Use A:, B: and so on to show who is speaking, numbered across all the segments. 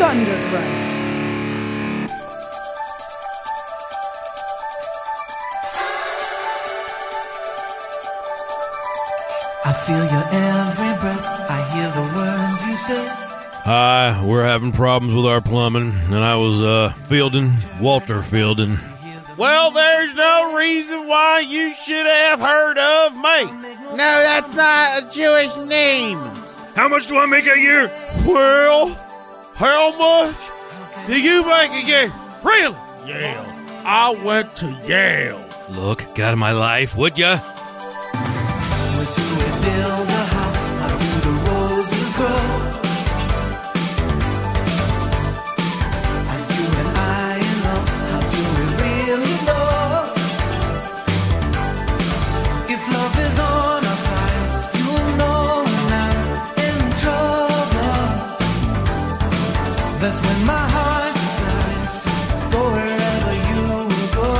A: undergrowth.
B: I feel your every breath. I hear the words you say.
C: Hi, Uh, we're having problems with our plumbing, and I was uh fielding Walter Fielding. Well, there's no reason why you should have heard of me.
D: No, that's not a Jewish name.
E: How much do I make a year?
C: Well, how much do you make again? Really?
E: Yale. I went to Yale.
C: Look, get out of my life, would ya?
B: Would you build a house? How do the roses grow? Are you and I in love? How do we really know? If love is on our side, you'll know when I'm in trouble. That's when my heart decides to go wherever you will go.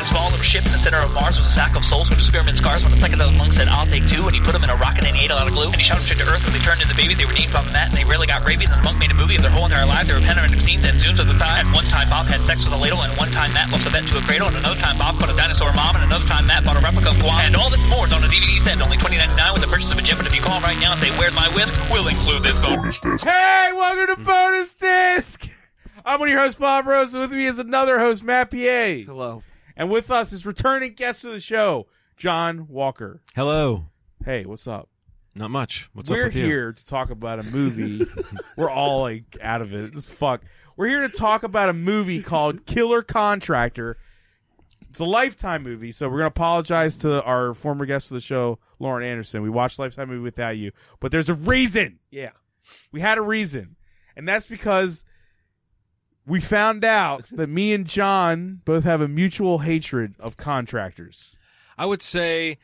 F: A small little ship in the center of Mars was a sack of souls with experiment scars when the psychedelic monk said, I'll take two, and he put them in a rocket and he ate a lot of glue, and he shot them straight to Earth, and they turned into babies, they were named from that, and they really got rabies, and the monk made a movie of their whole entire lives, they were penned and obscene, then zooms of the thigh, and one time Bob had sex with a ladle, and one time Matt lost a vet to a cradle, and another time Bob caught a dinosaur mom, and another time Matt bought a replica of Guam, and all this and more is on a DVD set, only twenty ninety nine with the purchase of a gem, but if you call right now and say, where's my whisk, we'll include this bonus.
D: Hey, welcome to Bonus Disc. I'm one of your hosts, Bob Rose. and With me is another host, Matt P.A. Hello. And with us is returning guest of the show, John Walker.
C: Hello.
D: Hey, what's up?
C: Not much. What's
D: We're
C: up with you?
D: here to talk about a movie. We're all like out of it. It's fuck. We're here to talk about a movie called Killer Contractor. It's a lifetime movie, so we're gonna apologize to our former guest of the show, Lauren Anderson. We watched Lifetime movie without you, but there's a reason.
G: Yeah.
D: We had a reason, and that's because we found out that me and John both have a mutual hatred of contractors.
C: I would say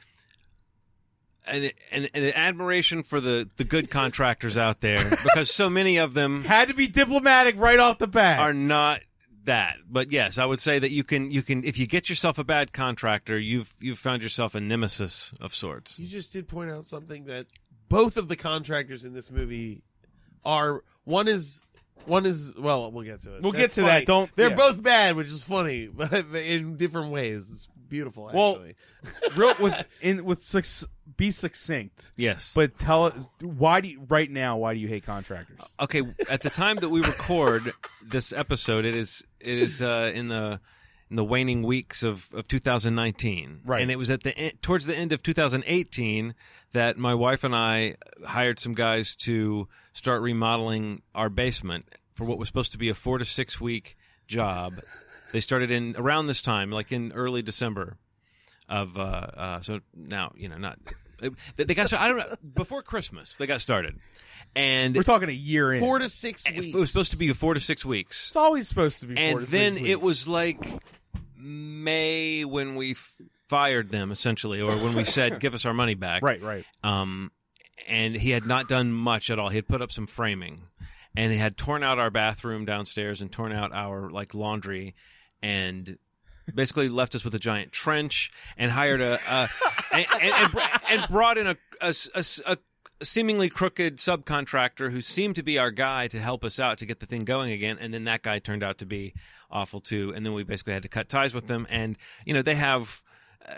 C: an, an, an admiration for the, the good contractors out there because so many of them
D: Had to be diplomatic right off the bat.
C: are not that. But yes, I would say that you can you can if you get yourself a bad contractor, you've you've found yourself a nemesis of sorts.
G: You just did point out something that both of the contractors in this movie are one is one is well, we'll get to it.
D: We'll get
G: That's
D: to that.
G: funny.
D: Don't-
G: They're
D: yeah.
G: both bad, which is funny, but in different ways. It's beautiful
D: Well-
G: actually.
D: real with in with suc- be succinct
C: Yes.
D: but tell it why do you right now why do you hate contractors
C: okay, at the time that we record this episode, it is it is uh, in the in the waning weeks of, of 2019.
D: Right.
C: And it was at the en- towards the end of 2018 that my wife and I hired some guys to start remodeling our basement for what was supposed to be a 4 to 6 week job. they started in around this time, like in early December of uh, uh so now, you know, not they, they got started, I don't know, before Christmas. They got started. And
D: we're talking a year in
G: Four to six
C: if
G: weeks.
C: It was supposed to be four to six weeks,
D: it's always supposed to be four
C: and
D: to
C: then
D: six
C: it
D: weeks.
C: was like May when we f- fired them essentially, or when we said, "Give us our money back."
D: right right
C: Um, and he had not done much at all. He had put up some framing, and he had torn out our bathroom downstairs and torn out our like laundry, and basically left us with a giant trench and hired a, a and, and, and, br- and brought in a, a s- a s- a seemingly crooked subcontractor who seemed to be our guy to help us out to get the thing going again and then that guy turned out to be awful too and then we basically had to cut ties with them and you know they have uh,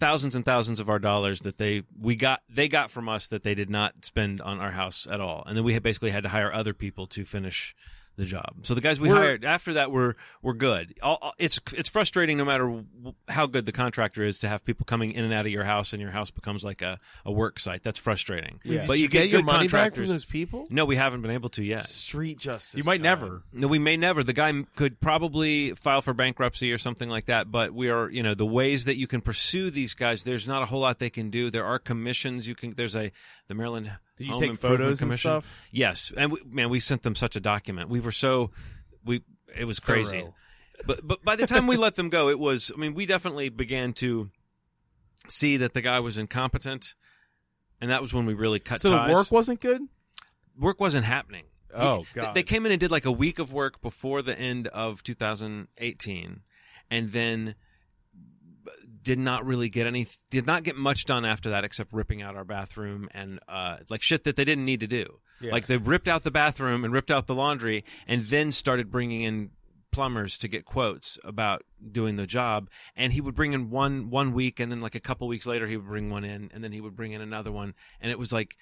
C: thousands and thousands of our dollars that they we got they got from us that they did not spend on our house at all and then we had basically had to hire other people to finish the job so the guys we
D: We're-
C: hired after that were were good all, all- it's it's frustrating no matter w- how good the contractor is to have people coming in and out of your house and your house becomes like a, a work site that's frustrating
G: Wait, did
C: but
G: you,
C: you,
G: get, your
C: good
G: money back
C: contractors
G: from those people?
C: no we haven't been able to yet
G: Street justice.
D: you might
G: time.
D: never
C: no, we may never. The guy m- could probably file for bankruptcy or something like that. But we are, you know, the ways that you can pursue these guys, there's not a whole lot they can do. There are commissions you can. There's a the Maryland.
D: did you
C: Home
D: take
C: Improvement
D: photos and
C: Commission.
D: stuff
C: Yes, and we, man, we sent them such a document. We were so we it was crazy.
G: Thorough.
C: But but by the time we let them go, it was. I mean, we definitely began to see that the guy was incompetent, and that was when we really cut
D: so
C: ties.
D: the work wasn't good
C: work wasn't happening.
D: Oh,
C: They-
D: God.
C: They came in and did like a week of work before the end of 2018, and then did not really get any did not get much done after that except ripping out our bathroom and uh, like shit that they didn't need to do
D: Yeah.
C: like they ripped out the bathroom and ripped out the laundry and then started bringing in plumbers to get quotes about doing the job and he would bring in one one week and then like a couple weeks later he would bring one in and then he would bring in another one and it was like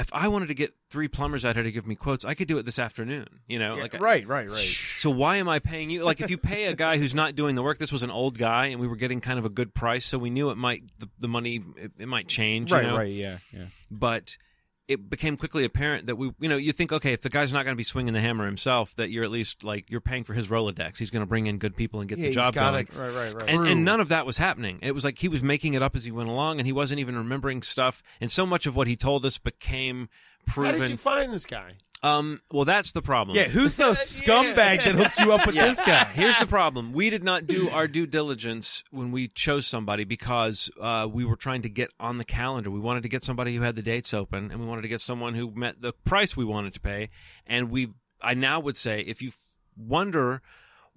C: if I wanted to get three plumbers out here to give me quotes, I could do it this afternoon. You know, like
D: right, right, right.
C: so why am I paying you? Like, if you pay a guy who's not doing the work, this was an old guy, and we were getting kind of a good price, so we knew it might the, the money it, it might change, you
D: Right,
C: know?
D: right, yeah, yeah.
C: But it became quickly apparent that we, you know, you think, okay, if the guy's not going to be swinging the hammer himself, that you're at least like you're paying for his Rolodex. He's going to bring in good people and get the
G: he's
C: job
G: gotta-
C: done.
G: Right, right, right.
C: And, and none of that was happening. It was like he was making it up as he went along, and he wasn't even remembering stuff. And so much of what he told us became
G: How
C: proven.
G: did you find this guy?
C: um, well, that's the problem.
D: Yeah, who's the scumbag that hooks you up with this guy?
C: Here's the problem: we did not do our due diligence when we chose somebody because uh, we were trying to get on the calendar. We wanted to get somebody who had the dates open, and we wanted to get someone who met the price we wanted to pay. And we, I now would say, if you f- wonder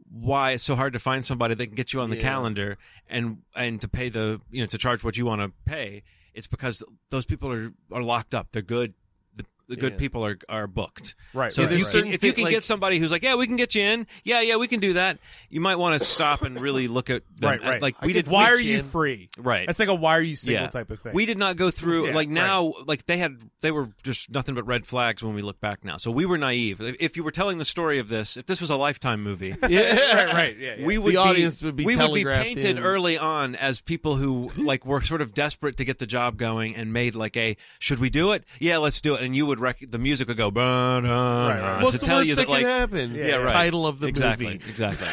C: why it's so hard to find somebody that can get you on the calendar and and to pay the you know to charge what you want to pay, it's because those people are are locked up. They're good. The, the good people are are booked.
D: Right,
C: So
D: right,
C: if you
D: right.
C: can, if you can
G: like-
C: get somebody who's like, yeah, we can get you in. Yeah, yeah, we can do that. You might want to stop and really look at them.
D: right, right.
C: Like we did.
D: Why
C: we-
D: are you
G: in.
D: free?
C: Right.
D: That's like a why are you single
C: yeah.
D: type of thing.
C: We did not go through
D: Yeah,
C: like now. Like they had, they were just nothing but red flags when we look back now. So we were naive. If if you were telling the story of this, if this was a lifetime movie,
G: Yeah,
D: right, right, yeah, yeah.
C: we
G: The
C: would
G: audience
C: be,
G: would be
C: we would be
G: telegraphed
C: painted
G: in.
C: early on as people who like were sort of desperate to get the job going and made like a should we do it? Yeah, let's do it. And you would rec- the music would go bah, da,
D: Right,
C: da,
D: right.
C: to
G: What's the
C: tell
G: worst
C: you
G: that
C: that like
G: can happen?
D: Yeah, right.
G: Title of the
C: exactly,
G: movie.
C: Exactly.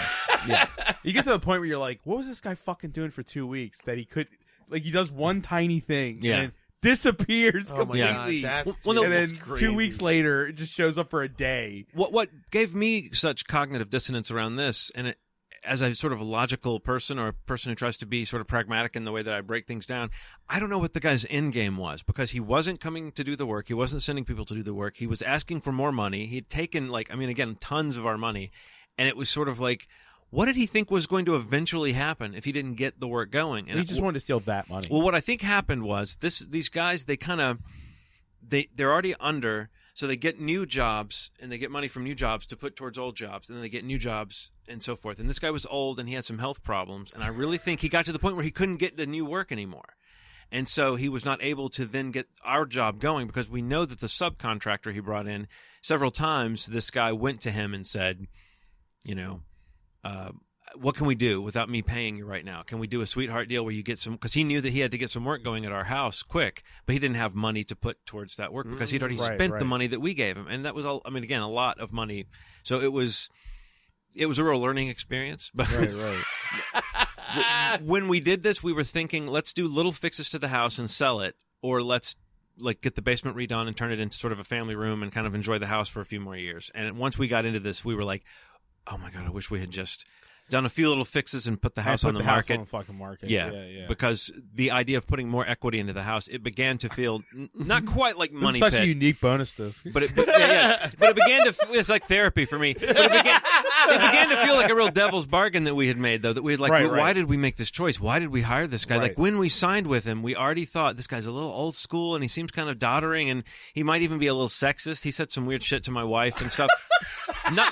D: you get to the point where you're like, what was this guy fucking doing for two weeks that he could, like, he does one tiny thing
C: Yeah.
D: and disappears
G: Oh my
D: completely.
C: Yeah.
G: god, that's
C: Well, no,
D: and
G: that's
D: then
G: crazy.
D: two weeks later, it just shows up for a day.
C: what what gave me such cognitive dissonance around this and it, as a sort of logical person or a person who tries to be sort of pragmatic in the way that I break things down, I don't know what the guy's end game was because he wasn't coming to do the work. He wasn't sending people to do the work. He was asking for more money. He'd taken like I mean again tons of our money and it was sort of like what did he think was going to eventually happen if he didn't get the work going? And
D: he
C: it-
D: just wanted to steal that money.
C: Well, what I think happened was this: these guys they kind of they they're already under, so they get new jobs and they get money from new jobs to put towards old jobs, and then they get new jobs and so forth. And this guy was old and he had some health problems, and I really think he got to the point where he couldn't get the new work anymore. And so he was not able to then get our job going because we know that the subcontractor he brought in several times, this guy went to him and said, you know, uh, what can we do without me paying you right now? Can we do a sweetheart deal where you get some? Because he knew that he had to get some work going at our house quick, but he didn't have money to put towards that work because he'd already
D: Mm, right,
C: spent
D: right.
C: the money that we gave him, and that was all. I mean, again, a lot of money. So it was, it was a real learning experience. But
D: right.
C: when we did this, we were thinking, let's do little fixes to the house and sell it, or let's like get the basement redone and turn it into sort of a family room and kind of enjoy the house for a few more years. And once we got into this, we were like, oh my god, I wish we had just done a few little fixes and put the house
D: put
C: on the,
D: the house
C: market.
D: on the fucking market.
C: yeah,
D: yeah. yeah.
C: because the idea of putting more equity into the house, it began to feel n- not quite like
D: this
C: money
D: is such
C: pit.
D: a unique bonus. This
C: But it, but, yeah, yeah. but it began to. f- It's like therapy for me. But it began, it began to feel like a real devil's bargain that we had made, though. That we had like,
D: Right,
C: why
D: right.
C: did we make this choice? Why did we hire this guy?
D: Right.
C: Like when we signed with him, we already thought this guy's a little old school, and he seems kind of doddering, and he might even be a little sexist. He said some weird shit to my wife and stuff. not,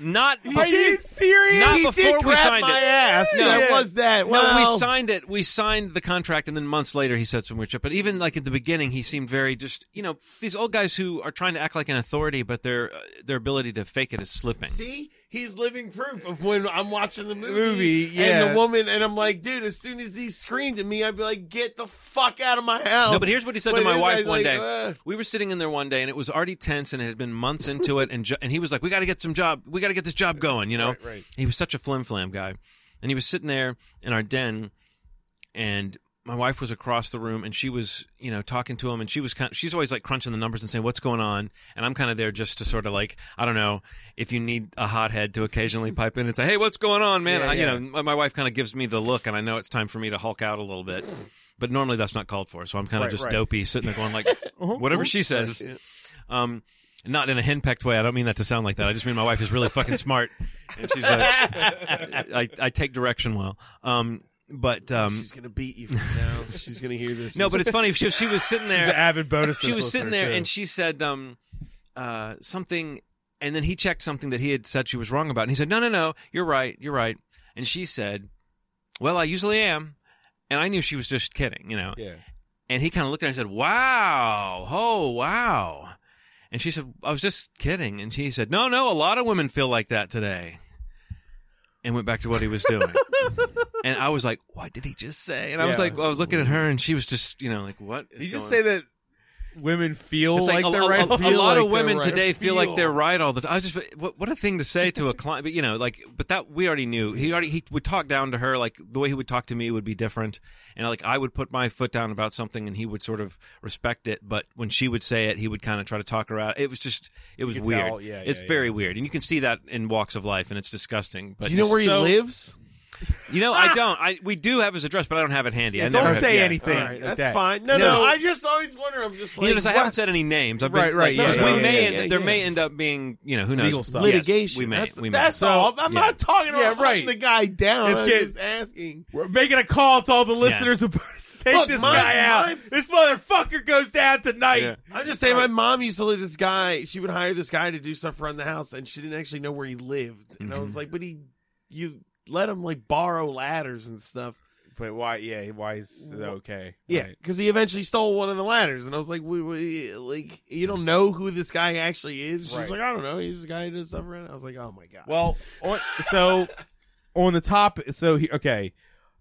C: not.
D: are you serious?
C: Not before we signed it. No.
G: That was that.
C: No,
G: Well,
C: we signed it. We signed the contract, and then months later, he said some weird shit. But even like at the beginning, he seemed very just you know these old guys who are trying to act like an authority, but their uh, their ability to fake it is slipping.
G: See, he's living proof of when I'm watching the movie,
D: Movie,
G: and
D: yeah.
G: the woman, and I'm like, dude, as soon as he screamed at me, I'd be like, get the fuck out of my house.
C: No, but here's what he said
G: But
C: to my
G: this
C: wife
G: guy's
C: one
G: like,
C: day.
G: "Uh."
C: we were sitting in there one day, and it was already tense, and it had been months into it. And jo- and he was like, "We got to get some job. We got to get this job going." You know,
D: Right, right.
C: he was such a flim flam guy, and he was sitting there in our den, and my wife was across the room, and she was you know talking to him, and she was kind. she's always like crunching the numbers and saying, "What's going on?" And I'm kind of there just to sort of like, I don't know, if you need a hothead to occasionally pipe in and say, "Hey, what's going on, man?"
D: Yeah,
C: I, you
D: yeah.
C: know, my, my wife kind of gives me the look, and I know it's time for me to hulk out a little bit. But normally that's not called for, so I'm kind of
D: Right,
C: just
D: right. Uh-huh,
C: dopey, sitting there going like, whatever she says. Um, not in a henpecked way. I don't mean that to sound like that. I just mean my wife is really fucking smart, and she's like, I, I take direction well. Um, but um,
G: She's gonna beat you from now. She's gonna hear this.
C: no, but it's funny. She, she was sitting
D: She's an
C: there.
D: avid bonus.
C: She was sitting
D: listener,
C: there,
D: too.
C: and she said um, uh, something, and then he checked something that he had said she was wrong about, and he said, "No, no, no, you're right, you're right." And she said, "Well, I usually am," and I knew she was just kidding, you know.
D: yeah.
C: And he kind of looked at her and said, Wow, oh, wow. And she said, I was just kidding. And he said, No, no, a lot of women feel like that today. And went back to what he was doing. and I was like, What did he just say? And I was
D: Yeah.
C: like, I was looking at her and she was just, you know, like, What? Is
D: you just
C: going-"
D: say that women feel
C: It's
D: like,
C: like, a,
D: they're
C: a-
D: right.
C: a- a
D: feel
C: lot
D: like
C: of women
D: they're right.
C: today feel, like they're
D: Feel.
C: right all the time. I was just what, what a thing to say to a client, but you know, like, but that we already knew. He already he would talk down to her, like the way he would talk to me would be different, and like I would put my foot down about something, and he would sort of respect it, but when she would say it, he would kind of try to talk her out. It was just it was
D: could
C: weird.
D: tell, yeah,
C: it's
D: yeah,
C: very weird, and you can see that in walks of life, and it's disgusting. But
G: Do you know where
D: So-
G: he lives?
C: you know, I don't. I we do have his address, but I don't have it handy. I
D: Ah! Don't
C: never
D: say
C: yeah.
D: anything.
G: All right,
D: like
G: that's
D: that.
G: fine. No,
D: So-
G: no, I just always wonder. I'm just like,
C: You notice I haven't said any names. I've been,
D: Right, right,
C: like, because
D: yeah,
C: we
D: yeah,
C: may
D: yeah,
C: end,
D: yeah,
C: there
D: yeah.
C: may end up being, you know, who knows
D: Legal stuff.
C: Yes,
G: litigation.
C: we may.
G: That's,
C: we may.
G: that's all. I'm
C: yeah.
G: not talking about
D: Yeah,
G: hunting
D: right.
G: the guy down.
D: It's
G: I'm
D: good.
G: just asking.
D: We're making a call to all the listeners of take
G: Look,
D: this
G: my-
D: guy out.
G: my-
D: this motherfucker goes down tonight.
C: Yeah.
G: I'm just saying, my mom used to let this guy. She would hire this guy to do stuff around the house, and she didn't actually know where he lived. And I was like, but he, you let him like borrow ladders and stuff.
D: But why? Yeah, why is it okay?
G: Yeah,
D: Right.
G: because he eventually stole one of the ladders, and I was like, we, we, like you don't know who this guy actually is. She's
D: Right.
G: like, I don't know. He's the guy who does stuff around. I was like, oh my god.
D: Well, on, so on the top. So he, okay,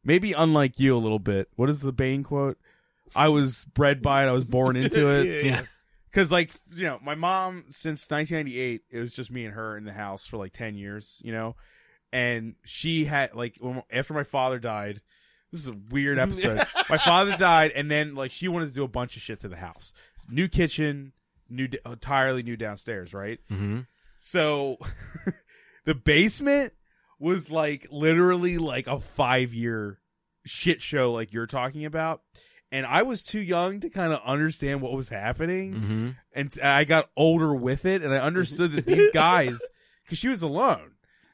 D: maybe unlike you a little bit. What is the Bane quote? I was bred by it. I was born into it.
G: Yeah,
C: Yeah.
D: Cause like you know, my mom since 1998, it was just me and her in the house for like 10 years, you know, and she had like when, after my father died. This is a weird episode. my father died, and then like she wanted to do a bunch of shit to the house, new kitchen, new entirely new downstairs, right?
C: Mm-hmm.
D: So the basement was like literally like a five year shit show, like you're talking about. And I was too young to kind of understand what was happening
C: Mm-hmm.
D: and t- I got older with it, and I understood that these guys, because she was alone,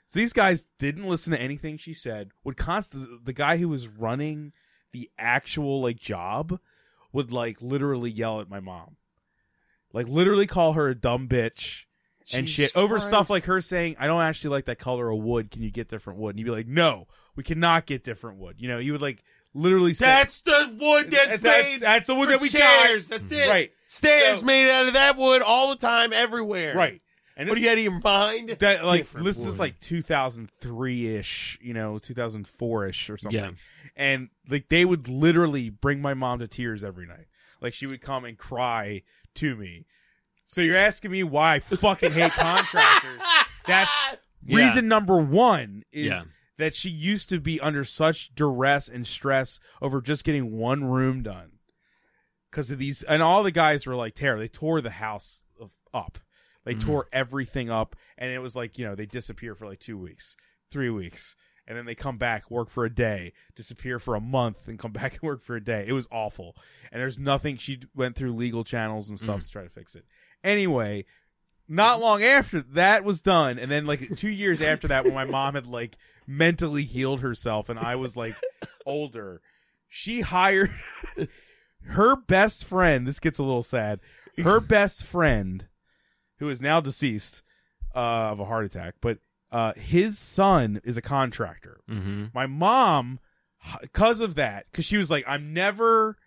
D: so these guys didn't listen to anything she said. Would constantly the guy who was running the actual like job would like literally yell at my mom, like literally call her a dumb bitch and
G: Jesus
D: shit over stuff
G: Christ.
D: like her saying, "I don't actually like that color of wood. Can you get different wood?" And you'd be like, "No, we cannot get different wood." You know, you would like literally say,
G: That's the wood that's,
D: that's,
G: made
D: that's the wood
G: for
D: that we
G: chairs. That's
D: got
G: it.
D: right."
G: Stairs
D: So-
G: made out of that wood all the time, everywhere.
D: Right. And
G: What
D: this-
G: do you had in your mind?
D: that like
G: Different
D: this is
G: wood.
D: like 2003 ish, you know, 2004 ish or something.
C: Yeah.
D: And like they would literally bring my mom to tears every night. Like she would come and cry to me. So you're asking me why I fucking hate contractors? That's
C: Yeah.
D: reason number one is
C: Yeah.
D: that she used to be under such duress and stress over just getting one room done because of these and all the guys were like tear they tore the house of, up
C: Mm.
D: they tore everything up and it was like you know they disappear for like two weeks three weeks and then they come back work for a day disappear for a month and come back and work for a day it was awful and there's nothing she went through legal channels and
C: Mm.
D: stuff to try to fix it anyway not long after that was done and then like two years after that when my mom had like mentally healed herself and i was like older she hired her best friend this gets a little sad her best friend who is now deceased uh, of a heart attack but uh, his son is a contractor
C: Mm-hmm.
D: my mom because of that because she was like i'm never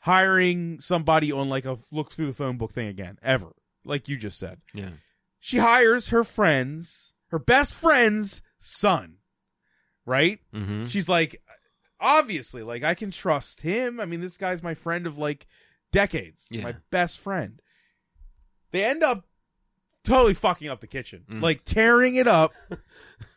D: hiring somebody on like a look through the phone book thing again ever like you just said
C: Yeah.
D: she hires her friends her best friend's son right
C: Mm-hmm.
D: she's like obviously like i can trust him i mean this guy's my friend of like decades
C: Yeah.
D: my best friend they end up totally fucking up the kitchen
C: Mm.
D: like tearing it up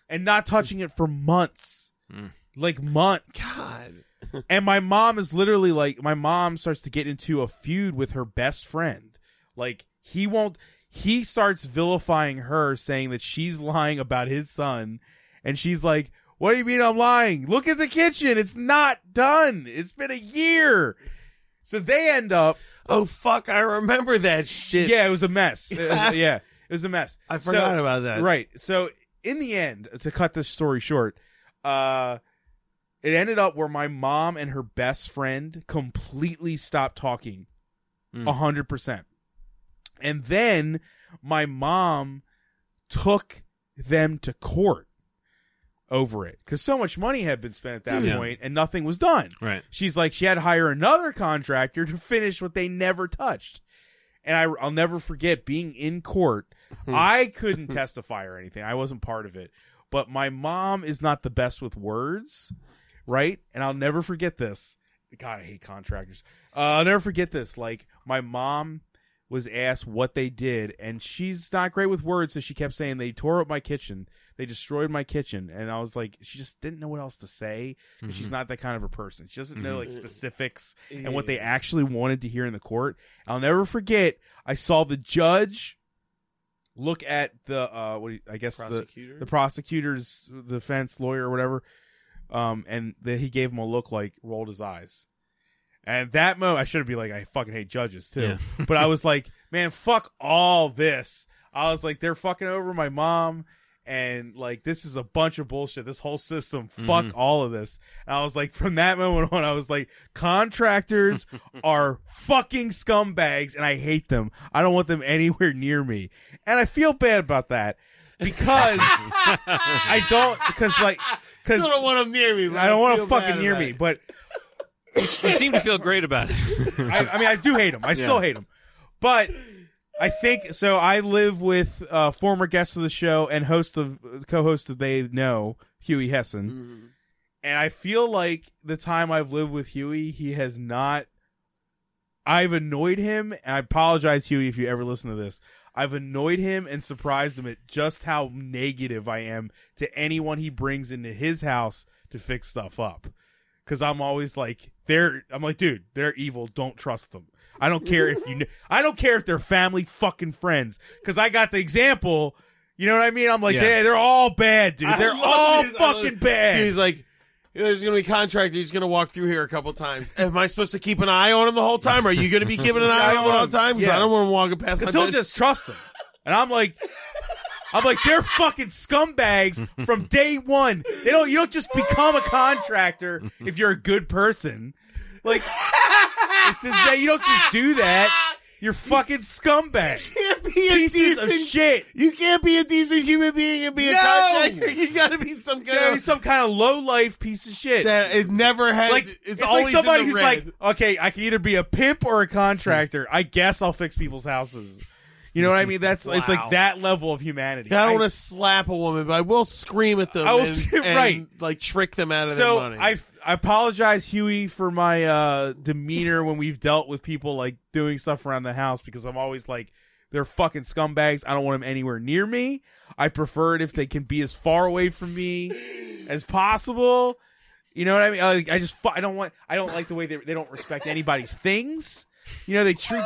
D: and not touching it for months
C: Mm.
D: like months
G: God.
D: and my mom is literally like my mom starts to get into a feud with her best friend like he won't he starts vilifying her saying that she's lying about his son and she's like what do you mean i'm lying look at the kitchen it's not done it's been a year so they end up
G: Oh fuck! I remember that shit.
D: yeah it was a mess It was- yeah it was a mess
G: I
D: So-
G: forgot about that.
D: Right. So in the end, to cut this story short, uh, It ended up where my mom and her best friend completely stopped talking,
C: Mm.
G: Hmm.
D: a hundred percent. And then my mom took them to court over it because so much money had been spent at that
C: Yeah.
D: point and nothing was done.
C: Right.
D: She's like, she had to hire another contractor to finish what they never touched. And I, I'll never forget being in court. I couldn't testify or anything, I wasn't part of it. But my mom is not the best with words, right? And I'll never forget this. God, I hate contractors. Uh, I'll never forget this. Like, my mom was asked what they did, and she's not great with words, so she kept saying, They tore up my kitchen. They destroyed my kitchen. And I was like, She just didn't know what else to say. and She's not that kind of a person. She doesn't know, like, specifics and what they actually wanted to hear in the court. I'll never forget, I saw the judge look at the, uh, what do you, I guess, the,
G: Prosecutor?
D: the prosecutor's defense lawyer or whatever um and that he gave him a look like rolled his eyes and that moment i should be like i fucking hate judges too
C: Yeah.
D: but i was like man fuck all this i was like they're fucking over my mom and like this is a bunch of bullshit this whole system fuck
G: Mm-hmm.
D: all of this and i was like from that moment on i was like contractors are fucking scumbags and i hate them i don't want them anywhere near me and i feel bad about that because i don't because like because
G: Still don't want them near me. but
D: I don't want to
G: feel bad
D: fucking hear
G: about
D: me,
G: it.
D: but
C: You seem to feel great about it.
D: I, I mean, I do hate him. I still hate him. But I think so. I live with uh, former guest of the show and host of co-host of They Know Huey Hessen, and I feel like the time I've lived with Huey, he has not. I've annoyed him, and I apologize, Huey, if you ever listen to this. I've annoyed him and surprised him at just how negative I am to anyone he brings into his house to fix stuff up because I'm always like they're I'm like dude they're evil don't trust them I don't care if you kn- I don't care if they're family fucking friends because I got the example you know what I mean I'm like
C: Yeah.
D: they, they're all bad dude
G: I
D: they're
G: love
D: all
G: these- I love-
D: fucking bad
G: He's like, there's gonna be a contractor. He's gonna walk through here a couple times. Am I supposed to keep an eye on him the whole time? Are you gonna be keeping an
D: I don't
G: eye on him the whole
D: want him.
G: time? Because
D: Yeah.
G: I don't want him walking past. my
D: because he'll
G: bed.
D: just trust them and I'm like I'm like they're fucking scumbags from day one they don't you don't just become a contractor if you're a good person like it's that you don't just do that you're fucking scumbag
G: can't be a
D: pieces of
G: decent.
D: shit.
G: You can't be a decent human being and be
D: No!
G: a contractor. You gotta be some kind
D: Yeah,
G: of
D: he's some kind of low life piece of shit.
G: that it never has.
D: like
G: it's,
D: it's,
G: always
D: like somebody
G: in the
D: who's
G: red.
D: like, okay, I can either be a pimp or a contractor. I guess I'll fix people's houses. You know what I mean? That's it's like
G: Wow.
D: that level of humanity.
G: I don't want to slap a woman, but I will scream at them.
D: I will
G: and-
D: scream-
G: and,
D: right.
G: Like trick them out of
D: so
G: their money.
D: I, f- I apologize, Huey, for my uh, demeanor when we've dealt with people like doing stuff around the house because I'm always like, they're fucking scumbags. I don't want them anywhere near me. I prefer it if they can be as far away from me as possible. You know what I mean? Like, I just fu- I don't want I don't like the way they they don't respect anybody's things. You know they treat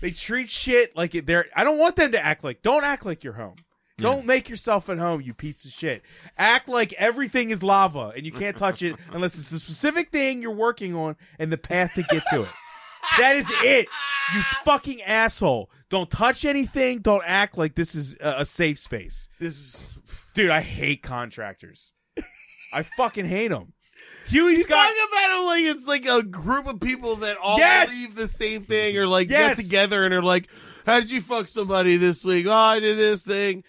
D: they treat shit like it. They're I don't want them to act like don't act like you're home. Don't make yourself at home, you piece of shit. Act like everything is lava and you can't touch it unless it's the specific thing you're working on and the path to get to it. That is it. You fucking asshole. Don't touch anything. Don't act like this is a, a safe space.
G: this is
D: Dude, I hate contractors. I fucking hate them. Huey's got
G: talking about him like it's like a group of people that all
D: Yes!
G: believe the same thing or like
D: Yes!
G: get together and are like, "How did you fuck somebody this week? Oh, I did this thing."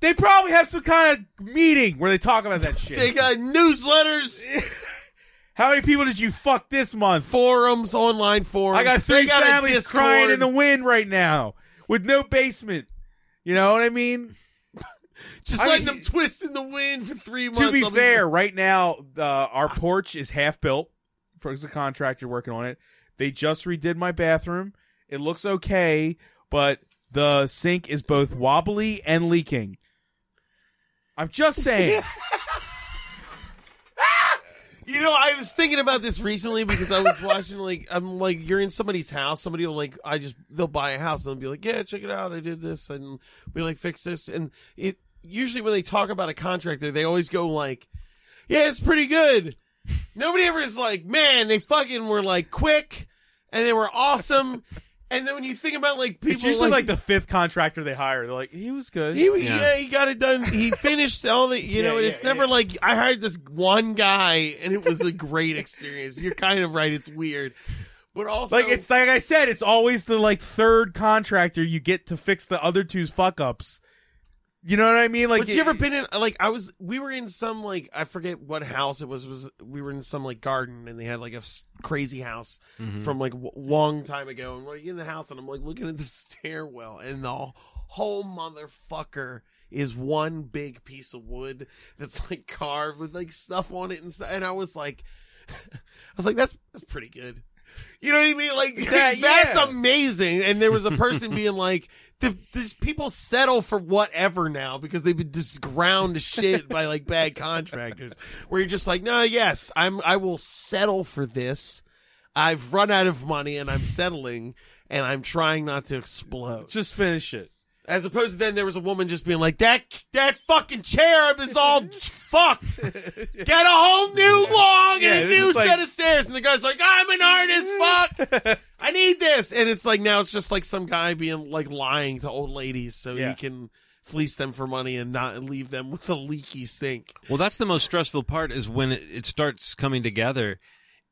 D: They probably have some kind of meeting where they talk about that
G: They
D: shit.
G: got newsletters,
D: How many people did you fuck this month?
G: forums, online forums.
D: I got
G: They
D: three
G: got a
D: families
G: Discord.
D: crying in the wind right now with no basement. You know what I mean?
G: just
D: I
G: letting
D: mean-
G: them twist in the wind for three months.
D: to be
G: I'll
D: fair, right now uh, our porch is half built. For as a contractor working on it, they just redid my bathroom. It looks okay, but the sink is both wobbly and leaking. I'm just saying.
G: You know, I was thinking about this recently because I was watching like I'm like you're in somebody's house, somebody will like I just they'll buy a house and they'll be like, Yeah, check it out, I did this and we like fixed this and it usually when they talk about a contractor, they always go like, Yeah, it's pretty good. Nobody ever is like, Man, they fucking were like quick and they were awesome And then when you think about like people,
D: It's usually like, the fifth contractor they hire. They're like, he was good.
G: He, yeah.
C: Yeah.
G: he got it done. He finished all the, you
D: Yeah,
G: know, and
D: yeah,
G: it's never
D: yeah.
G: like I hired this one guy and it was a great experience. You're kind of right. It's weird, but also
D: like it's like I said, it's always the like third contractor you get to fix the other two's fuck ups. You know what I mean? Like
G: but you ever been in like I was? We were in some like I forget what house it was. Was we were in some like garden and they had like a s- crazy house
D: Mm-hmm.
G: from like w- long time ago. And we're in the house and I'm like looking at the stairwell and the whole motherfucker is one big piece of wood that's like carved with like stuff on it and stuff. And I was like, I was like, that's that's pretty good. You know what I mean? Like that's
D: yeah.
G: amazing. And there was a person being like, the, "These people settle for whatever now because they've been just ground to shit by like bad contractors." Where you're just like, "No, yes, I'm. I will settle for this. I've run out of money and I'm settling." And I'm trying not to explode.
D: just finish it?
G: As opposed to then, there was a woman just being like, "That that fucking cherub is all fucked. Get a whole new long
D: Yeah,
G: and
D: it's
G: a new
D: just like-
G: set of stairs." And the guy's like, "I'm an artist, fuck. I need this." And it's like now it's just like some guy being like lying to old ladies so
D: Yeah.
G: he can fleece them for money and not leave them with a leaky sink.
C: Well, that's the most stressful part is when it, it starts coming together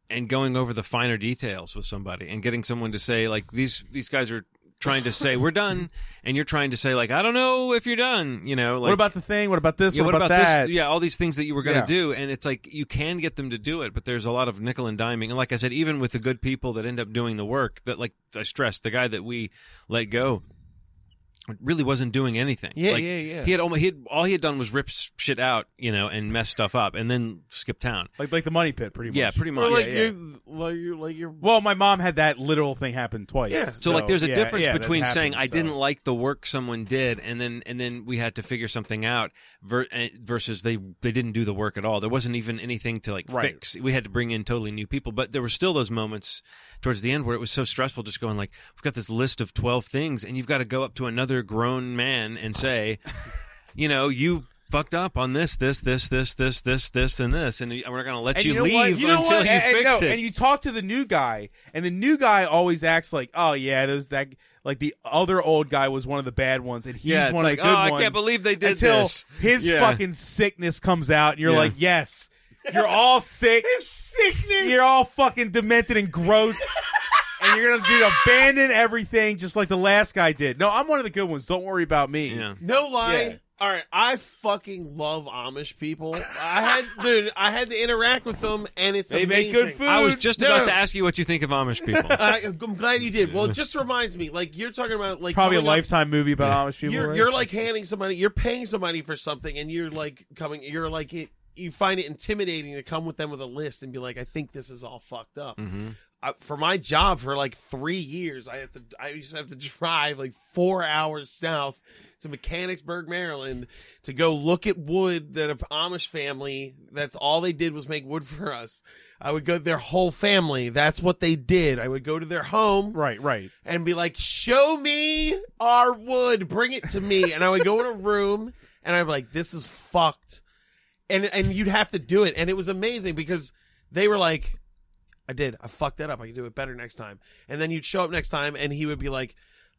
C: and going over the finer details with somebody and getting someone to say like these these guys are trying to say we're done and you're trying to say like I don't know if you're done, you know, like
D: what about the thing? What about this?
C: yeah,
D: what, about, that?
C: this? Yeah, all these things that you were going to
D: Yeah.
C: do, and it's like you can get them to do it, but there's a lot of nickel and diming. And like I said, even with the good people that end up doing the work, that like I stressed, the guy that we let go really wasn't doing anything.
G: Yeah,
C: Like,
G: yeah, yeah.
C: He had almost he had all he had done was rip s- shit out, you know, and mess stuff up, and then skip town.
D: Like like the money pit, pretty much.
C: Yeah, pretty much.
G: Or like
D: yeah, yeah.
G: you're like you're like you're
D: Well, my mom had that literal thing happen twice.
G: Yeah.
C: So, like there's a
D: yeah,
C: difference
D: yeah, that
C: between
D: happened,
C: saying I
D: so.
C: didn't like the work someone did and then and then we had to figure something out ver- eh, versus they they didn't do the work at all. There wasn't even anything to like
D: Right.
C: fix. We had to bring in totally new people, but there were still those moments towards the end where it was so stressful just going like we've got this list of 12 things and you've got to go up to another grown man and say, you know, you fucked up on this this this this this this this and this and we're not going to let
D: And
C: you,
D: know
C: leave
D: what? know
C: until
D: what?
C: you
D: and, and
C: fix
D: no,
C: it.
D: And you talk to the new guy, and the new guy always acts like, "Oh yeah, those that like the other old guy was one of the bad ones, and he's
C: yeah, it's
D: one
C: like,
D: of the good
C: oh, I
D: ones."
C: can't believe they did
D: until
C: this.
D: his
C: Yeah.
D: fucking sickness comes out, and you're
C: Yeah.
D: like, "Yes, you're all sick.
G: sickness.
D: you're all fucking demented and gross." And you're gonna do abandon everything just like the last guy did. No, I'm one of the good ones. Don't worry about me.
C: Yeah.
G: No lie.
D: Yeah.
G: All right, I fucking love Amish people. I had dude, I had to interact with them, and it's
D: They
G: amazing.
D: make good food.
C: I was just
G: No,
C: about
G: no.
C: to ask you what you think of Amish people.
G: I, I'm glad you did. Well, it just reminds me, like you're talking about, like
D: Probably a
G: coming up-
D: lifetime movie about Amish people.
G: You're,
D: right?
G: you're like handing somebody, you're paying somebody for something, and you're like coming, you're like it, you find it intimidating to come with them with a list and be like, I think this is all fucked up. I, for my job for like three years, I have to I used to have to drive like four hours south to Mechanicsburg, Maryland, to go look at wood that an Amish family. That's all they did was make wood for us. I would go their whole family. That's what they did. I would go to their home
D: right, right.
G: and be like, "Show me our wood. Bring it to me." And I would go in a room and I'd be like, "This is fucked," and and you'd have to do it. And it was amazing because they were like, "I did. I fucked that up. I can do it better next time." And then you'd show up next time, and he would be like.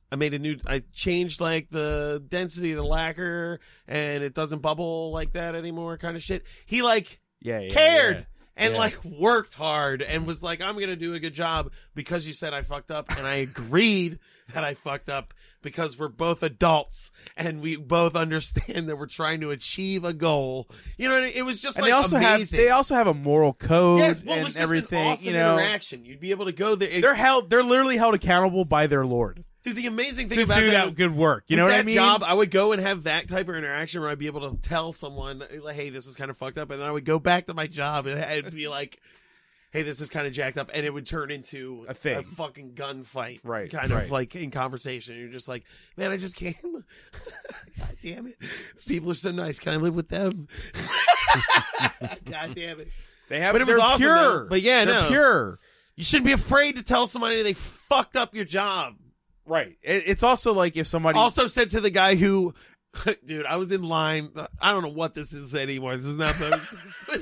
G: I made a new. I changed like the density of the lacquer, and it doesn't bubble like that anymore. Kind of shit. He like
D: Yeah, yeah,
G: cared
D: yeah.
G: and
D: Yeah.
G: like worked hard and was like, I'm gonna do a good job because you said I fucked up and I agreed that I fucked up because we're both adults and we both understand that we're trying to achieve a goal. You know, what I mean? it was just
D: and
G: like
D: they also
G: amazing.
D: have they also have a moral code
G: yes, well, it
D: and
G: was just
D: everything.
G: an
D: you
G: awesome
D: know,
G: interaction. You'd be able to go there.
D: they're held they're literally held accountable by their lord
G: Dude, the amazing thing
D: to do
G: about
D: that,
G: was-
D: good work. You
G: With
D: know what
G: that
D: I mean?
G: job, I would go and have that type of interaction where I'd be able to tell someone, like, "Hey, this is kind of fucked up," and then I would go back to my job and I'd be like, "Hey, this is kind of jacked up," and it would turn into
D: A thing.
G: fucking gunfight,
D: Right,
G: Kind
D: right.
G: of like in conversation. You're just like, "Man, I just can't. God damn it, these people are so nice. Can I live with them? God damn it."
D: they have,
G: but it was
D: they're
G: awesome,
D: pure.
G: though. But yeah,
D: they're
G: no.
D: pure.
G: You shouldn't be afraid to tell somebody they fucked up your job.
D: Right. It, it's also like if somebody
G: also said to the guy who dude i was in line i don't know what this is anymore this is not those but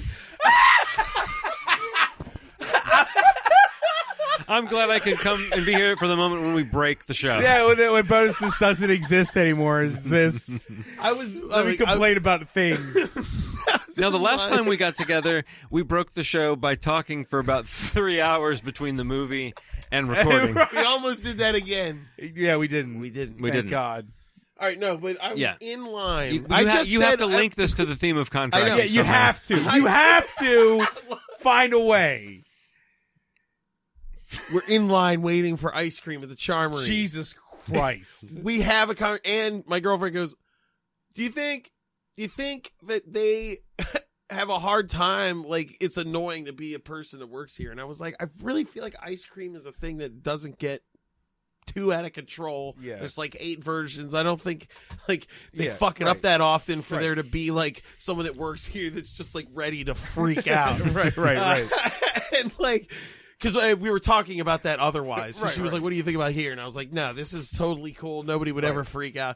C: I'm glad I could come and be here for the moment when we break the show.
D: Yeah, when, when bonuses doesn't exist anymore, is this?
G: I was. I
D: Let me
G: like, I-
D: complain about things.
C: Now, the last
G: Why?
C: time we got together, we broke the show by talking for about three hours between the movie and recording.
G: we almost did that again.
D: yeah, we didn't.
G: We didn't.
C: We
D: Thank
C: didn't.
D: God.
G: All right, no, but I was
C: Yeah.
G: in line.
C: You, you
G: I
C: ha-
G: just
C: you have
G: said
C: to
G: I-
C: link this to the theme of contract.
G: know.
D: Yeah, you have to. You have to find a way.
G: we're in line waiting for ice cream at the Charmery.
D: Jesus Christ.
G: we have a con and my girlfriend goes do you think do you think that they have a hard time like it's annoying to be a person that works here and i was like i really feel like ice cream is a thing that doesn't get too out of control
D: Yeah.
G: there's like eight versions i don't think like they
D: Yeah,
G: fuck it
D: right.
G: up that often for
D: Right.
G: there to be like someone that works here that's just like ready to freak out
D: right, right, right.
G: uh, and like, because we were talking about that otherwise. So
D: Right,
G: she was
D: right.
G: like, "What do you think about here?" And I was like, "No, this is totally cool. Nobody would ever freak out."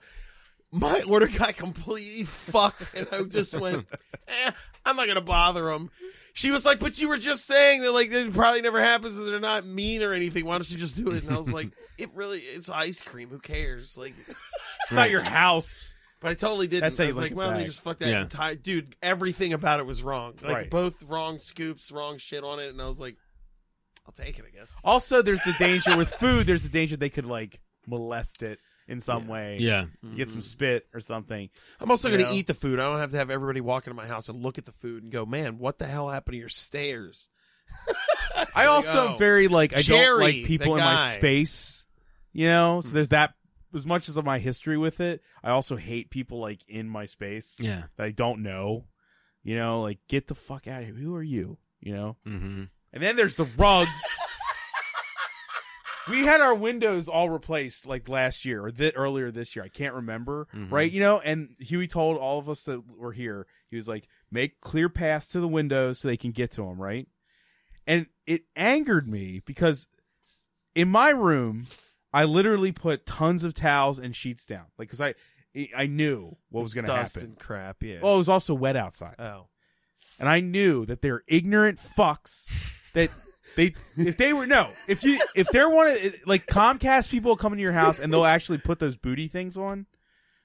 G: My order got completely fucked, and I just went, eh, "I'm not gonna bother them." She was like, "But you were just saying that like it probably never happens, and they're not mean or anything. Why don't you just do it?" And I was like, "It really, it's ice cream. Who cares?" Like,
D: It's not your house.
G: but I totally didn't.
D: That's how
G: I
D: you
G: was
D: look
G: like,
D: at
G: well, they
D: bags.
G: just fucked that
C: Yeah.
G: entire dude. Everything about it was wrong. Like
D: Right.
G: both wrong scoops, wrong shit on it, and I was like, I'll take it, I guess.
D: Also, there's the danger with food. There's the danger they could like molest it in some way.
C: Yeah.
D: get some spit or something.
G: I'm also going
D: Yeah.
G: to eat the food. I don't have to have everybody walk into my house and look at the food and go, man, what the hell happened to your stairs?
D: I also
G: go.
D: am very like I
G: Jerry,
D: don't like people
G: the
D: in my
G: guy. Hmm.
D: space. You know, so there's that. As much as of my history with it, I also hate people like in my space
C: Yeah.
D: that I don't know. You know, like get the fuck out of here. Who are you? You know.
C: hmm
D: And then there's the rugs. we had our windows all replaced like last year or th- earlier this year. I can't remember,
G: Mm-hmm.
C: Mhm.
D: right? You know, and Huey told all of us that were here. He was like, "Make clear paths to the windows so they can get to them," right? And it angered me because in my room, I literally put tons of towels and sheets down, like because I I knew what was going to
G: Dust
D: happen.
G: and crap, yeah.
D: Well, it was also wet outside
G: oh.
D: and I knew that they're ignorant fucks that they if they were no if you if they're one of like Comcast people will come into your house and they'll actually put those booty things on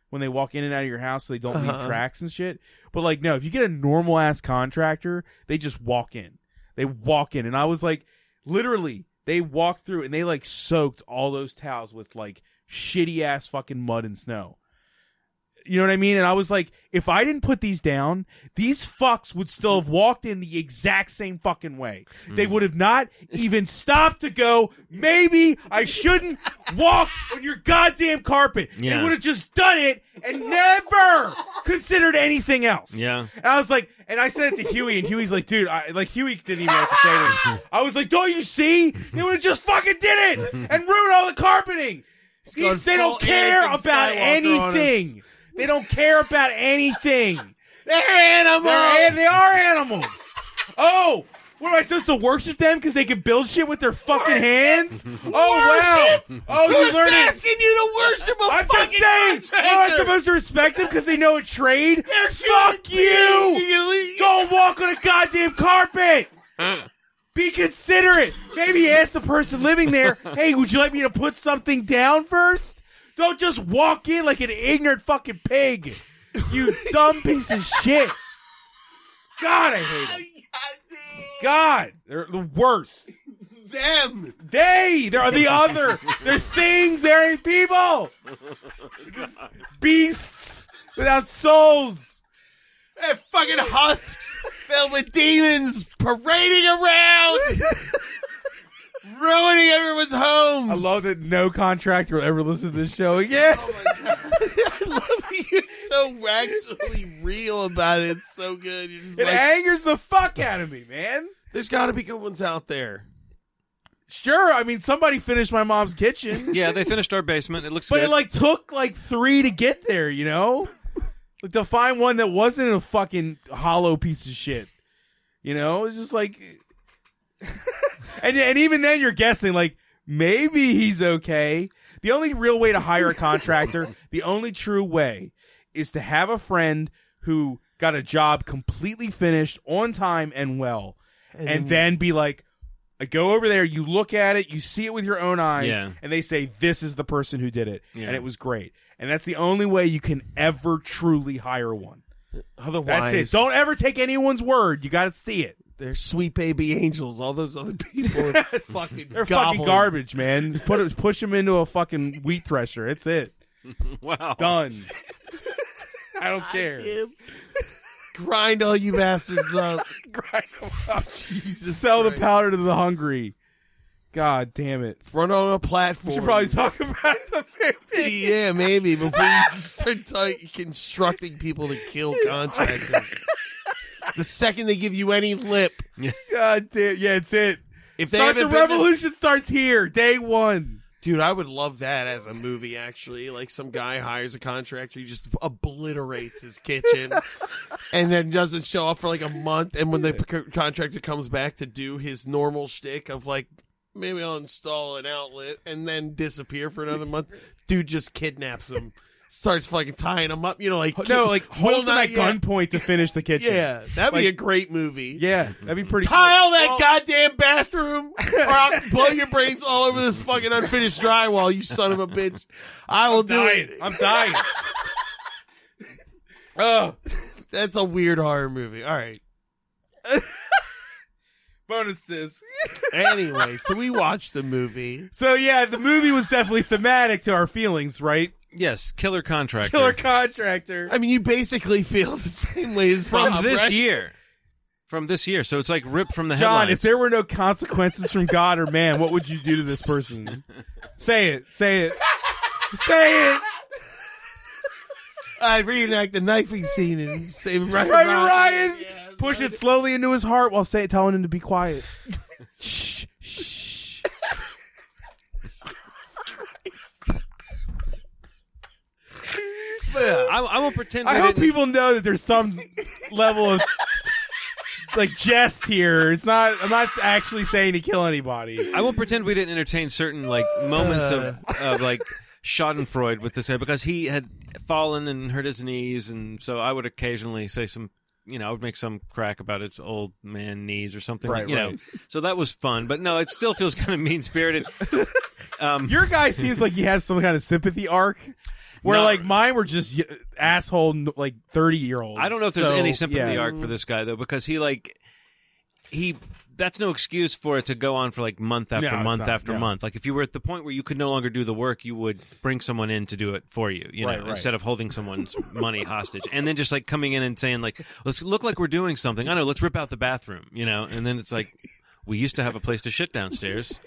D: when they walk in and out of your house so they don't leave
G: Uh-huh.
D: tracks and shit. But like no, if you get a normal ass contractor, they just walk in. They walk in and I was like literally they walked through and they like soaked all those towels with like shitty ass fucking mud and snow. You know what I mean? And I was like, if I didn't put these down, these fucks would still have walked in the exact same fucking way. They would have not even stopped to go, maybe I shouldn't walk on your goddamn carpet. They
C: Yeah.
D: would have just done it and never considered anything else.
C: Yeah.
D: And I was like, and I said it to Huey, and Huey's like, dude, I, like Huey didn't even know what to say to me. I was like, don't you see? They would have just fucking did it and ruined all the carpeting.
G: gone
D: These, they don't
G: full
D: care
G: Anakin
D: about
G: Skywalker on us.
D: anything. They don't care about anything.
G: They're animals!
D: They're, an- they are animals. Oh, what am I supposed to worship them because they can build shit with their fucking hands? Oh wow! Oh, you
G: Who's
D: learned it.
G: asking you to worship a
D: I'm just
G: fucking
D: saying. Am I
G: contractor?
D: supposed to respect them because they know a trade?
G: They're human
D: Fuck you!
G: beings, you leave-
D: Go and walk on a goddamn carpet. Be considerate. Maybe ask the person living there, hey, would you like me to put something down first? Don't just walk in like an ignorant fucking pig. You dumb piece of shit. God, I hate it. God, they're the worst.
G: Them!
D: They, they're the other. They're things. They ain't people. Just beasts without souls.
G: That fucking husks filled with demons parading around, ruining everyone's homes.
D: I love that no contractor will ever listen to this show again.
G: Oh, I love that you're so actually real about it. It's so good. You're just
D: It
G: like,
D: angers the fuck out of me, man.
G: There's got to be good ones out there.
D: Sure, I mean somebody finished my mom's kitchen,
C: Yeah, they finished our basement. It looks
D: but
C: good.
D: it like took like three to get there. You know, Like, to find one that wasn't a fucking hollow piece of shit. You know, it's just like, and and even then you're guessing like maybe he's okay. The only real way to hire a contractor, the only true way, is to have a friend who got a job completely finished on time and well, and then be like, I go over there, you look at it, you see it with your own eyes,
C: Yeah.
D: and they say, This is the person who did it.
C: Yeah.
D: And it was great. And that's the only way you can ever truly hire one. That's
G: Otherwise,
D: it. Don't ever take anyone's word. You got to see it.
G: They're sweet baby angels. All those other people are fucking
D: They're fucking
G: goblins.
D: garbage, man. Put it, push them into a fucking wheat thresher. It's it.
C: Wow.
D: Done. I don't care.
G: Kim. Grind all you bastards up.
D: Grind 'em up. Sell the
G: Christ.
D: powder to the hungry. God damn it.
G: Run on a
D: We
G: platform.
D: should probably talk about the movie.
G: yeah, maybe before you start t- constructing people to kill contractors. the second they give you any lip,
D: God damn. Yeah, it's it.
G: if they
D: Start the
G: haven't been to-
D: revolution starts here, day one.
G: dude, I would love that as a movie. Actually, like some guy hires a contractor, he just obliterates his kitchen, and then doesn't show up for like a month. And when the c- contractor comes back to do his normal shtick of like. Maybe I'll install an outlet and then disappear for another month. Dude just kidnaps him, starts fucking tying him up. You know, like
D: No, like
G: Well,
D: hold them
G: not
D: at
G: yet.
D: gunpoint to finish the kitchen.
G: Yeah, that'd
D: Like-
G: be a great movie.
D: Yeah, that'd be pretty.
G: Tile that
D: Well-
G: goddamn bathroom, or I'll blow your brains all over this fucking unfinished drywall. You son of a bitch! I will do
D: dying.
G: it.
D: I'm dying. oh,
G: That's a weird horror movie. All right.
D: bonuses.
G: Anyway, so we watched the movie.
D: So yeah, the movie was definitely thematic to our feelings, right?
C: Yes, killer contractor.
D: Killer contractor.
G: I mean, you basically feel the same way as
C: from
G: Bob,
C: this
G: right?
C: year. From this year. So it's like ripped from the
D: John,
C: headlines.
D: if there were no consequences from God or man, what would you do to this person? Say it. Say it. Say it.
G: I reenact the knifing scene and save Ryan.
D: Right, Ryan. Push it slowly into his heart while say, telling him to be quiet. shh, shh.
C: I, I won't pretend.
D: I
C: I
D: hope
C: didn't-
D: people know that there's some level of like jest here. It's not. I'm not actually saying to kill anybody.
C: I won't pretend we didn't entertain certain like moments of
D: Uh.
C: of like Schadenfreude with this guy because he had fallen and hurt his knees, and so I would occasionally say some, you know, I would make some crack about his old man knees or something,
D: Right,
C: you know.
D: right.
C: So that was fun, but no, it still feels kind of mean spirited. Um,
D: Your guy seems like he has some kind of sympathy arc, where
C: No.
D: like mine were just y- asshole n- like thirty year olds.
C: I don't know if there's
D: So,
C: any sympathy
D: yeah.
C: arc for this guy though, because he like he that's no excuse for it to go on for like month after
D: No, it's
C: month
D: not.
C: after
D: No.
C: month. Like if you were at the point where you could no longer do the work, you would bring someone in to do it for you, you know,
D: Right, right.
C: instead of holding someone's money hostage. And then just like coming in and saying like, "Let's look like we're doing something." I know, let's rip out the bathroom, you know. And then it's like we used to have a place to shit downstairs.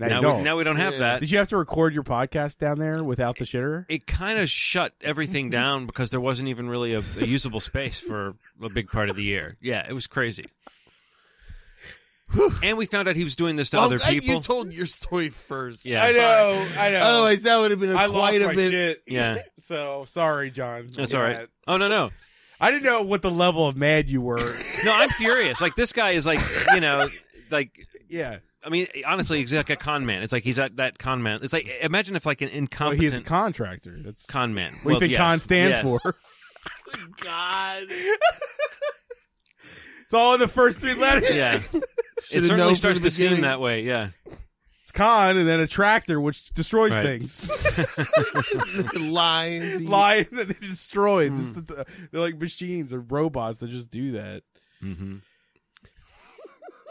D: Now you
C: now,
D: don't.
C: we, now we don't have that.
D: Did you have to record your podcast down there without the shitter?
C: it kind of shut everything down because there wasn't even really a, a usable space for a big part of the year. Yeah, it was crazy. and we found out he was doing this to
D: Oh,
G: Well,
C: other
G: I-
C: people.
G: You told your story first.
C: Yeah. I
D: know, I know.
G: Otherwise, that would have been a quite a bit.
D: shit.
C: yeah,
D: So sorry, John.
C: that's
D: Yeah.
C: all right. Oh no, no,
D: I didn't know what the level of mad you were.
C: no! I'm furious. Like this guy is like, you know, like
D: yeah,
C: I mean, honestly, he's like a con man. It's like he's at that con man. It's like imagine if like an
D: well,
C: incompetent
D: he's a contractor. That's
C: con man.
D: what do you
C: Well,
D: think
C: yes,
D: con stands
C: yes.
D: for.
G: God.
D: It's all in the first three letters.
C: Yeah, it
G: Should've
C: certainly
G: known from
C: starts
G: the
C: to seem
G: beginning.
C: that way. Yeah,
D: It's con, and then a tractor, which destroys
C: Right.
D: things.
G: Lions.
D: Lie that they destroy. This is- uh, they're like machines or robots that just do that.
C: hmm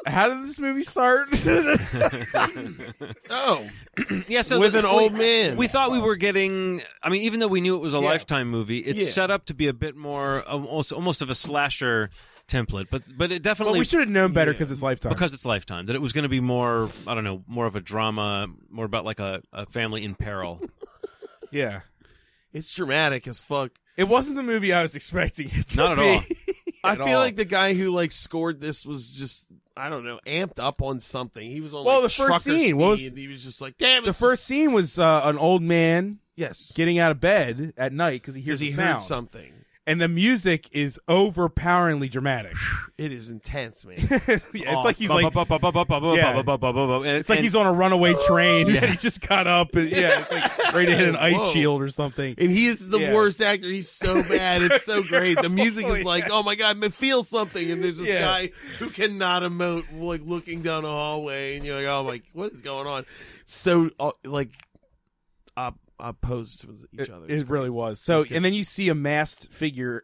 D: How did this movie start?
G: Oh.
C: yeah. So
G: With
C: the-
G: an
C: we-
G: old man.
C: We thought we were getting. I mean, even though we knew it was a lifetime movie, it's
G: Yeah.
C: set up to be a bit more almost almost of a slasher template. But but it
D: but
C: definitely
D: we should have known better because it's lifetime.
C: because it's lifetime that it was going to be more. I don't know, more of a drama, more about like a, a family in peril.
D: yeah,
G: It's dramatic as fuck.
D: it wasn't the movie I was expecting. It to
C: Not at
D: be.
C: all.
G: I
D: At
G: feel
D: all.
G: like the guy who like scored this was just I don't know amped up on something. He was on
D: Well,
G: like,
D: the first
G: trucker
D: scene, what was-
G: speed, and he was just like damn.
D: The
G: it's-
D: first scene was uh, an old man
G: yes,
D: getting out of bed at night because he hears
G: because he
D: a
G: heard
D: sound.
G: something.
D: and the music is overpoweringly dramatic.
G: It is intense, man.
D: Yeah, it's like he's like Yeah.
C: It's
D: it's like he's on a runaway train. and he just got up. And, yeah, it's like ready to hit an ice
G: Whoa.
D: shield or something.
G: And he is the
D: Yeah.
G: worst actor. He's so bad. it's so great. The music is like, oh my god, I feel something. And there's this
D: Yeah.
G: guy who cannot emote, like looking down a hallway, and you're like, oh my, what is going on? So uh, like, op- opposed with each
D: It,
G: other.
D: it really was. So, and then you see a masked figure.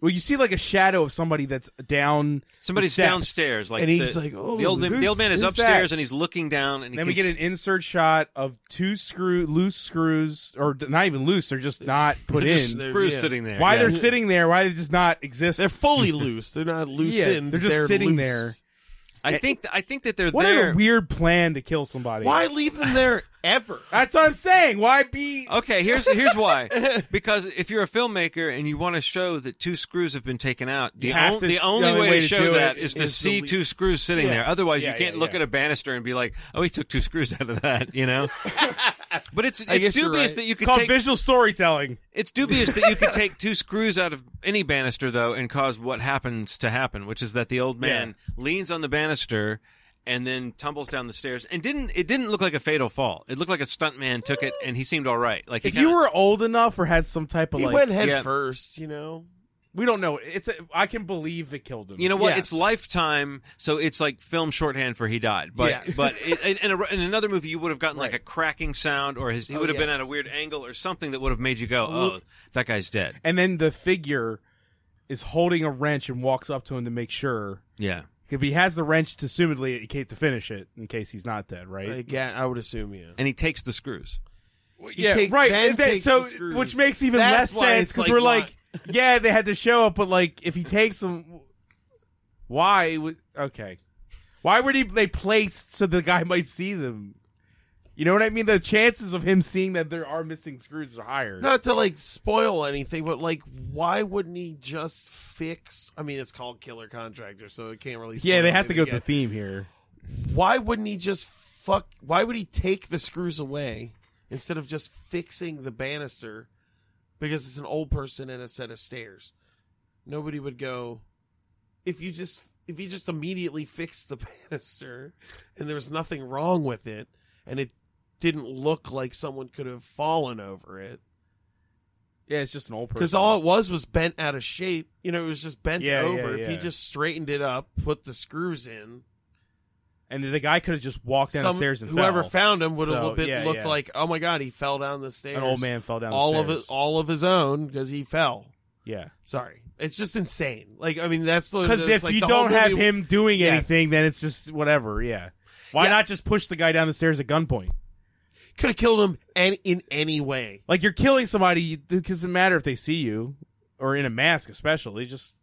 D: Well, you see like a shadow of somebody that's down.
C: somebody's
D: steps.
C: downstairs. Like
G: and he's
C: the,
G: like, oh,
C: the old the
D: who's-
C: old man is
D: who's
C: upstairs
D: that?
C: and he's looking down and he
D: Then we
C: can
D: get an insert shot of two screw loose screws, or d- not even loose. They're just not put
C: s- just
D: in.
C: Bruce
G: yeah.
C: sitting there.
D: Why
C: yeah.
D: they're sitting there? Why they just not exist?
G: they're fully loose. They're not loose
D: Yeah,
G: in.
D: they're just sitting
G: loose.
D: there.
C: I think I think that they're
D: what
C: there.
D: a weird plan to kill somebody.
G: Why leave them there ever?
D: That's what I'm saying. Why be?
C: Okay, here's here's why. Because if you're a filmmaker and you want to show that two screws have been taken out, the,
D: You have
C: on-
D: to-
C: the only way, to
D: do
C: show that
D: it
C: is to
D: is to
C: see
D: leave-
C: two screws sitting
D: Yeah.
C: there. Otherwise,
D: Yeah,
C: you can't
D: yeah,
C: look
D: yeah.
C: at a banister and be like, "Oh, he took two screws out of that," you know. but it's
G: I
C: it's
G: guess you're
C: dubious
G: right.
C: that you
D: It's
C: could
D: called
C: take
D: visual storytelling.
C: it's dubious that you could take two screws out of any banister though and cause what happens to happen, which is that the old man leans on the banister and then tumbles down the stairs and didn't it didn't look like a fatal fall. It looked like a stuntman took it and he seemed all right. Like he
D: If
C: kinda-
D: you were old enough or had some type of
G: He
D: like,
G: went head
C: Yeah.
G: first, you know.
D: we don't know. It's a, I can believe it killed him.
C: You know what?
G: Yes.
C: It's lifetime, so it's like film shorthand for he died. But
G: Yes.
C: but it, in, in, a, in another movie, you would have gotten like a cracking sound, or his, he would have been
G: Oh, yes.
C: at a weird angle, or something that would have made you go, "Oh, that guy's dead."
D: and then the figure is holding a wrench and walks up to him to make sure.
C: Yeah,
D: 'Cause He has the wrench to assumedly in case- to finish it in case he's not dead, right?
G: Again, I would assume yeah.
C: and he takes the screws.
D: yeah,
G: take-
D: right.
G: then
D: and then-
G: takes
D: so,
G: the screws.
D: which makes even
G: That's
D: less
G: why
D: sense
G: it's
D: because
G: like
D: we're
G: why-
D: like, yeah, they had to show up, but like if he takes them, why would okay? Why were they, they placed so the guy might see them? You know what I mean? The chances of him seeing that there are missing screws are higher.
G: not to like spoil anything, but like, why wouldn't he just fix? I mean, it's called Killer Contractor, so it can't really.
D: yeah,
G: spoil
D: they have to go with
G: anything
D: the theme here.
G: again. Why wouldn't he just fuck? Why would he take the screws away instead of just fixing the banister? Because it's an old person and a set of stairs. Nobody would go if you just if you just immediately fixed the banister and there was nothing wrong with it and it didn't look like someone could have fallen over it.
D: Yeah, it's just an old person.
G: Because all it was was bent out of shape. You know, it was just bent
D: Yeah, yeah,
G: over. If he
D: yeah.
G: just straightened it up, put the screws in,
D: and the guy could have just walked down
G: some-
D: the stairs and
G: whoever
D: fell.
G: found him would have
D: So,
G: little bit
D: yeah,
G: looked
D: yeah.
G: like, oh my god, he fell down the stairs.
D: an old man fell down.
G: all
D: the
G: of
D: stairs.
G: it, all of his own, because he fell.
D: Yeah,
G: Sorry, it's just insane. Like, I mean, that's the
D: because
G: that's
D: if
G: like
D: you
G: the whole
D: don't have
G: movie-
D: him doing
G: Yes.
D: anything, then it's just whatever. Yeah. Why
G: Yeah.
D: not just push the guy down the stairs at gunpoint?
G: could have killed him and in any way.
D: Like you're killing somebody. you- It doesn't matter if they see you or in a mask, especially. Just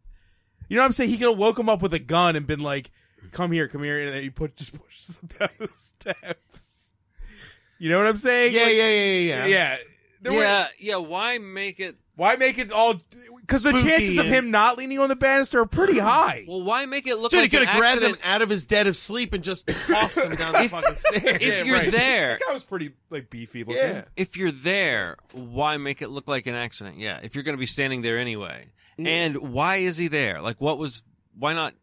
D: you know what I'm saying. He could have woke him up with a gun and been like, "Come here, come here," and then you put just pushes him down the steps. You know what I'm saying?
G: Yeah,
D: Like,
G: yeah, yeah, yeah, yeah.
D: yeah. There were-
C: yeah, yeah. Why make it?
D: why make it all? Because the
G: Spooky
D: chances of
G: and-
D: him not leaning on the banister are pretty high.
C: Well, why make it look
G: Dude, he
C: like
G: could
C: an
G: have grabbed him
C: accident?
G: out of his dead of sleep and just tossed him down the fucking stairs.
C: If you're there,
D: that guy was pretty like beefy looking.
G: yeah.
C: if you're there, why make it look like an accident? Yeah, if you're going to be standing there anyway. And why is he there? Like, what was? Why not?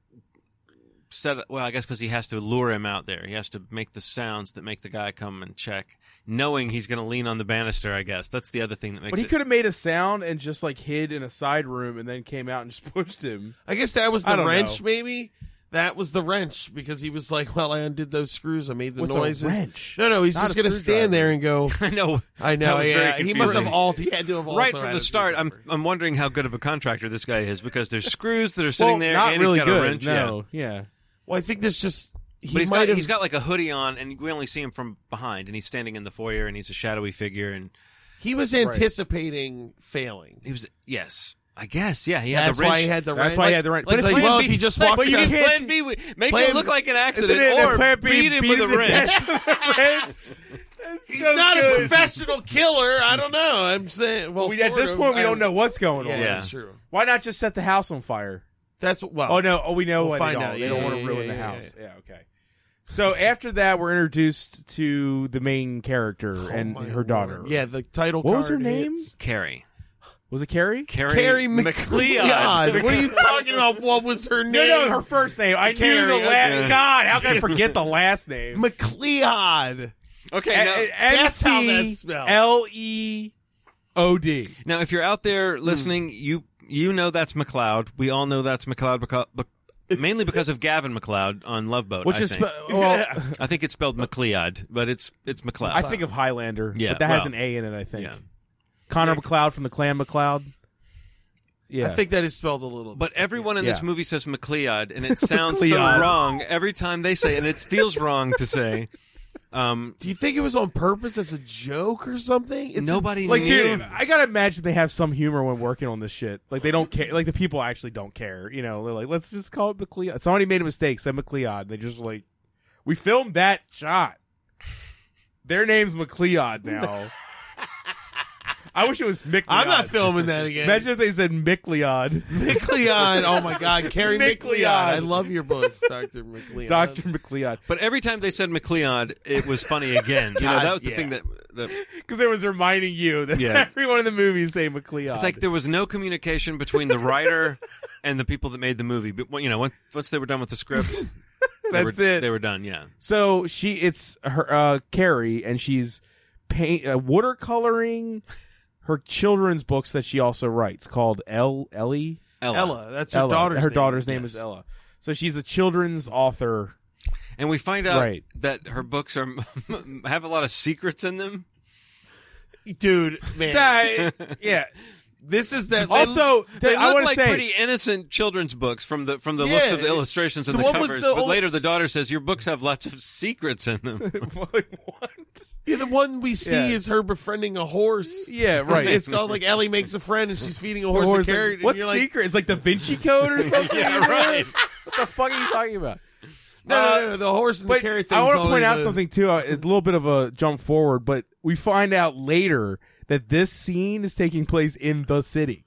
C: Set well, I guess because he has to lure him out there. He has to make the sounds that make the guy come and check, knowing he's going to lean on the banister. I guess that's the other thing that makes
D: But he
C: it.
D: could have made a sound and just like hid in a side room and then came out and just pushed him.
G: I guess that was
D: I
G: the
D: don't
G: wrench,
D: know.
G: maybe. That was the wrench because he was like, "Well, I undid those screws. I made the
D: With a
G: noises."
D: wrench?
G: No, no, he's
D: Not
G: just
D: a
G: gonna
D: screwdriver.
G: stand there and go.
C: I know.
G: I
C: That
G: know.
C: was
G: Yeah,
C: very
G: he must have
C: confusing.
G: all. He had to have also
C: Right from
G: had
C: the
G: a
C: start, I'm
G: screwdriver.
C: I'm wondering how good of a contractor this guy is because there's screws that are sitting
D: well,
C: there
D: not
C: and
D: really
C: he's got
D: good.
C: a wrench. yeah.
D: no, yeah.
G: Well, I think this just. He
C: But he's
G: might
C: got,
G: have,
C: he's got like a hoodie on, and we only see him from behind, and he's standing in the foyer, and he's a shadowy figure, and
G: He was anticipating failing.
C: he was yes, I guess, yeah, he had
G: That's
C: the wrench.
G: why he had the
D: That's
G: wrench.
D: why he had the wrench.
C: Like,
D: but
G: like,
D: it's
G: well,
D: plan
G: if
D: B.
G: he just
C: Like,
G: walks
C: but you
G: down-
C: can
D: can't-
C: plan B, with- make
G: plan-
C: it look like an
D: Isn't
C: accident,
D: it that
C: or
D: plan B
C: beat him
D: beat
C: with a
D: him to
C: wrench.
D: death? Wrench. That's
G: He's
D: so
G: not a
D: good.
G: professional killer. I don't know. I'm saying. Well,
D: We, at
G: sort
D: this
G: of.
D: point, we
G: I
D: don't know what's going
G: Yeah,
D: on.
C: Yeah.
G: that's true.
D: Why not just set the house on fire?
G: That's well.
D: Oh no! Oh, we know
G: We'll
D: why they
G: find
D: don't.
G: out.
D: They
G: Yeah,
D: don't want
G: yeah,
D: to ruin
G: yeah,
D: the
G: yeah,
D: house. Yeah, okay. So after that, we're introduced to the main character
G: Oh,
D: and
G: my
D: her daughter.
G: Lord. Yeah, the title.
D: What was her
G: card
D: name?
G: hits.
C: Carrie,
D: Was it Carrie?
C: Carrie,
G: Carrie
C: McLeod.
G: McLeod. What are you talking about? What was her
D: No,
G: name?
D: no, her first name. I knew
G: Carrie,
D: the last.
G: okay.
D: God, how can I forget the last name?
G: McLeod.
C: Okay, now,
G: That's how that's spelled.
D: L E O D.
C: now if you're out there listening, you you know that's McLeod. We all know that's McLeod because, bec- mainly because of Gavin McLeod on Love Boat.
D: Which
C: I
D: is
C: think.
D: spe- well,
C: I think it's spelled McLeod, but it's it's McLeod.
D: I think of Highlander,
C: Yeah,
D: but that has
C: well,
D: an A in it. I think
C: yeah.
D: Connor McLeod from the Clan McLeod. Yeah,
G: I think that is spelled a little.
C: But everyone in this
D: Yeah.
C: movie says McLeod, and it sounds so
D: McLeod.
C: wrong every time they say, it, and it feels wrong to say. Um,
G: do you think it was on purpose as a joke or something? It's
C: Nobody
G: insane.
D: like,
C: knew.
D: dude, I gotta imagine they have some humor when working on this shit. Like, they don't care. Like, the people actually don't care. You know, they're like, let's just call it McLeod. Somebody made a mistake, said McLeod. They just like, we filmed that shot. Their name's McLeod now. I wish it was McLeod.
G: I'm not filming that again.
D: Imagine if they said McLeod,
G: McLeod. Oh my God, Carrie McLeod.
D: McLeod.
G: I love your books, Doctor McLeod.
D: Doctor McLeod,
C: but every time they said McLeod, it was funny again. You know,
G: God,
C: that was the
G: yeah.
C: thing that, that
D: because it was reminding you that
C: Yeah.
D: everyone in the movie say McLeod.
C: it's like there was no communication between the writer and the people that made the movie. But you know, once, once they were done with the script, they
D: That's
C: were,
D: it.
C: They were done. Yeah,
D: So she, it's her uh, Carrie, and she's paint uh, watercoloring her children's books that she also writes, called El Ellie.
C: Ella.
G: Ella. That's her
D: Ella.
G: daughter's.
D: Her
G: name.
D: daughter's name is Ella. So she's a children's author.
C: and we find out
D: Right.
C: that her books are have a lot of secrets in them.
G: Dude, man,
D: yeah.
G: this is that.
D: Also,
C: They
D: I
C: look
D: want to
C: like
D: say,
C: pretty innocent children's books from the from the
G: Yeah,
C: looks of the
G: it-
C: illustrations and
G: the
C: the,
G: one was
C: covers.
G: the
C: but
G: old-
C: later, the daughter says, "Your books have lots of secrets in them."
D: Like, what?
G: Yeah, the one we see
D: Yeah.
G: is her befriending a horse.
D: Yeah, right.
G: It's called like Ellie makes a friend and she's feeding a horse,
D: Or
G: a
D: is it-
G: carrot.
D: what
G: and you're like,
D: secret? it's like Da Vinci Code or something.
C: yeah, right.
D: What the fuck are you talking about?
G: no, no, no, no, the horse and the carrot thing.
D: I
G: want to
D: point out something too. uh, It's a little bit of a jump forward, but we find out later that this scene is taking place in the city.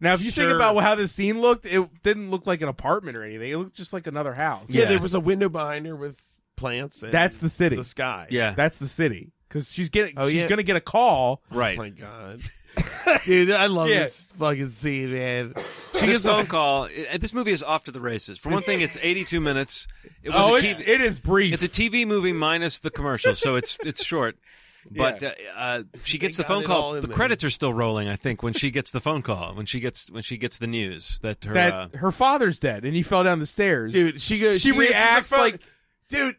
D: Now, if you think
G: Sure.
D: about how this scene looked, it didn't look like an apartment or anything. It looked just like another house.
G: Yeah,
C: Yeah.
G: there was a window behind her with plants. And
D: That's the city.
G: The sky.
C: Yeah,
D: That's the city because she's getting.
G: Oh,
D: she's
G: yeah.
D: gonna get a call.
G: Oh my
C: right.
G: god, dude, I love
D: Yeah.
G: this fucking scene, man.
C: She gets a phone call. I- This movie is off to the races. For one thing, it's 82 minutes. It was
D: Oh,
C: a
D: it's,
C: TV,
D: it is brief.
C: it's a TV movie minus the commercial, so it's it's short. But uh, uh, she gets the
G: got
C: phone
G: it all
C: call.
G: in
C: The
G: there.
C: credits are still rolling, I think, when she gets the phone call. When she gets when she gets the news that her
D: that
C: uh,
D: her father's dead and he fell down the stairs,
G: Dude, she goes.
D: She
G: answers the
D: reacts
G: phone.
D: like-
G: dude.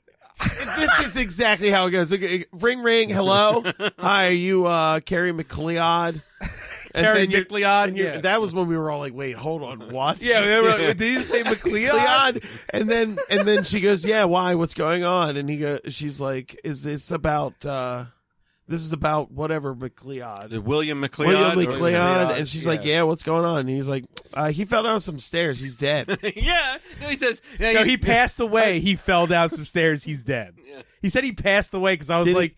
G: this is exactly how it goes. Okay, ring, ring. Hello, hi. Are you uh, Carrie McLeod? And
D: Carrie
G: then you're-
D: McLeod,
G: and you're-
D: yeah.
G: That was when we were all like, "Wait, hold on, what?"
D: Yeah, they were like, "Wait, did you say McLeod?
G: McLeod? And then and then she goes, "Yeah, why? What's going on?" And he goes, "She's like, is this about? uh This is about whatever McLeod."
C: William McLeod.
G: William
C: or-
G: McLeod, and she's
D: yeah.
G: like, "Yeah, what's going on?" And he's like, uh, "He fell down some stairs. He's dead."
C: yeah. No, he says. yeah,
D: No,
C: he's-
D: he passed away. He fell down some stairs. He's dead. He said he passed away because I was
G: Did he-
D: like,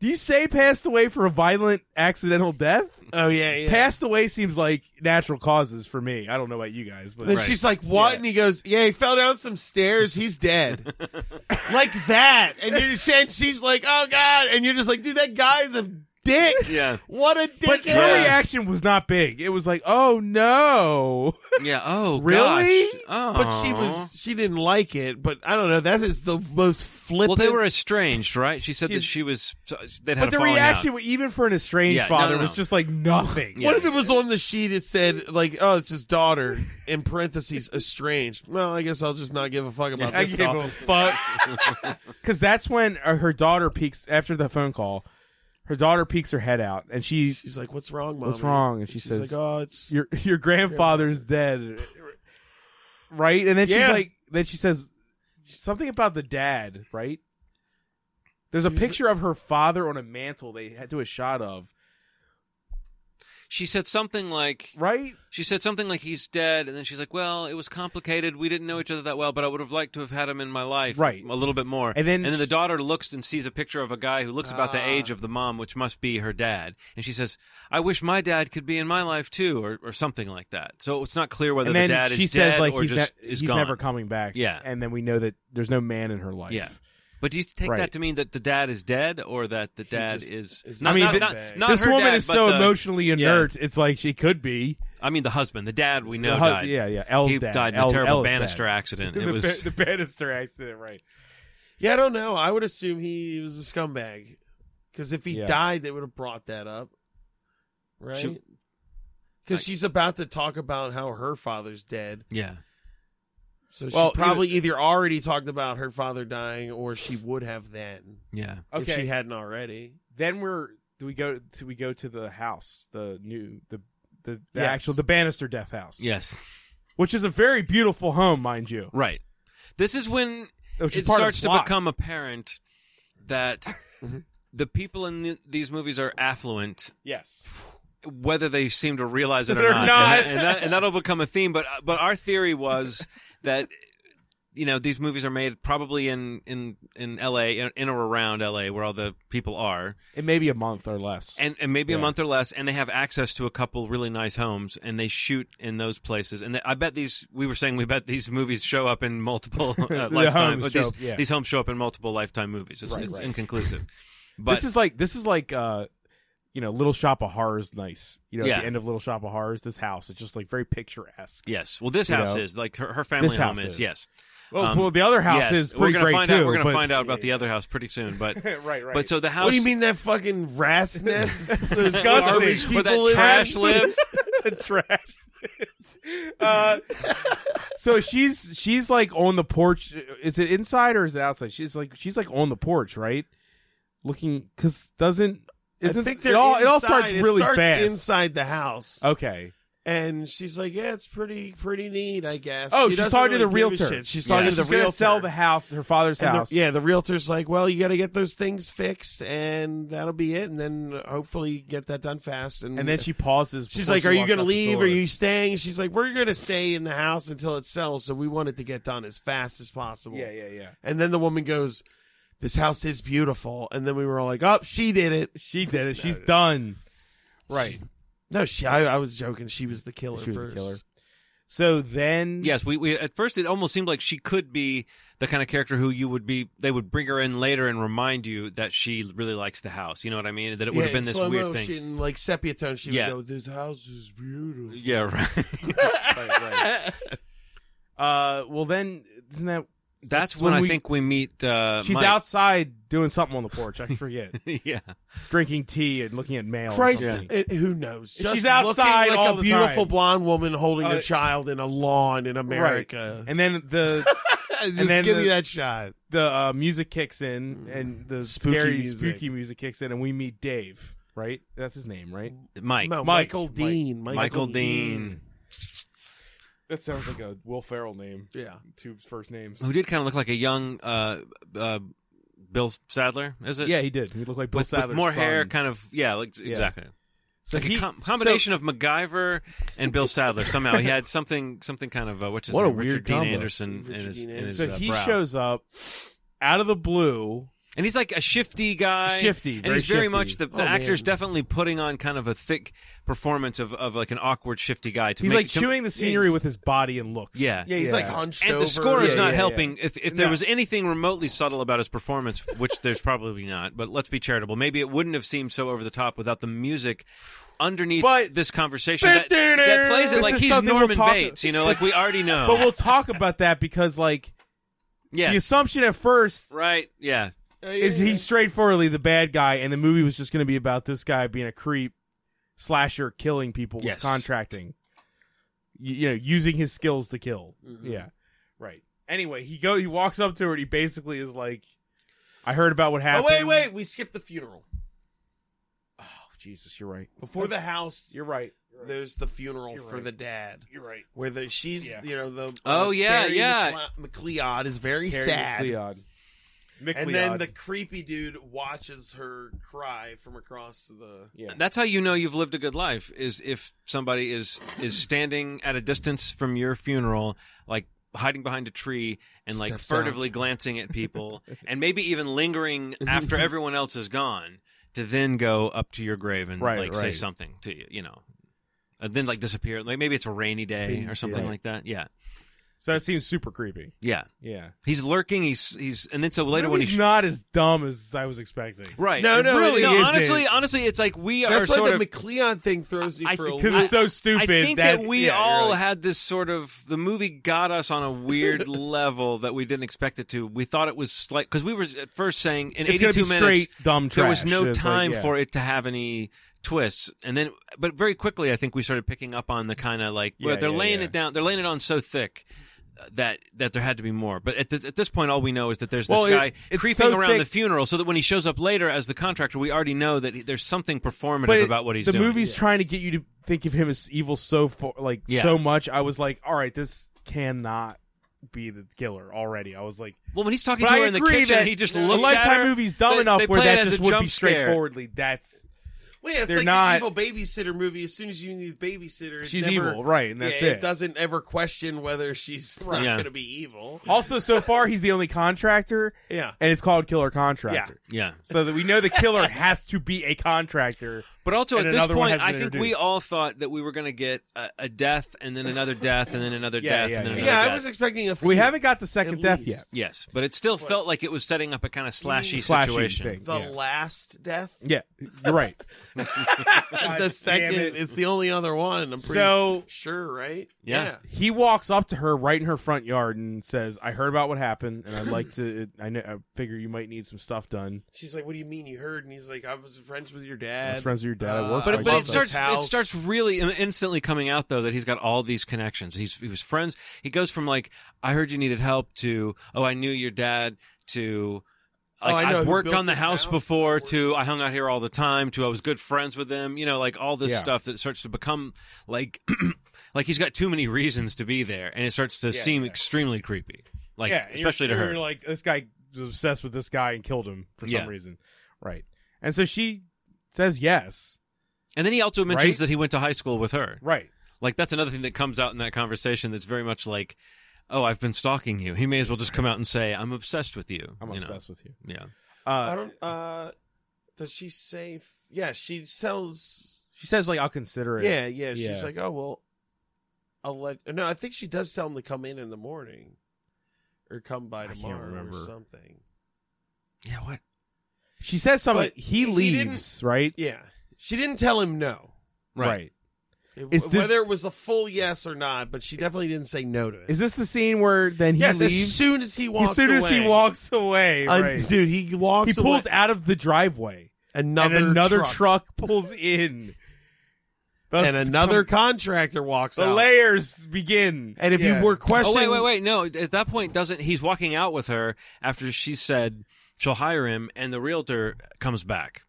D: "Do you say passed away for a violent accidental death?"
G: oh yeah, yeah.
D: Passed away seems like natural causes for me. I don't know about you guys, but
G: And then she's like, "What?" And he goes, "Yeah, he fell down some stairs. He's dead." like that, and, you and she's like, "Oh God!" And you're just like, "Dude, that guy's a dick.
C: Yeah.
G: What a dick!"
D: but her reaction was not big. It was like, "Oh no!"
C: Yeah. Oh,
D: Really?
C: Gosh. Oh.
G: But she was she didn't like it. But I don't know. That is the most
C: Well,
G: flippant.
C: they were estranged, right? She said that
D: She's-
C: she was. so- They'd had
D: but
C: a
D: the
C: falling
D: reaction,
C: out.
D: even for an estranged
C: Yeah, no,
D: father,
C: no,
D: was
C: no.
D: just like nothing.
C: Yeah.
G: What if it was on the sheet? It said like, "Oh, it's his daughter." In parentheses, estranged. Well, I guess I'll just not give a fuck about
D: I
G: this
D: gave
G: call.
D: a fuck. Because that's when uh, her daughter peeks after the phone call. Her daughter peeks her head out, and she
G: She's like, "What's wrong, mom?"
D: What's wrong? And she
G: she's
D: says,
G: like, "Oh, it's
D: your your grandfather's dead, right? And then she's
G: Yeah.
D: like, then she says something about the dad, right? There's a picture of her father on a mantle. They had to a shot of,
C: She said something like
D: right?
C: she said something like he's dead, and then she's like, "Well, it was complicated. We didn't know each other that well, but I would have liked to have had him in my life,
D: Right.
C: A little bit more."
D: And then
C: and
D: Ah.
C: then
D: she-
C: the daughter looks and sees a picture of a guy who looks about the age of the mom, which must be her dad, and she says, "I wish my dad could be in my life too," or, or something like that. So it's not clear whether
D: and then
C: the dad
D: she
C: is
D: says
C: dead
D: like
C: or
D: he's
C: just
D: ne-
C: is
D: he's
C: gone.
D: never coming back.
C: Yeah.
D: and then we know that there's no man in her life.
C: Yeah. But do you take
D: Right.
C: that to mean that the dad is dead, or that the dad
G: just
C: is?
G: is
C: not,
D: I mean,
C: not,
D: thi-
C: not, not
D: this
C: her
D: woman
C: dad,
D: is
C: but
D: so
C: the-
D: emotionally inert. It's like she could be.
C: I mean, the husband, the dad we know
D: The hus-
C: died.
D: yeah, yeah, Elle's
C: he
D: dad,
C: died in
D: Elle's-
C: a terrible
D: Elle's dad.
C: banister accident. It
D: the,
C: was
D: ba- the banister accident, right?
G: Yeah, I don't know. I would assume he was a scumbag because if he
D: Yeah.
G: died, they would have brought that up,
C: She-
G: right? Because
C: I-
G: she's about to talk about how her father's dead,
C: yeah.
G: so
D: Well,
G: she probably either already talked about her father dying, or she would have then
C: Yeah.
G: if she hadn't already.
D: then we're do we go do we go to the house, the new the the, the
G: Yes.
D: actual the banister death house,
C: Yes.
D: which is a very beautiful home, mind you.
C: Right. This is when
D: Which is
C: it
D: part
C: starts
D: of Mm-hmm. the
C: to
D: plot.
C: become apparent that the people in the, these movies are affluent,
D: yes,
C: whether they seem to realize it or
D: They're
C: not.
D: not.
C: And, and that, and that'll become a theme. But but our theory was that you know these movies are made probably in in in L.A. in, in or around L.A. where all the people are,
D: it may be a month or less.
C: and and maybe a
D: Yeah.
C: month or less, and they have access to a couple really nice homes, and they shoot in those places. And they, I bet these we were saying we bet these movies show up in multiple uh, lifetime.
D: homes
C: but
D: show
C: these,
D: up, yeah.
C: these homes show up in multiple lifetime movies. It's,
D: Right,
C: it's
D: right.
C: inconclusive. But
D: this is like this is like uh, you know, Little Shop of Horrors, nice. You know,
C: Yeah.
D: at the end of Little Shop of Horrors, this house is just like very picturesque.
C: yes, well, this
D: you
C: house
D: know,
C: is like her, her family
D: this
C: home
D: house
C: is,
D: is.
C: yes.
D: Oh, Well,
C: Um,
D: well, the other house
C: yes.
D: is
C: we're
D: pretty
C: gonna
D: great
C: find
D: too.
C: out. We're gonna
D: but-
C: find out about the other house pretty soon. But
D: right, right.
C: but so the house.
G: What do you mean that fucking rat's nest? Those garbage
C: Where
G: people
C: that
G: live
C: trash
G: in?
C: lives?
D: trash. uh, so she's she's like on the porch. Is it inside or is it outside? She's like she's like on the porch, right? Looking because doesn't isn't
G: I think
D: it
G: they're
D: all? It all starts
G: inside. It
D: really
G: starts
D: fast.
G: inside the house.
D: okay,
G: And she's like, "Yeah, it's pretty, pretty neat, I guess."
D: Oh,
G: she
D: she's
G: doesn't
D: talking to the
G: really give a
D: realtor.
G: shit. She's
C: Yeah.
G: talking
D: she's
G: to the realtor.
D: gonna sell the house, her father's
G: And the-
D: house.
G: yeah, the realtor's like, "Well, you got to get those things fixed, and that'll be it, and then hopefully get that done fast." And,
D: and then she pauses.
G: she's
D: before
G: like,
D: she
G: "Are you
D: walks
G: going to
D: out the
G: leave?
D: door.
G: Are you staying?" She's like, "We're going to stay in the house until it sells, so we want it to get done as fast as possible."
D: Yeah, yeah, yeah.
G: And then the woman goes, "This house is beautiful," and then we were all like, "Oh, she did it."
D: She did it. She's done. Right.
G: No, she. I, I was joking. She was the killer.
D: She was the
G: first.
D: killer. So then,
C: Yes, we, we at first it almost seemed like she could be the kind of character who you would be. They would bring her in later and remind you that she really likes the house. You know what I mean? That it would have
G: Yeah,
C: been this
G: slow
C: weird thing.
G: motion, like sepia tone. She
C: Yeah.
G: would go, "This house is beautiful."
C: Yeah, right.
D: uh, well, then isn't that
C: That's
D: when
C: when, I
D: we-
C: think we meet. Uh,
D: she's
C: Mike.
D: outside doing something on the porch? I forget.
C: yeah,
D: drinking tea and looking at mail. or
G: Christ,
D: something.
G: it- who knows?
D: She's
G: Just
D: outside
G: looking like
D: all
G: a
D: the
G: beautiful
D: time.
G: blonde woman holding
D: Uh,
G: a child in a lawn in America.
D: And then the
G: Just
D: and then
G: give
D: the-
G: me that shot.
D: the uh, music kicks in and the
G: Spooky
D: scary
G: music.
D: spooky music kicks in and we meet Dave. Right, that's his name, right?
C: Mike.
G: No,
D: Mike.
G: Michael
D: Mike.
G: Dean. Michael,
C: Michael Dean,
D: That sounds like a Will Ferrell name.
G: Yeah.
D: Two first names.
C: who did kind of look like a young uh, uh, Bill Sadler, is it?
D: Yeah, he did. He looked like Bill
C: with, with
D: Sadler's
C: more hair,
D: son.
C: kind of. Yeah, like, exactly.
D: So
C: like
D: he-
C: a com- combination of MacGyver and Bill Sadler. Somehow he had something, something kind of uh, what's his
D: What a
C: name?
D: weird
C: Richard Dean
D: combo.
C: Anderson in
G: Richard
C: his,
G: Dean
C: in his
D: So
C: uh,
D: he
C: brow.
D: shows up out of the blue.
C: and he's like a shifty guy,
D: Shifty,
C: and
D: very
C: he's very
D: shifty.
C: much the, the
G: Oh,
C: actor's
G: man.
C: definitely putting on kind of a thick performance of, of like an awkward shifty guy. To
D: He's
C: make,
D: like
C: to-
D: chewing the scenery
G: he's-
D: with his body and looks.
C: yeah,
G: Yeah, he's
D: Yeah.
G: like hunched
C: and
G: over.
C: the score is
D: Yeah,
C: not
D: yeah,
C: helping. If if there
D: No.
C: was anything remotely subtle about his performance, which there's probably not, but let's be charitable. Maybe it wouldn't have seemed so over the top without the music underneath
D: But-
C: this conversation that, that plays it
D: This
C: like
D: is
C: he's
D: something we'll
C: Norman
D: talk-
C: Bates. You know, like we already know.
D: But we'll talk about that because, like, the
C: Oh. yes,
D: assumption at first
C: right, yeah,
D: is he's straightforwardly the bad guy, and the movie was just going to be about this guy being a creep, slasher, killing people,
C: Yes.
D: with contracting, you, you know, using his skills to kill. Yeah, right. Anyway, he go he walks up to her, and he basically is like, "I heard about what
G: Oh
D: happened."
G: wait, wait. We skipped the funeral.
D: Oh, Jesus, you're right.
G: Before the house,
D: You're right.
G: there's the funeral for
D: right.
G: the dad.
D: You're right.
G: Where the she's
D: Yeah.
G: you know the uh,
C: Oh, yeah,
G: Carrie
C: yeah.
G: McLe- McLeod is very sad.
D: McLeod.
G: And then the creepy dude watches her cry from across the.
D: yeah.
C: That's how you know you've lived a good life is if somebody is is standing at a distance from your funeral, like hiding behind a tree and like
G: Steps
C: furtively glancing at people and maybe even lingering after everyone else is gone to then go up to your grave and
D: Right,
C: like say
D: right.
C: something to you, you know. And then like disappear. Like maybe it's a rainy day or something
G: Right.
C: like that. Yeah.
D: So that seems super creepy.
C: Yeah,
D: Yeah.
C: he's lurking. He's he's and then so later when
D: he's
C: he sh-
D: not as dumb as I was expecting.
C: right.
G: No, no,
D: really
G: it
C: no,
G: is.
D: isn't.
C: honestly, honestly, it's like we
G: That's
C: are
G: why
C: sort
G: the
C: of.
G: McLeon thing throws me
C: I-
G: for a
C: because
D: Because
G: loop.
D: it's so stupid.
C: I think that
D: that's-
C: we
D: yeah, you're
C: all
D: right.
C: had this sort of the movie got us on a weird level that we didn't expect it to. We thought it was like because we were at first saying in
D: It's
C: 82
D: gonna be
C: minutes
D: straight dumb trash.
C: there was no
D: It's like,
C: time
D: yeah.
C: for it to have any twists and then but very quickly i think we started picking up on the kind of like well,
D: Yeah,
C: they're
D: yeah,
C: laying
D: yeah.
C: it down they're laying it on so thick uh, that that there had to be more but at, th- at this point all we know is that there's this
D: Well, it-
C: guy
D: it's
C: creeping
D: so
C: around the
D: thick-
C: funeral so that when he shows up later as the contractor we already know that he, there's something performative
D: But it-
C: about what he's
D: the
C: doing
D: movie's trying to get you to think of him as evil so far, like
C: Yeah.
D: so much. I was like, all right, this cannot be the killer already. I was like,
C: well when he's talking
D: but
C: to
D: I
C: her in the
D: agree
C: kitchen
D: that
C: he just
D: a
C: looks
D: lifetime
C: at her
D: movie's dumb
C: They-
D: enough
C: they
D: where
C: play it
D: that
C: as a
D: just would be
C: jump scare.
D: straightforwardly. That's
G: Wait, it's
D: They're
G: like
D: not-
G: the evil babysitter movie. As soon as you need babysitter, it
D: she's
G: never-
D: evil, right? And that's
G: yeah,
D: it.
G: doesn't ever question whether she's not
C: Yeah.
G: going to be evil.
D: Also, so far he's the only contractor,
G: Yeah.
D: and it's called Killer Contractor.
C: yeah
D: So that we know the killer has to be a contractor.
C: But also
D: and
C: at this
D: another one
C: point,
D: has
C: I
D: been
C: think we
D: introduced.
C: all thought that we were going to get a, a death and then another death and then another
D: Yeah,
C: death
D: yeah,
C: and then
D: yeah.
C: another
G: Yeah,
C: death.
G: I was expecting a. Few.
D: We haven't got the second
G: At
D: death
G: least.
D: yet.
C: yes, but it still felt like it was setting up a kind of slashy
D: Slashy
C: situation.
D: thing,
G: the
D: yeah.
G: last death.
D: Yeah, you're right. God damn
G: the second.
D: it.
G: It's the only other one. I'm pretty
D: So-
G: sure, right?
C: Yeah.
D: He walks up to her right in her front yard and says, "I heard about what happened, and I'd like to. It, I, know, I figure you might need some stuff done.
G: She's like, "What do you mean you heard?" And he's like, "I was friends with your
D: I
G: dad."
D: was friends with your dad. I
G: Uh,
D: work.
G: I
C: But,
D: for
C: but it
G: love
D: myself."
G: this
C: starts it
G: house.
C: starts really in- instantly coming out though that he's got all these connections. He's he was friends. He goes from like I heard you needed help to oh I knew your dad to like
G: Oh, I know
C: I've
G: who
C: worked
G: built
C: on the
G: this
C: house,
G: house.
C: before to I hung out here all the time to I was good friends with them. You know like all this
D: Yeah.
C: stuff that starts to become like like he's got too many reasons to be there and it starts to seem extremely creepy. Like
D: yeah, and you're-
C: especially to her.
D: you're Like this guy was obsessed with this guy and killed him for
C: Yeah.
D: some reason, right? And so she says yes,
C: and then he also mentions
D: Right?
C: that he went to high school with her.
D: right?
C: Like that's another thing that comes out in that conversation that's very much like, "Oh, I've been stalking you." He may as well just come out and say, "I'm obsessed with you."
D: I'm
C: you know?
D: obsessed with you.
C: Yeah.
G: I
D: Uh,
G: don't. Uh, does she say? f- Yeah, she tells.
D: she says like I'll consider it.
G: Yeah, yeah.
D: Yeah.
G: She's like, "Oh well, I'll let." No, I think she does tell him to come in in the morning, or come by
D: I can't
G: tomorrow or
D: remember.
G: something.
C: Yeah. What?
D: She says something.
G: But
D: He,
G: he
D: leaves, right?
G: Yeah, she didn't tell him no.
C: Right.
G: It-
D: Is the-
G: whether it was a full yes or not, but she definitely didn't say no to it.
D: Is this the scene where then he
G: yes,
D: leaves?
G: as soon as he walks
D: as soon as he
G: away.
D: walks away,
G: Un-
D: right?
G: dude, he walks.
D: he pulls
G: away.
D: out of the driveway.
G: another
D: and another
G: truck,
D: truck, pulls in. Thus
G: and another contractor walks
D: the
G: out.
D: layers begin.
G: and if
D: Yeah.
G: you were
C: Oh
G: questioning,
C: wait, wait, wait. No, at that point, doesn't he's walking out with her after she said she'll hire him, and the realtor comes back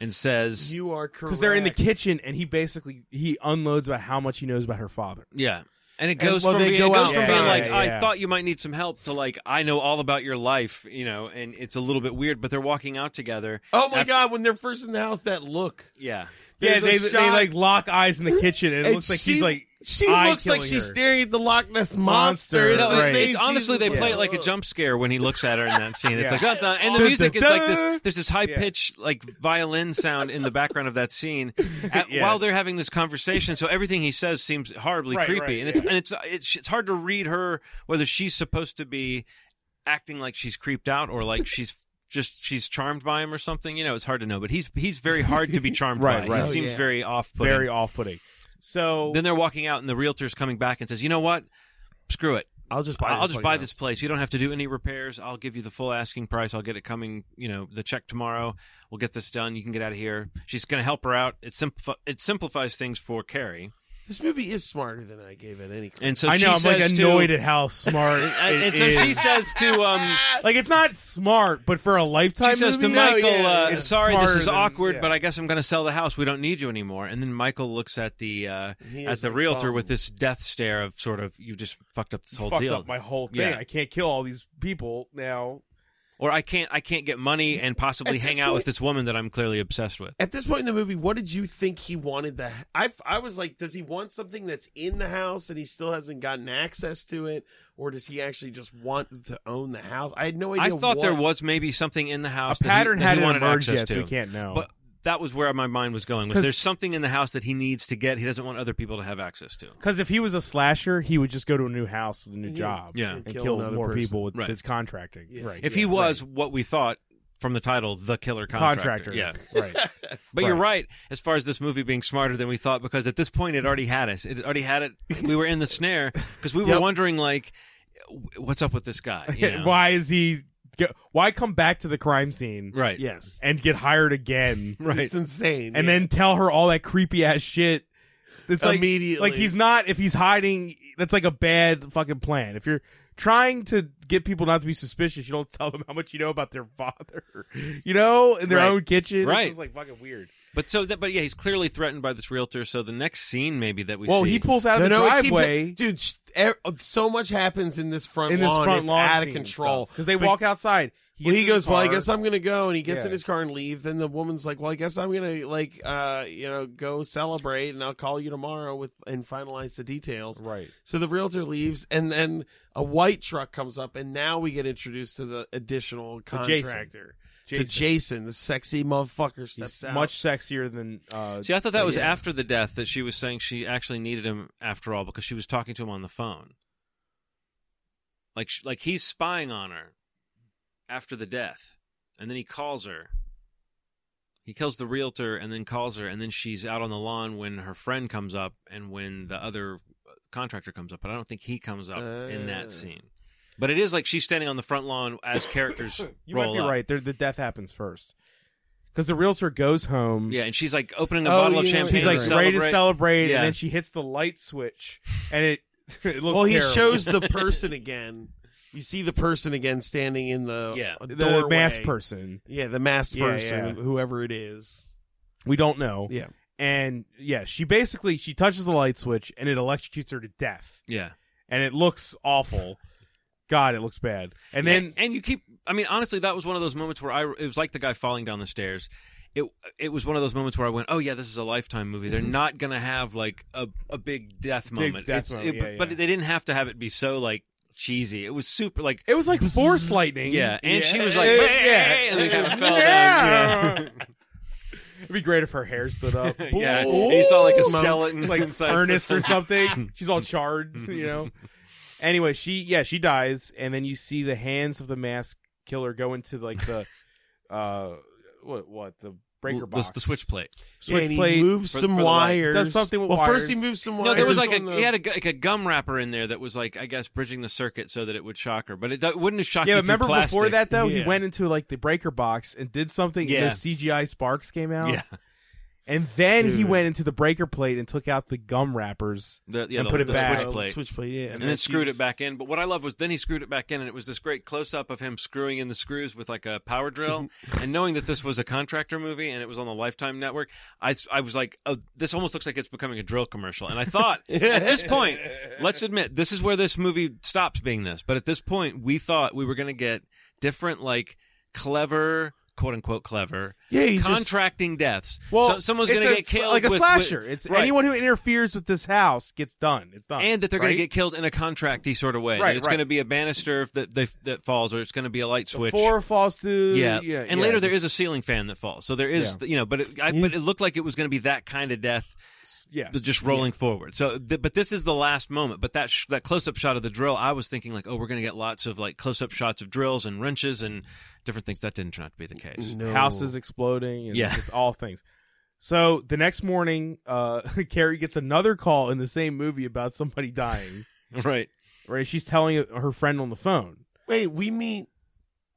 C: and says,
G: you are correct
D: because they're in the kitchen, and he basically he unloads about how much he knows about her father.
C: "Yeah." And it goes
G: well,
C: from
G: they
C: being,
G: go
C: it goes from
G: outside,
C: being like,
D: yeah.
C: I thought you might need some help to like, I know all about your life, you know, and it's a little bit weird, but they're walking out together.
G: Oh my
C: After-
G: god, when they're first in the house, that look.
C: Yeah.
D: Yeah,
G: There's a
D: they,
G: shot-
D: they like lock eyes in the kitchen, and it
G: and
D: looks like
G: she-
D: he's like
G: She
D: eye
G: looks like
D: killing
G: she's
D: her.
G: staring at the Loch Ness monster.
D: Monster,
G: It's
C: No,
G: the
D: right.
G: same-
C: it's, it's
G: she's
C: honestly
G: just
C: they
G: like,
C: play it like a
G: "Ugh."
C: jump scare when he looks at her in that scene. It's
D: Yeah.
C: like oh, it's not- and the
D: Dun,
C: music
D: dun,
C: is like
D: dun.
C: this. There's this high pitched like violin sound in the background of that scene at,
D: Yeah.
C: while they're having this conversation. So everything he says seems horribly
D: Right,
C: creepy,
D: right,
C: and it's and it's, it's it's hard to read her whether she's supposed to be acting like she's creeped out or like she's. Just she's charmed by him or something, you know. It's hard to know, but he's he's very hard to be charmed
D: Right,
C: by.
D: right.
C: He
D: Oh,
C: seems
G: yeah.
C: very off putting.
D: very off-putting. So
C: Then they're walking out, and the realtor's coming back and says, "You know what? Screw it.
G: I'll just buy.
C: I'll
G: this
C: just
G: fucking
C: buy
G: house.
C: this place. You don't have to do any repairs. I'll give you the full asking price. I'll get it coming, you know, the check tomorrow. We'll get this done. You can get out of here. She's going to help her out. It simplif it simplifies things for Carrie.
G: This movie is smarter than I gave it any. credit.
C: And so
D: I know
C: she
D: I'm
C: says
D: like annoyed
C: to,
D: at how smart.
C: and,
D: it
C: and so
D: is.
C: she says to um
D: like it's not smart, but for a lifetime,
C: she says to
D: movie,
C: Michael,
D: no, yeah,
C: uh,
D: it's
C: "Sorry, this
D: smarter
C: is
D: than-
C: awkward,
D: yeah.
C: but I guess I'm going to sell the house. We don't need you anymore." And then Michael looks at the uh,
G: He
C: at
G: is
C: the
G: a
C: realtor
G: bum.
C: with this death stare of sort of you just fucked up this whole
D: fucked
C: deal.
D: up my whole thing.
C: Yeah.
D: I can't kill all these people now.
C: or I can't I can't get money and possibly
G: At
C: hang
G: this
C: out with
G: point-
C: this woman that I'm clearly obsessed with.
G: At this point in the movie, what did you think he wanted? The I I was like, does he want something that's in the house and he still hasn't gotten access to it, or does he actually just want to own the house? I had no
C: I
G: idea.
C: thought there
G: what-
C: was maybe something in the
D: A
C: house. that he-
D: pattern
C: that he
D: hadn't
C: wanted
D: emerged
C: access
D: yet,
C: to.
D: so we can't know.
C: But that was where my mind was going. Was
D: 'Cause-
C: there's something in the house that he needs to get? He doesn't want other people to have access to.
D: Because if he was a slasher, he would just go to a new house with a new job
C: Yeah.
D: and
G: Kill
D: kill,
G: another
D: more
G: person.
D: people with
C: Right.
D: his contracting. Right.
C: If he was what we thought from the title, the killer contractor.
D: contractor.
C: Yeah.
D: Right.
C: But you're right as far as this movie being smarter than we thought because at this point it already had us. It already had it. We were in the snare because we were
G: Yep.
C: wondering like, w- what's up with this guy? you know?
D: Why is he? go- Why come back to the crime scene
C: Right.
G: Yes.
D: and get hired again?
C: Right.
G: It's insane.
D: and then tell her all that creepy ass shit. It's like
G: Immediately.
D: like he's not if he's hiding. That's like a bad fucking plan. If you're trying to get people not to be suspicious, you don't tell them how much you know about their father, you know, in their
C: Right.
D: own kitchen.
C: Right.
D: it's just like fucking weird.
C: But so that. But yeah, he's clearly threatened by this realtor. So the next scene maybe that we
D: Well,
C: see.
D: he pulls out
G: No,
D: of the
G: no, it keeps-
D: driveway
G: dude. sh- er- So much happens in this front
D: in this
G: lawn.
D: front
G: it's
D: lawn
G: out of control
D: because they
G: But-
D: walk outside.
G: Well,
D: gets
G: he
D: in the
G: goes, well, I
D: car.
G: guess I'm gonna go, and he gets in
D: Yeah.
G: his car and leaves. Then the woman's like, well, I guess I'm gonna like, uh, you know, go celebrate, and I'll call you tomorrow with and finalize the details.
D: right.
G: So the realtor leaves, and then a white truck comes up, and now we get introduced to the additional
D: Jason.
G: contractor
D: Jason.
G: to Jason, the sexy motherfucker
D: He's
G: steps out.
D: much sexier than. Uh,
C: See, I thought that was
D: yeah.
C: after the death that she was saying she actually needed him after all because she was talking to him on the phone. Like, sh- like he's spying on her after the death, and then he calls her. He kills the realtor and then calls her, and then she's out on the lawn when her friend comes up and when the other uh, contractor comes up. But I don't think he comes up in
G: Uh.
C: that scene. But it is like she's standing on the front lawn as characters
D: You
C: roll
D: might be
C: up.
D: right. There, the death happens first because the realtor goes home.
C: Yeah, and she's like opening a
G: Oh,
C: bottle of
G: you know,
C: champagne.
D: She's like
C: to
D: ready to
C: celebrate.
D: celebrate,
C: Yeah.
D: and then she hits the light switch, and it, it looks.
G: well, he
D: terrible.
G: shows the person again. You see the person again standing in the
C: Yeah.
G: uh,
D: the
G: doorway.
D: masked person.
G: Yeah, the masked
D: Yeah,
G: person,
D: yeah.
G: whoever it is.
D: We don't know,
G: Yeah.
D: and yeah, she basically she touches the light switch, and it electrocutes her to death,
C: Yeah.
D: and it looks awful. God, it looks bad. And
C: and
D: then
C: and, you keep i mean honestly that was one of those moments where i it was like the guy falling down the stairs it it was one of those moments where i went oh yeah this is a lifetime movie they're not gonna have like a, a big death moment,
D: Mm-hmm. death
C: It's-
D: moment,
C: it- but,
D: yeah,
C: but
D: yeah.
C: they didn't have to have it be so like cheesy it was super like
D: it was like force lightning.
C: yeah and she was
D: Yeah.
C: like
D: Yeah.
C: "Hey," and then kind of fell down
D: Yeah. It'd be great if her hair stood up.
C: yeah, and you saw like a
G: Smoke.
C: skeleton
D: like
C: inside.
D: Ernest or something. She's all charred, you know. Anyway, she yeah she dies, and then you see the hands of the mask killer go into like the uh what what the breaker
C: the,
D: box
C: the switch plate.
G: Yeah, and he
D: Switchblade
G: moves
C: for-
G: some
C: for the light.
G: wires.
D: Does something with
G: well, first he
D: wires.
G: moves some wires.
C: No, there was
G: It's
C: like a
G: on the-
C: he had a, gu- like a gum wrapper in there that was like I guess bridging the circuit so that it would shock her, but it do- wouldn't have shocked.
D: Yeah,
C: you
D: but
C: through
D: remember before
C: plastic.
D: that though, he
G: Yeah.
D: went into like the breaker box and did something,
C: Yeah.
D: and those CGI sparks came out.
C: Yeah,
D: and then he
G: Dude.
D: went into the breaker plate and took out the gum wrappers.
C: the, yeah,
D: And
C: the,
D: put it
C: the
D: back.
C: switch plate.
G: Switchblade, yeah.
C: and, then screwed it back in. But what I love was then he screwed it back in, and it was this great close up of him screwing in the screws with like a power drill. and knowing that this was a contractor movie and it was on the Lifetime network, I, s- I was like, oh, this almost looks like it's becoming a drill commercial. And I thought at this point, let's admit, this is where this movie stops being this. But at this point, we thought we were going to get different, like clever. "Quote unquote clever,
G: Yeah, he just-
C: contracting deaths.
D: Well,
C: so someone's
D: it's
C: going to
D: a
C: get
D: sl-
C: killed
D: like a
C: with- with-
D: slasher. it's
C: Right
D: anyone who interferes with this house gets done. It's done,
C: and that they're going
D: right?
C: to get killed in a contracty sort of way.
D: Right,
C: that it's
D: right.
C: going to be a banister if that they, that falls, or it's going to be a light switch.
D: Four falls through.
C: yeah.
D: yeah
C: and
D: yeah,
C: later there
D: just-
C: is a ceiling fan that falls. So there is, you know, but it, I, but it looked like it was going to be that kind of death,
D: yeah,
C: just rolling forward. So, th- but this is the last moment. But that sh- that close up shot of the drill, I was thinking like, oh, we're going to get lots of like close up shots of drills and wrenches and different things. That didn't turn out to be the case.
G: No.
D: houses exploding and
C: Yeah.
D: just all things. So the next morning, uh, Carrie gets another call in the same movie about somebody dying.
C: Right.
D: right, she's telling her friend on the phone.
G: Wait, we meet.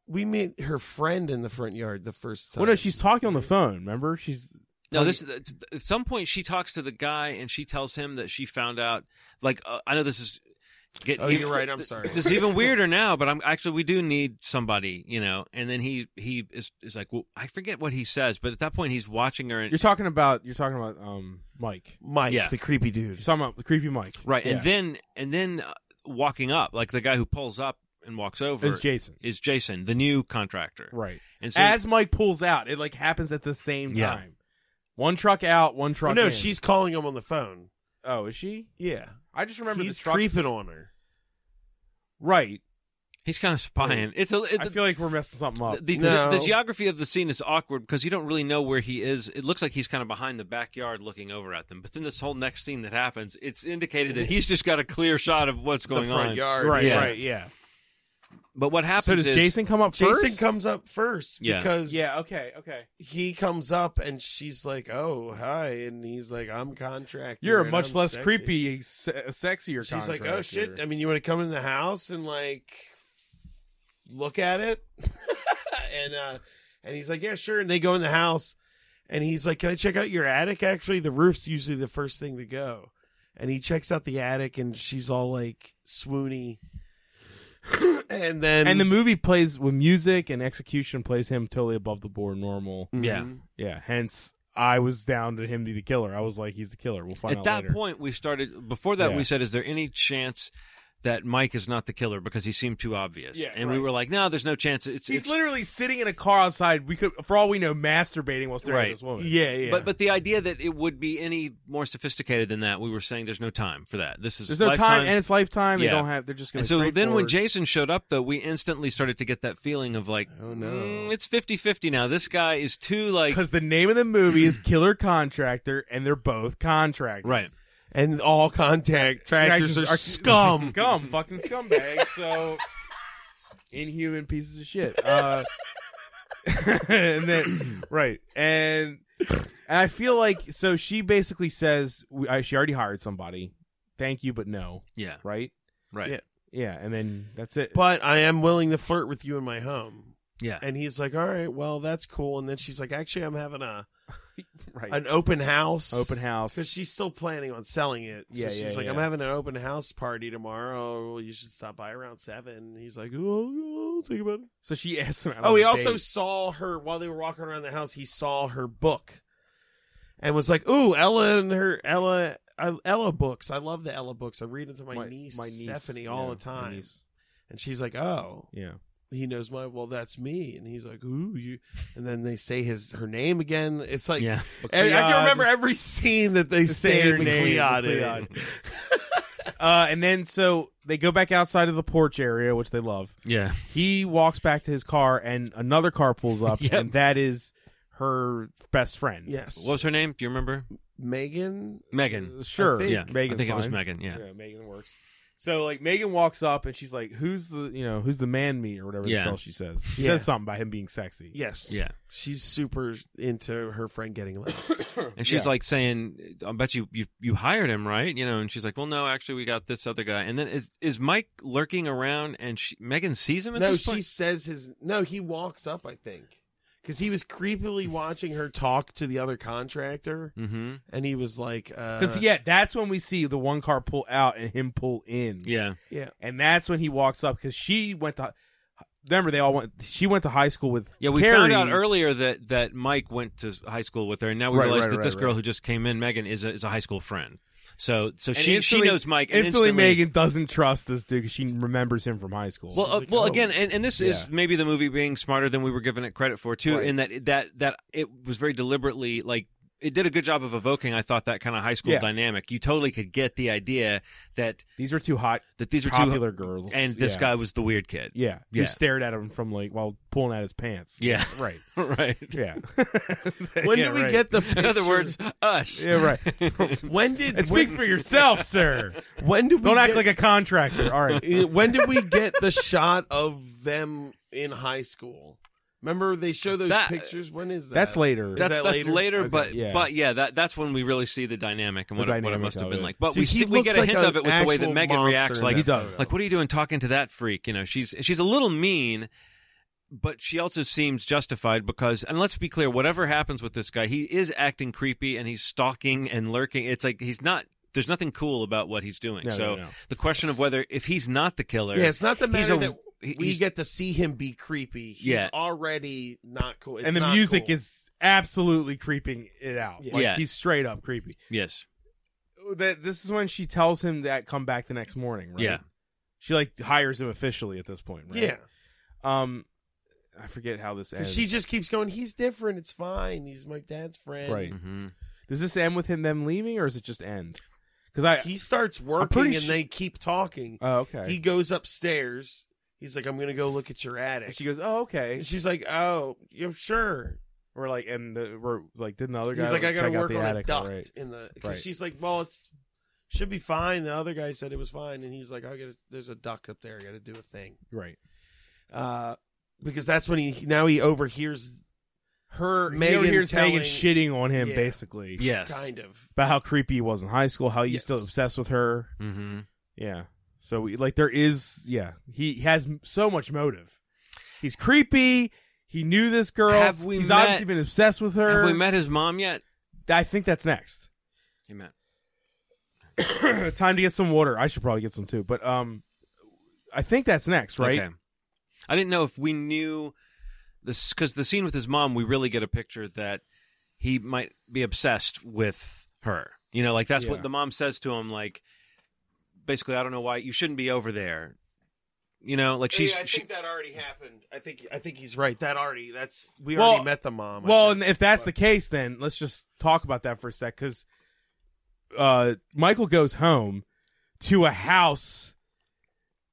G: We meet her friend in the front yard the first time.
D: Well, no, she's talking on the phone. Remember, she's
C: No, this. th- At some point, she talks to the guy and she tells him that she found out. Like, uh, I know this is. Getting
G: Oh,
C: even-
G: you're right. I'm sorry.
C: this is even weirder now but i'm actually we do need somebody you know and then he he is, is like well i forget what he says but at that point he's watching her and
D: you're talking about you're talking about um Mike.
G: Mike,
C: Yeah.
G: the creepy dude.
D: You're talking about the creepy Mike,
C: right and
D: Yeah.
C: then and then uh, walking up like the guy who pulls up and walks over
D: It's Jason.
C: is jason the new contractor
D: Right.
C: and so
D: As Mike pulls out, it like happens at the same
C: Yeah.
D: time. One truck out, one
G: Well,
D: truck.
G: no,
D: in.
G: she's calling him on the phone.
D: Oh, is she?
G: Yeah,
D: I just remember
G: he's
D: the trucks.
G: creeping on her.
D: Right.
C: He's kind of spying. It's a. It,
D: I feel like we're messing something up.
C: the,
G: No.
C: the, the geography of the scene is awkward because you don't really know where he is. It looks like he's kind of behind the backyard looking over at them. But then this whole next scene that happens, it's indicated that he's just got a clear shot of what's
G: the
C: going
G: front
C: on.
G: yard.
D: right,
C: yeah.
D: right, yeah.
C: But what happens
D: So does
C: is
D: Jason come up
G: Jason
D: first?
G: comes up first
C: Yeah.
G: because
D: Yeah. Okay. Okay.
G: he comes up and she's like, "Oh, hi," and he's like, "I'm contractor."
D: You're a
G: and
D: much
G: I'm
D: less
G: sexy."
D: creepy, se- sexier.
G: She's like, "Oh shit!" I mean, you want to come in the house and like look at it, and uh, and he's like, "Yeah, sure." And they go in the house, and he's like, "Can I check out your attic?" Actually, the roof's usually the first thing to go, and he checks out the attic, and she's all like swoony, and then
D: and the movie plays with music and execution plays him totally above the board normal.
G: Mm.
C: Yeah.
D: Yeah, hence I was down to him be the killer. I was like, he's the killer. We'll find
C: At
D: out
C: that
D: later.
C: point, we started. Before that,
D: Yeah.
C: we said, "Is there any chance that Mike is not the killer because he seemed too obvious?"
D: Yeah,
C: and we
D: right.
C: were like, "No, there's no chance." It's,
D: he's
C: it's-
D: literally sitting in a car outside. We could, for all we know, masturbating while staring
C: Right.
D: at this woman.
G: yeah, yeah,
C: But but the idea that it would be any more sophisticated than that, we were saying there's no time for that. This is
D: There's no
C: lifetime.
D: time, and it's lifetime. They
C: Yeah.
D: don't have. They're just going.
C: And
D: to
C: so then when Jason showed up, though, we instantly started to get that feeling of like,
G: Oh, no.
C: "Mm, it's 50 50 now. This guy is too, like,
D: because the name of the movie is Killer Contractor, and they're both contractors.
C: right.
G: and all contact tractors are, scum.
D: scum, fucking scumbags. So inhuman pieces of shit. Uh, and then right, and and I feel like so she basically says we, I, she already hired somebody. Thank you, but no.
C: Yeah.
D: Right?
C: Right.
G: Yeah.
C: Yeah.
D: Yeah, and then that's it.
G: But I am willing to flirt with you in my home. And he's like, "All right, well, that's cool." And then she's like, "Actually, I'm having a
D: right.
G: an open house,
D: Open
G: because
D: house.
G: she's still planning on selling it." So
D: Yeah,
G: she's
D: yeah,
G: like,
D: yeah.
G: "I'm having an open house party tomorrow. Well, you should stop by around 7. And he's like, "Oh, I'll think about it."
D: So she asked him. out
G: Oh,
D: on
G: he
D: a
G: also
D: date.
G: saw her while they were walking around the house. He saw her book, and was like, "Ooh, Ella and her Ella." I, Ella books. I love the Ella books. I read them to my, niece, Stephanie all
D: yeah,
G: the
D: my
G: time,
D: niece.
G: and she's like, "Oh,
D: Yeah.
G: he knows my well that's me and he's like ooh you and then they say his her name again it's like
C: yeah.
G: and i
D: Cleod.
G: can remember every scene that they say
D: their
G: with
D: name,
G: Cleod
D: with
G: in
D: Cleod.
G: it.
D: Uh, and then so they go back outside of the porch area, which they love.
C: Yeah.
D: He walks back to his car, and another car pulls up,
C: Yep.
D: and that is her best friend.
G: yes
C: What was her name? Do you remember?
G: megan
C: Megan.
D: sure.
G: I think-
C: yeah. I
D: Megan's
C: think it was
D: fine.
C: Megan. Yeah.
D: Yeah, Megan works. So like Megan walks up, and she's like, "Who's the you know who's the man meat or whatever the
C: Yeah.
D: hell she says? She
G: Yeah.
D: says something about him being sexy.
G: yes
C: Yeah.
G: she's super into her friend getting laid
C: And she's
D: Yeah.
C: like saying, I bet you, you you hired him, right? You know, and she's like, well, no, actually, we got this other guy. And then is is Mike lurking around and she, Megan sees him at
G: no
C: this
G: she
C: point?
G: says his no he walks up i think because he was creepily watching her talk to the other contractor
C: Mm-hmm.
G: and he was like uh,
D: Because yeah, that's when we see the one car pull out and him pull in.
C: Yeah.
D: and that's when he walks up because she went to. Remember, they all went. She went to high school with.
C: Yeah, we
D: Carrie.
C: found out earlier that, that Mike went to high school with her, and now we
D: Right,
C: realize
D: right,
C: that
D: right,
C: this
D: right.
C: girl who just came in, Megan, is a, is a high school friend. So so
D: And
C: she she
D: instantly-
C: knows Mike. and
D: Instantly, Megan doesn't trust this dude because she remembers him from high school.
C: Well, uh,
G: like,
C: well,
G: oh.
C: again, and, and this
D: Yeah.
C: is maybe the movie being smarter than we were giving it credit for too,
D: Right.
C: in that that that it was very deliberately like it did a good job of evoking. I thought that kind of high school
D: Yeah.
C: dynamic. You totally could get the idea that
D: these are two hot,
C: that these were
D: popular girls,
C: two, and this
D: Yeah.
C: guy was the weird kid.
D: yeah,
C: Yeah.
D: who stared at him from like while pulling out his pants.
C: Yeah,
D: right.
C: right.
D: Yeah.
G: when
D: Yeah,
G: do we
D: right.
G: get the
C: In other
G: picture-
C: words, us.
D: Yeah, right.
G: when did
D: And speak
G: when,
D: for yourself, sir.
G: when do we
D: Don't act
G: get-
D: like a contractor. All right.
G: Uh, when did we get the shot of them in high school? Remember they show those
C: That-
G: pictures. When is that?
D: That's later.
C: That's,
G: that
C: that's
G: later?
C: later,
G: Okay.
C: but
D: Yeah.
C: but yeah, that that's when we really see the dynamic and
D: The
C: what, it- what it
D: dynamic
C: must
D: of
C: have been
D: it.
C: like. But
G: Dude,
C: we
G: he
C: see, we
G: looks
C: get a
G: like
C: hint
G: an
C: of it with the way that
G: actual
C: Megan
G: monster
C: reacts.
G: in
C: Like
D: he does.
C: like what are you doing talking to that freak you know she's she's a little mean but she also seems justified because and let's be clear whatever happens with this guy he is acting creepy and he's stalking and lurking it's like he's not there's nothing cool about what he's doing
D: No,
C: so
D: no, no.
C: the question of whether if he's not the killer
G: yeah. It's not the
C: he's
G: matter
C: a-
G: that
C: he-
G: we
C: he's-
G: get to see him be creepy. He's
C: Yeah.
G: already not cool. It's
D: and the
G: not
D: music
G: cool.
D: is absolutely creeping it out.
G: Yeah.
D: Like,
C: Yeah.
D: he's straight up creepy.
C: yes
D: That this is when she tells him that come back the next morning, right?
C: Yeah.
D: She like hires him officially at this point, right?
G: yeah.
D: Um, I forget how this
G: 'Cause
D: ends.
G: she just keeps going. He's different. It's fine. He's my dad's friend.
D: Right.
C: hmm
D: Does this end with him them leaving, or is it just end? Because I
G: He starts working
D: pretty
G: and
D: su-
G: they keep talking.
D: oh okay
G: He goes upstairs. He's like, I'm gonna go look at your
D: And
G: attic.
D: she goes, "Oh, okay."
G: And she's like, Oh, you're sure.
D: We're like, and the, we're like, didn't the other guy?
G: He's like, I gotta
D: check out
G: work
D: the
G: on a
D: attic?
G: duct
D: Right.
G: in the. Because
D: Right.
G: she's like, Well, it's should be fine. The other guy said it was fine, and he's like, I gotta. There's a duct up there. I gotta do a thing.
D: right.
G: Uh, because that's when he now he overhears her
D: Megan
G: Megan
D: hears
G: telling,
D: Megan shitting on him
G: Yeah.
D: basically.
C: Yes.
G: kind of.
D: About how creepy he was in high school, how he's
G: Yes.
D: still obsessed with her.
C: Mm-hmm.
D: Yeah. So we, like there is yeah, he has m- so much motive. He's creepy. He knew this girl.
C: Have we
D: he's
C: met-
D: obviously been obsessed with her.
C: Have we met his mom yet?
D: I think that's next.
C: He met.
D: Time to get some water. I should probably get some too, but um I think that's next, right?
C: Okay. I didn't know if we knew this because the scene with his mom, we really get a picture that he might be obsessed with her. You know, like that's
D: Yeah.
C: what the mom says to him. Like, basically, I don't know why you shouldn't be over there. You know, like she's
G: I
C: she,
G: think that already happened. I think I think he's right. That already that's we
D: Well-
G: already met the mom. I
D: Well,
G: think.
D: and if that's the case, then let's just talk about that for a sec. Because uh, Michael goes home to a house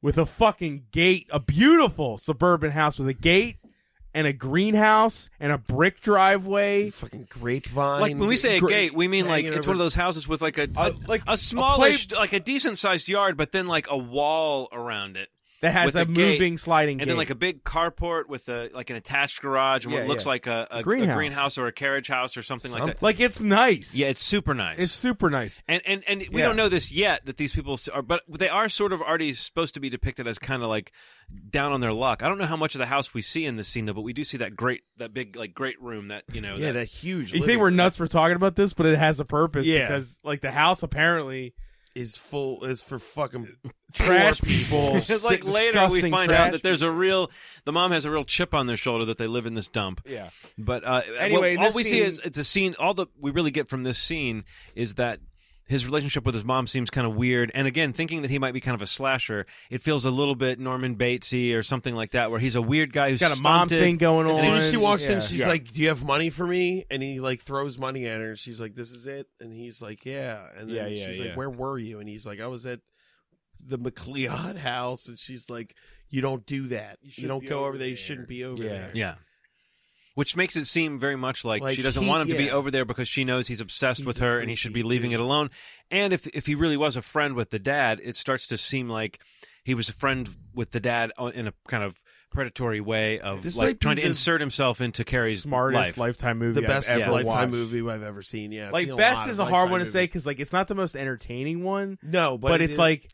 D: with a fucking gate, a beautiful suburban house with a gate and a greenhouse and a brick driveway.
G: fucking grapevine.
C: like when we say a
D: gra-
C: gate, we mean like
G: hanging
C: it's
G: over-
C: one of those houses with like a,
D: Uh,
C: a
D: like
C: a
D: a
C: smallish,
D: play-
C: like a decent sized yard, but then like a wall around it.
D: That has
C: With
D: a,
C: a gate,
D: moving sliding
C: and
D: gate.
C: then like a big carport with a like an attached garage and
D: Yeah,
C: what looks
D: yeah.
C: like a, a, a greenhouse.
D: greenhouse.
C: or a carriage house or something, like that.
D: Like, it's nice.
C: Yeah, it's super nice.
D: it's super nice.
C: and and and we
D: Yeah.
C: don't know this yet that these people s- are, but they are sort of already supposed to be depicted as kind of like down on their luck. I don't know how much of the house we see in this scene though, but we do see that great that big like great room that you know.
G: yeah,
C: that-
G: that huge.
D: You
G: living
D: think we're
G: room
D: nuts for talking about this, but it has a purpose
G: Yeah.
D: because like the house apparently
G: Is full is for fucking
D: trash people.
C: It's like later we
D: disgusting
C: find
D: trash
C: out that there's a real the mom has a real chip on their shoulder that they live in this dump.
D: Yeah.
C: But uh,
D: Anyway,
C: well, all
D: this
C: we see
D: scene-
C: is it's a scene. All that we really get from this scene is that his relationship with his mom seems kind of weird. And again, thinking that he might be kind of a slasher, it feels a little bit Norman Batesy or something like that, where he's a weird guy who's
D: He's got a mom
C: stunted.
D: thing going on.
G: As soon as she walks in,
D: Yeah.
G: she's like, "Do you have money for me?" And he like throws money at her. She's like, "This is it." And he's like, "Yeah." And then
D: Yeah, yeah,
G: she's
D: yeah.
G: like, "Where were you?" And he's like, "I was at the McLeod house." And she's like, "You don't do that. You,
D: shouldn't
G: don't
D: be
G: go
D: over
G: over there. You
D: there."
G: shouldn't be over
D: Yeah.
G: there."
C: Yeah. Which makes it seem very much like,
G: Like
C: she doesn't
G: he-
C: want him to be
G: yeah.
C: over there because she knows he's obsessed
G: He's
C: with
G: a
C: her and he should be
G: creepy
C: leaving
G: dude.
C: it alone. And if if he really was a friend with the dad, it starts to seem like he was a friend with the dad o- in a kind of predatory way of
G: This might
C: like
G: be
C: trying to
G: the-
C: insert himself into Carrie's
D: smartest
C: life.
D: lifetime movie
G: The best
D: I've ever watched.
G: lifetime movie I've ever seen. Yeah, I've seen
D: Like
G: a
D: best
G: lot
D: is a
G: of
D: hard
G: Lifetime
D: one to say
G: movies.
D: because like it's not the most entertaining one,
G: no, but,
D: but,
G: it
D: it's
G: is-
D: like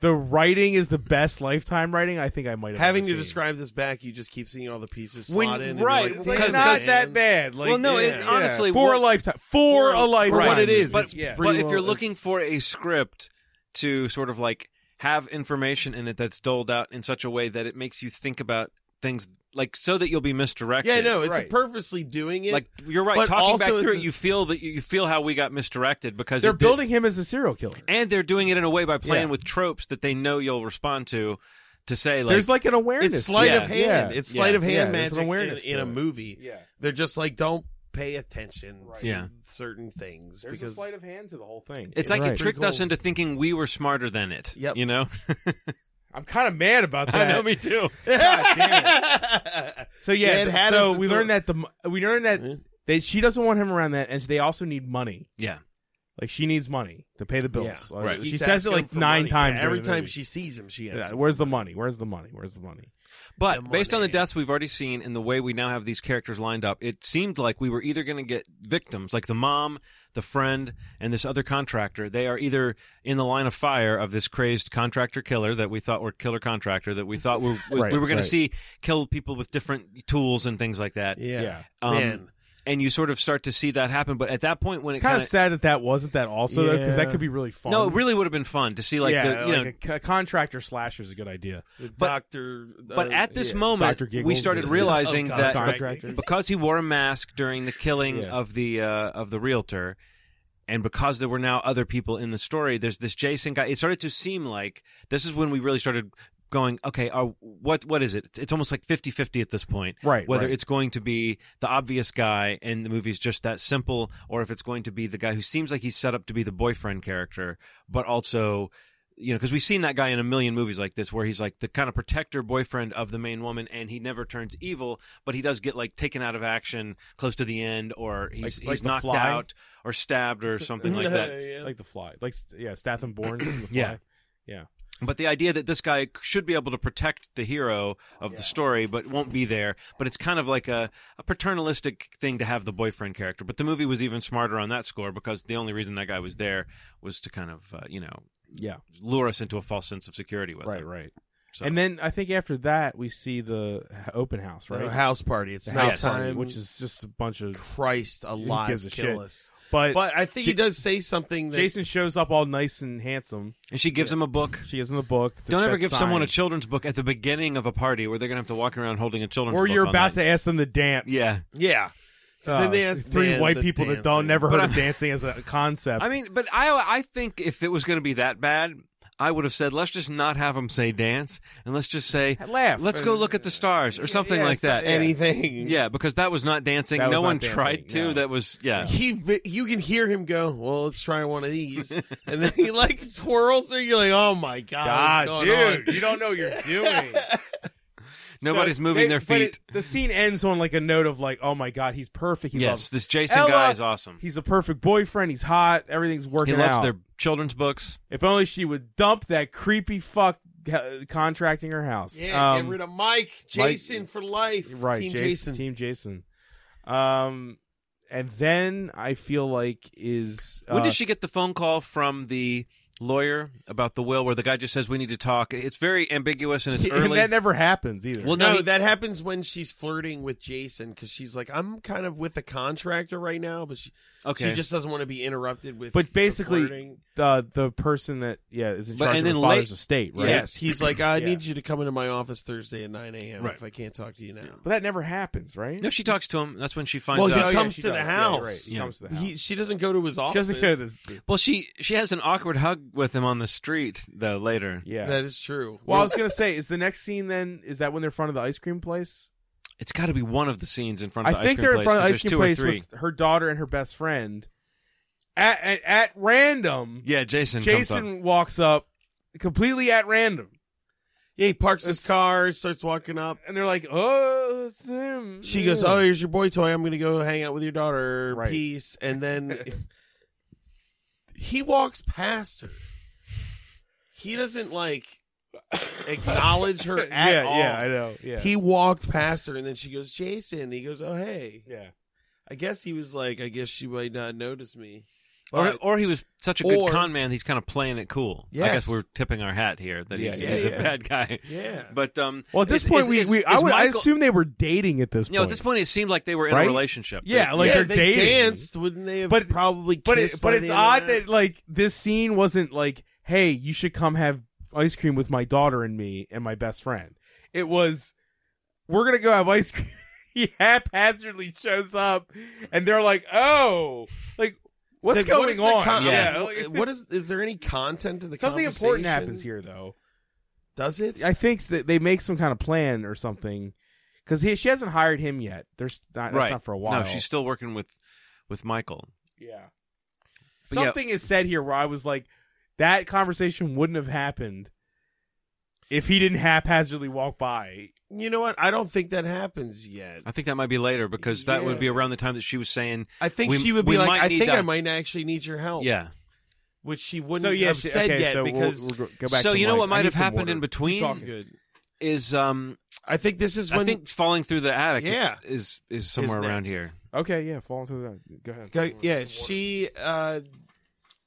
D: the writing is the best lifetime writing I think I might have
G: having
D: ever
G: to
D: seen.
G: describe this back. You just keep seeing all the pieces
C: When-
G: slot in. and
C: right,
G: you're
D: It's
G: like,
D: like
C: Because-
D: not
G: "Damn."
D: that bad. Like
C: well, no,
G: yeah.
C: it,
G: Yeah.
C: honestly,
D: for
C: what-
D: a lifetime, for a
G: Right.
D: lifetime,
G: what it is,
D: But
G: it's
D: yeah.
G: pretty
C: but if
G: well-
C: you're looking
G: it's-
C: for a script to sort of like have information in it that's doled out in such a way that it makes you think about things like so that you'll be misdirected.
G: yeah, no, it's
D: Right.
G: purposely doing it.
C: Like you're right.
G: But
C: Talking back
G: also
C: through
G: the-
C: it, you feel that you feel how we got misdirected because
D: they're
C: it did-
D: building him as a serial killer.
C: and they're doing it in a way by playing
D: Yeah.
C: with tropes that they know you'll respond to. To say like,
D: There's like an awareness.
G: it's sleight
D: to
G: of
D: it.
G: hand.
D: Yeah.
G: It's sleight
C: Yeah.
G: of hand
D: Yeah, there's
G: magic
D: an awareness
G: in, in
D: to
G: a
D: it.
G: movie.
D: Yeah.
G: They're just like don't pay attention to
C: Yeah.
G: certain things
D: There's a
G: because
D: sleight of hand to the whole thing.
C: it's like
D: Right.
C: it tricked us
G: cool.
C: into thinking we were smarter than it.
G: Yep.
C: You know.
D: I'm kind of mad about that.
C: I know me too.
D: God damn it. So yeah,
G: Yeah, it had
D: so
G: us
D: we
G: until-
D: learned that the m- we learned that
G: Yeah.
D: they, she doesn't want him around that, and they also need money.
C: Yeah.
D: Like she needs money to pay the bills. Uh,
G: She
D: She
G: keeps
D: says it
G: asking him
D: like
G: for
D: nine
G: money.
D: times.
G: Yeah, every
D: during the
G: time
D: movie.
G: she sees him. She
D: Yeah,
G: has.
D: where's the money? Where's the money? Where's the money?
C: But
G: The
C: based on the
G: money.
C: deaths we've already seen and the way we now have these characters lined up, it seemed like we were either going to get victims, like the mom, the friend, and this other contractor. They are either in the line of fire of this crazed contractor killer that we thought were killer contractor that we thought we, we,
D: Right,
C: we were going
D: right.
C: to see kill people with different tools and things like that.
G: Yeah.
D: Yeah.
C: Um,
G: Man.
C: And you sort of start to see that happen. But at that point, when
D: It's
C: it
D: kind of
C: kinda-
D: sad that that wasn't that also though, because that
G: Yeah.
D: could be really fun.
C: no, it really would have been fun to see like
D: yeah,
C: the you know
D: like a, a contractor slasher is a good idea.
G: The
C: but-
G: doctor.
C: But
G: uh,
C: at this
G: yeah.
C: moment,
D: Dr. Giggles.
C: we started realizing
G: Oh, God,
C: that
D: Contractor.
C: because he wore a mask during the killing
D: Yeah.
C: of the uh, of the realtor, and because there were now other people in the story, there's this Jason guy. It started to seem like this is when we really started going. Okay, uh, what what is it? It's, it's almost like 50-50 at this point.
D: Right,
C: Whether
D: right.
C: it's going to be the obvious guy and the movie's just that simple, or if it's going to be the guy who seems like he's set up to be the boyfriend character, but also you know, because we've seen that guy in a million movies like this, where he's like the kind of protector boyfriend of the main woman, and he never turns evil, but he does get like taken out of action close to the end, or he's
D: Like- like
C: he's
D: The
C: knocked
D: Fly?
C: out or stabbed or something like that.
G: Yeah.
D: like the fly, like yeah, Statham Bourne. is in the fly.
C: Yeah. But the idea that this guy should be able to protect the hero of the story, but won't be there, but it's kind of like a, a paternalistic thing to have the boyfriend character. But the movie was even smarter on that score because the only reason that guy was there was to kind of uh, you know
D: yeah,
C: lure us into a false sense of security with
D: right,
C: him.
D: right.
C: So-
D: And then I think after that we see the h- open house, right?
G: The house party. It's
D: The
G: night
C: house
G: time,
D: party, which is just a bunch of.
G: Christ alive.
D: gives a
G: kill
D: shit?
G: us.
D: But,
G: But I think he does say something. That,
D: Jason shows up all nice and handsome.
C: And she gives him a book.
D: She is in the book. this
C: Don't ever
D: bed
C: give someone a
D: signed.
C: children's book at the beginning of a party where they're gonna have to walk around holding a children's
D: or
C: book.
D: you're
C: all
D: about
C: night.
D: to ask them to dance.
C: Yeah.
G: yeah. 'Cause
D: Uh,
G: then they ask
D: three
G: Dan
D: white
G: the
D: people that
G: dancer.
D: don't never
C: But
D: heard of
C: I-
D: dancing as a concept.
C: I mean, but I I think if it was gonna be that bad, I would have said let's just not have them say dance and let's just say
D: laugh.
C: Let's go look at the stars or something
G: Yeah,
C: like
G: so-
C: that.
G: Anything.
C: Yeah, because that was not dancing.
D: That was
C: no
D: not
C: one
D: dancing,
C: tried to.
D: no.
C: That was yeah.
G: He, vi- you can hear him go. Well, let's try one of these, and then he like twirls, and you're like, "Oh my god,
D: God,
G: what's going
D: dude, you don't know what you're doing.
C: Nobody's
D: So
C: moving
D: they-
C: their
D: but
C: feet.
D: it- the scene ends on like a note of like, oh my god, he's perfect. He
C: yes,
D: loves
C: this Jason
D: Ella,
C: guy is awesome.
D: He's a perfect boyfriend. He's hot. Everything's
C: He
D: working
C: loves
D: out.
C: their children's books.
D: If only she would dump that creepy fuck uh, contracting her house.
G: on?" Yeah,
D: Um,
G: get rid of Mike, Jason for life,
D: right,
G: Team
D: Jason,
G: Jason.
D: Team Jason. Um, and then I feel like is uh,
C: when did she get the phone call from the lawyer about the will, where the guy just says we need to talk? It's very ambiguous and it's
D: and
C: early.
D: that never happens either.
C: Well,
G: No,
C: he-
G: that happens when she's flirting with Jason because she's like, "I'm kind of with a contractor right now," but she,
C: okay.
G: she just doesn't want to be interrupted with.
D: But
G: the
D: basically,
G: flirting.
D: the the person that yeah is in
C: But-
D: charge
C: and
D: of
C: then
D: her father's
C: late-
D: estate, right?
G: yes, he's like, "I
D: Yeah.
G: need you to come into my office Thursday at 9 a.m.
C: Right.
G: if I can't talk to you now."
D: But that never happens, right?
C: no, she talks to him. That's when she finds
G: Well, he
C: out.
D: Oh,
G: comes
D: she
G: to the
D: does. Yeah,
G: house.
D: you're right. He
C: Yeah.
D: comes to the house.
G: He, she doesn't go to his
D: She
G: office.
D: doesn't go to this.
C: Well, she she has an awkward hug with him on the street though later.
D: Yeah.
G: That is true.
D: well, I was gonna say, is the next scene then? Is that when they're in front of the ice cream place?
C: It's got to be one of the scenes in front
D: I
C: of the
D: think
C: ice cream
D: they're in
C: place.
D: front of the
C: 'cause
D: ice cream
C: there's
D: place
C: two or three.
D: with her daughter and her best friend. At at, at random,
C: Yeah, Jason. comes up.
D: Jason walks up completely at random,
G: Yeah, he parks his
D: It's-
G: car, starts walking up.
D: and they're like, "Oh, it's him."
G: She goes,
D: Yeah.
G: "Oh, here's your boy toy. I'm going to go hang out with your daughter.
D: Right.
G: Peace." And then he walks past her. He doesn't like acknowledge her at
D: yeah,
G: all.
D: yeah, I know, yeah,
G: He walked past her, and then she goes, "Jason." He goes, "Oh, hey."
D: yeah."
G: I guess he was like, "I guess she might not notice me."
C: Or,
G: But-
C: or he was such a good
G: Or-
C: con man, he's kind of playing it cool. I
G: Yes.
C: guess we're tipping our hat here that he's,
D: Yeah,
C: he's
D: yeah,
C: a bad guy.
G: yeah.
C: But um,
D: Well, at this
C: is-
D: point,
C: is-
D: we,
C: is-
D: we I
C: is
D: would I
C: Michael-
D: assume they were dating at this
C: You know,
D: point.
C: at this point, it seemed like they were in
D: Right?
C: a relationship.
D: yeah,
C: They-
D: like
G: Yeah,
D: they're
G: they
D: dating.
G: danced, wouldn't they? Have
D: But-
G: probably,
D: but it,
G: kissed
D: but
G: by
D: it's
G: the end of
C: uh,
D: odd that like this scene wasn't like, "Hey, you should come have ice cream with my daughter and me and my best friend." It was, "We're gonna go have ice cream." he haphazardly shows up, and they're like, "Oh, like what's
G: Then
D: going
G: what is the
D: on?"
G: con-
C: Yeah.
D: like-
G: what is? Is there any content to the
D: something important
G: conversation?
D: happens here though.
G: Does it?
D: I think that they make some kind of plan or something because she hasn't hired him yet. There's not, that's
C: right.
D: not for a while.
C: No, she's still working with with Michael.
D: Yeah.
C: But yeah-
D: Something is said here where I was like, that conversation wouldn't have happened if he didn't haphazardly walk by.
G: you know what? I don't think that happens yet.
C: I think that might be later because that
G: Yeah.
C: would be around the time that she was saying,
G: I think
C: We-
G: she would be
C: we
G: like,
C: might
G: "I
C: need
G: think
C: to-
G: I might actually need your
D: Oh.
G: help,"
C: yeah.
G: which she wouldn't
D: so yeah,
G: have
D: she-
G: said
D: okay,
G: yet
D: so we'll-
G: because
D: we'll, go- go back.
C: so
D: to
C: you know
D: Mike.
C: what
D: I
C: might
D: need
C: have
D: some
C: happened
D: water.
C: in between
D: Keep talking.
G: good.
C: is um
G: I think this is
C: I
G: when.
C: think falling through the attic
G: Yeah.
C: is, is is somewhere around
G: next.
C: here,
D: Okay, yeah, fall into the. Go ahead.
G: Go- yeah, she. Uh,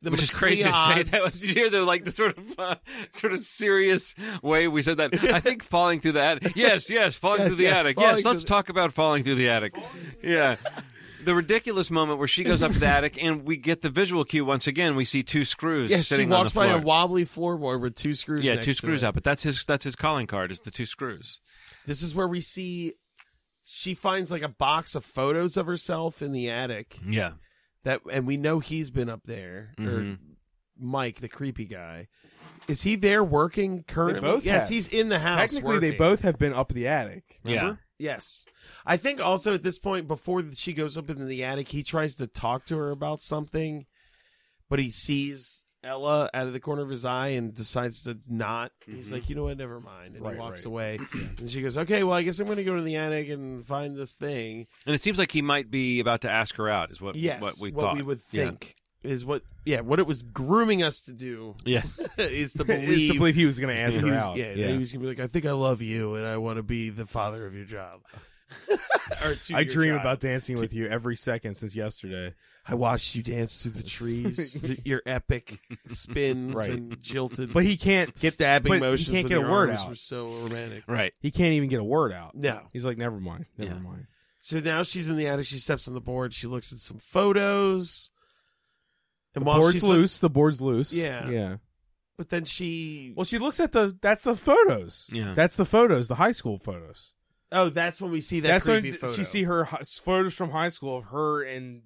G: the
C: which is crazy to say. That
G: McLeods-
C: was you hear the like the sort of uh, sort of serious way we said that. I think falling through the attic. Yes, yes, falling
G: Yes,
C: through the
G: yes,
C: attic.
G: falling
C: Yes,
G: through
C: let's
G: the-
C: talk about falling through the attic. Yeah. The ridiculous moment where she goes up to the attic and we get the visual cue once again. We see two screws
G: Yeah, she
C: sitting
G: walks
C: on the
G: by
C: floor.
G: a wobbly floorboard with two screws.
C: yeah,
G: next
C: two
G: to
C: screws
G: it.
C: out, but that's his that's his calling card. Is the two screws?
G: This is where we see. She finds like a box of photos of herself in the attic.
C: Yeah,
G: That and we know he's been up there. Or
C: Mhm.
G: Mike, the creepy guy, is he there working currently?
D: both
G: yes,
D: have.
G: he's in the house.
D: Technically, they
G: working.
D: both have been up the attic.
C: yeah.
D: remember?
G: Yes, I think also at this point, before she goes up into the attic, he tries to talk to her about something, but he sees Ella out of the corner of his eye and decides to not. He's like, you know what? Never mind. And
D: Right,
G: he walks
D: right.
G: away. And she goes, okay, well, I guess I'm going to go to the attic and find this thing.
C: And it seems like he might be about to ask her out. Is what
G: Yes,
C: what we thought.
G: would
C: Yeah.
G: think is what. Yeah, what it was grooming us to do
C: Yes.
G: is to believe.
D: Is to believe he was going to ask
G: he
D: her
G: was,
D: out.
G: Yeah,
C: Yeah.
G: he was gonna be like, I think I love you, and I want to be the father of your job. or to
D: I
G: your
D: dream
G: child.
D: about dancing with you every second since yesterday.
G: I watched you dance through the trees, th- your epic spins
D: Right.
G: and jilted,
D: But he can't get
G: stabbing
D: but
G: motions.
D: He can't
G: with
D: get a
G: your
D: word
G: arms
D: out.
G: Were so romantic.
C: Right.
D: He can't even get a word out.
G: No.
D: He's like, never mind, never
C: Yeah.
D: mind.
G: So now she's in the attic. She steps on the board. She looks at some photos. And
D: The
G: while
D: board's
G: she's look-
D: loose. the board's loose.
G: Yeah.
D: yeah.
G: but then she.
D: Well, she looks at the. That's the photos.
C: Yeah.
D: That's the photos. The high school photos.
G: Oh, that's when we see that
D: that's
G: creepy
D: when
G: photo.
D: she see her hi- photos from high school of her and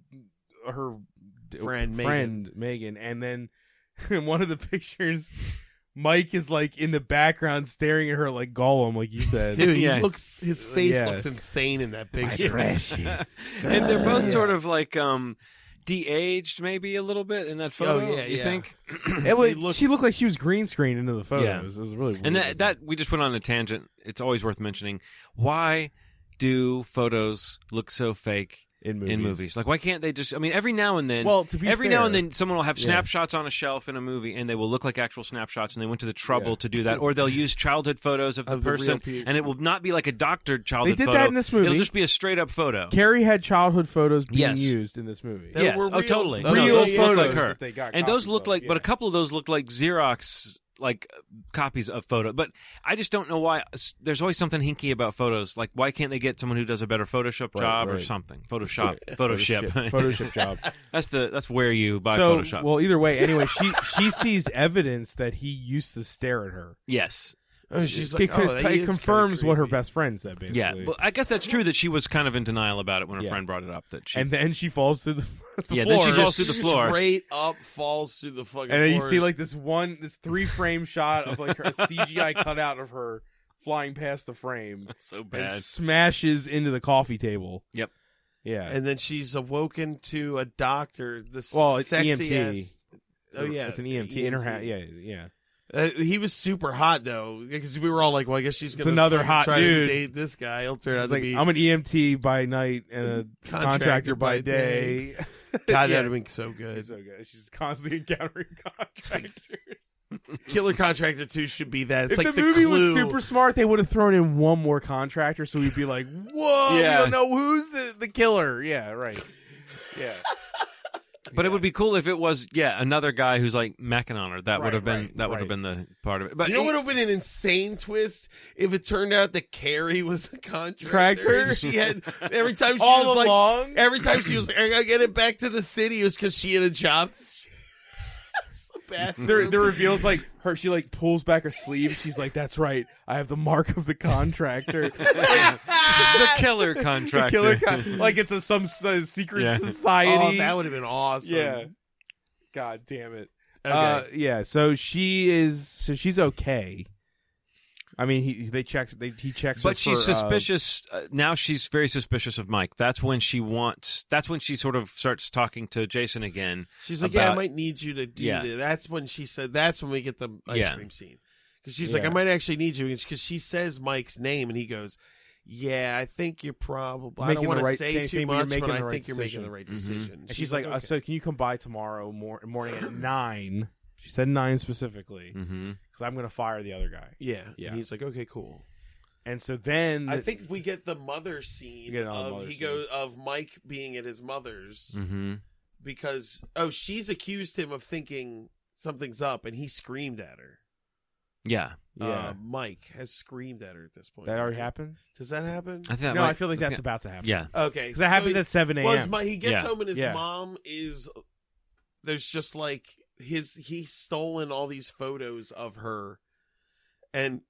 D: her d-
G: Friend Megan.
D: friend Megan, and then in one of the pictures, Mike is like in the background staring at her like Gollum, like you said.
G: Dude,
C: Yeah.
G: he looks. His face
D: Yeah.
G: looks insane in that picture.
C: and they're both sort of like um de-aged maybe a little bit in that photo.
G: Oh, yeah,
C: you
G: yeah.
C: think?
D: It was- she looked like she was green screened into the photos.
C: Yeah.
D: It was really weird.
C: And that that we just went on a tangent. It's always worth mentioning. Why do photos look so fake
D: in movies.
C: in movies? Like why can't they just? I mean, every now and then.
D: Well, to be
C: Every
D: fair-
C: now and then, someone will have
D: Yeah.
C: snapshots on a shelf in a movie, and they will look like actual snapshots, and they went to the trouble
D: Yeah.
C: to do that. Or they'll use childhood photos of the
G: Of the real
C: person,
G: people.
C: and it will not be like a doctored childhood.
D: did that
C: photo.
D: in this movie.
C: It'll just be a straight up photo.
D: Carrie had childhood photos being
C: Yes.
D: used in this movie.
G: That
C: yes.
G: were
C: oh,
G: real-
C: totally.
G: Real
C: no, those look
G: photos
C: like her.
D: that they got
C: and those
D: copies
C: look
D: of,
C: like, but
D: yeah.
C: a couple of those look like Xerox like uh, copies of photo. But I just don't know why. s- There's always something hinky about photos. Like, why can't they get someone who does a better Photoshop
D: Right,
C: job or
D: right.
C: something? Photoshop, Photoshop.
D: Photoshop job.
C: that's the that's where you buy
D: so
C: Photoshop.
D: well, either way, anyway, she she sees evidence that he used to stare at her.
C: yes,
G: Oh, she's like,
D: because
G: oh, that
D: it
G: is
D: confirms
G: kinda
D: what her
G: creepy.
D: best friend said, basically.
C: yeah. But I guess that's true that she was kind of in denial about it when her
D: Yeah.
C: friend brought it up. That she
D: and then she falls through the, the
C: yeah,
D: floor.
C: then she falls through the floor.
G: Straight up falls through the fucking.
D: and then you
G: floor.
D: see like this one, this three frame shot of like her a CGI cutout of her flying past the frame
C: So
D: and
C: bad.
D: smashes into the coffee table.
C: Yep.
D: Yeah.
G: and then she's awoken to a doctor. This
D: Well, it's
G: sexy
D: EMT.
G: ass- oh yeah,
D: it's an E EMT. In her ha- yeah, yeah.
G: Uh, he was super hot though, because we were all like, "Well, I guess she's
D: It's
G: gonna
D: another
G: fucking
D: hot
G: try
D: dude.
G: to date this guy. He'll turn out
D: It's
G: to
D: like
G: be
D: I'm an EMT by night and a contractor, by,
G: by
D: day.
G: day." God,
D: yeah.
G: that'd been so good.
D: It's so good. She's constantly encountering contractors.
G: Killer Contractor Two should be that. It's
D: if
G: like
D: the, movie was
G: Clue.
D: super smart, they would have thrown in one more contractor, so we'd be like, "Whoa,
C: Yeah.
D: we don't know who's the, the killer." Yeah, right. Yeah,
C: But it would be cool if it was yeah another guy who's like macking on her. That would
D: Right,
C: have been
D: right,
C: that would have been
D: right.
C: the part of it. But
G: You know
C: it-
G: what would have been an insane twist if it turned out that Carrie was a contractor.
D: Tractor?
G: and She had every time she
D: all
G: was like
D: along.
G: every time she was like, I gotta get it back to the city, it was because she had a job. It's the bathroom.
D: the, the reveals like her. She like pulls back her sleeve. She's like, "That's right, I have the mark of the contractor."
C: the killer
D: The
C: contractor.
D: killer, con- like it's a some s- uh, secret
C: Yeah.
D: society.
G: oh, that would have been awesome.
D: yeah. God damn it.
G: Okay.
D: Uh, yeah. So she is. So she's okay. I mean, he they checks. They, he checks. her
C: but she's
D: for, uh,
C: suspicious uh, now she's very suspicious of mike that's when she wants that's when she sort of starts talking to jason again
G: she's like, yeah, I
C: about-
G: might need you to do
C: Yeah.
G: that. That's when she said. That's when we get the ice
C: Yeah.
G: cream scene because she's like,
D: Yeah.
G: I might actually need you because she says Mike's name and he goes. Yeah, I think you're probably. I
D: Making
G: don't
D: the
G: want
D: right-
G: to say
D: same
G: too
D: thing, but you're
G: much, but
D: making
G: I
D: the right
G: think you're making
D: decision.
G: the right
C: Mhm.
G: decision. "Oh,
D: And she's, like, uh,
G: okay.
D: so can you come by tomorrow mor- morning at nine? She said nine specifically because
C: mm-hmm.
D: I'm going to fire the other guy.
G: yeah,
D: Yeah.
G: And he's like, okay, cool.
D: And so then
G: I think we get the mother scene
D: You get another
G: of
D: mother
G: he
D: scene. Mm.
G: goes of Mike being at his mother's
C: Mm-hmm.
G: because oh she's accused him of thinking something's up and he screamed at her.
C: yeah
D: yeah,
G: Uh, Mike has screamed at her at this point.
D: that already
G: right?
D: happened.
G: Does that happen?
C: i think that
D: no,
C: might-
D: I feel like that's
C: okay.
D: about to happen.
C: yeah
G: Okay,
D: because that happens at seven a.m.
G: was my, he gets
C: Yeah.
G: home and his
D: Yeah.
G: mom is there's just like his he's stolen all these photos of her, and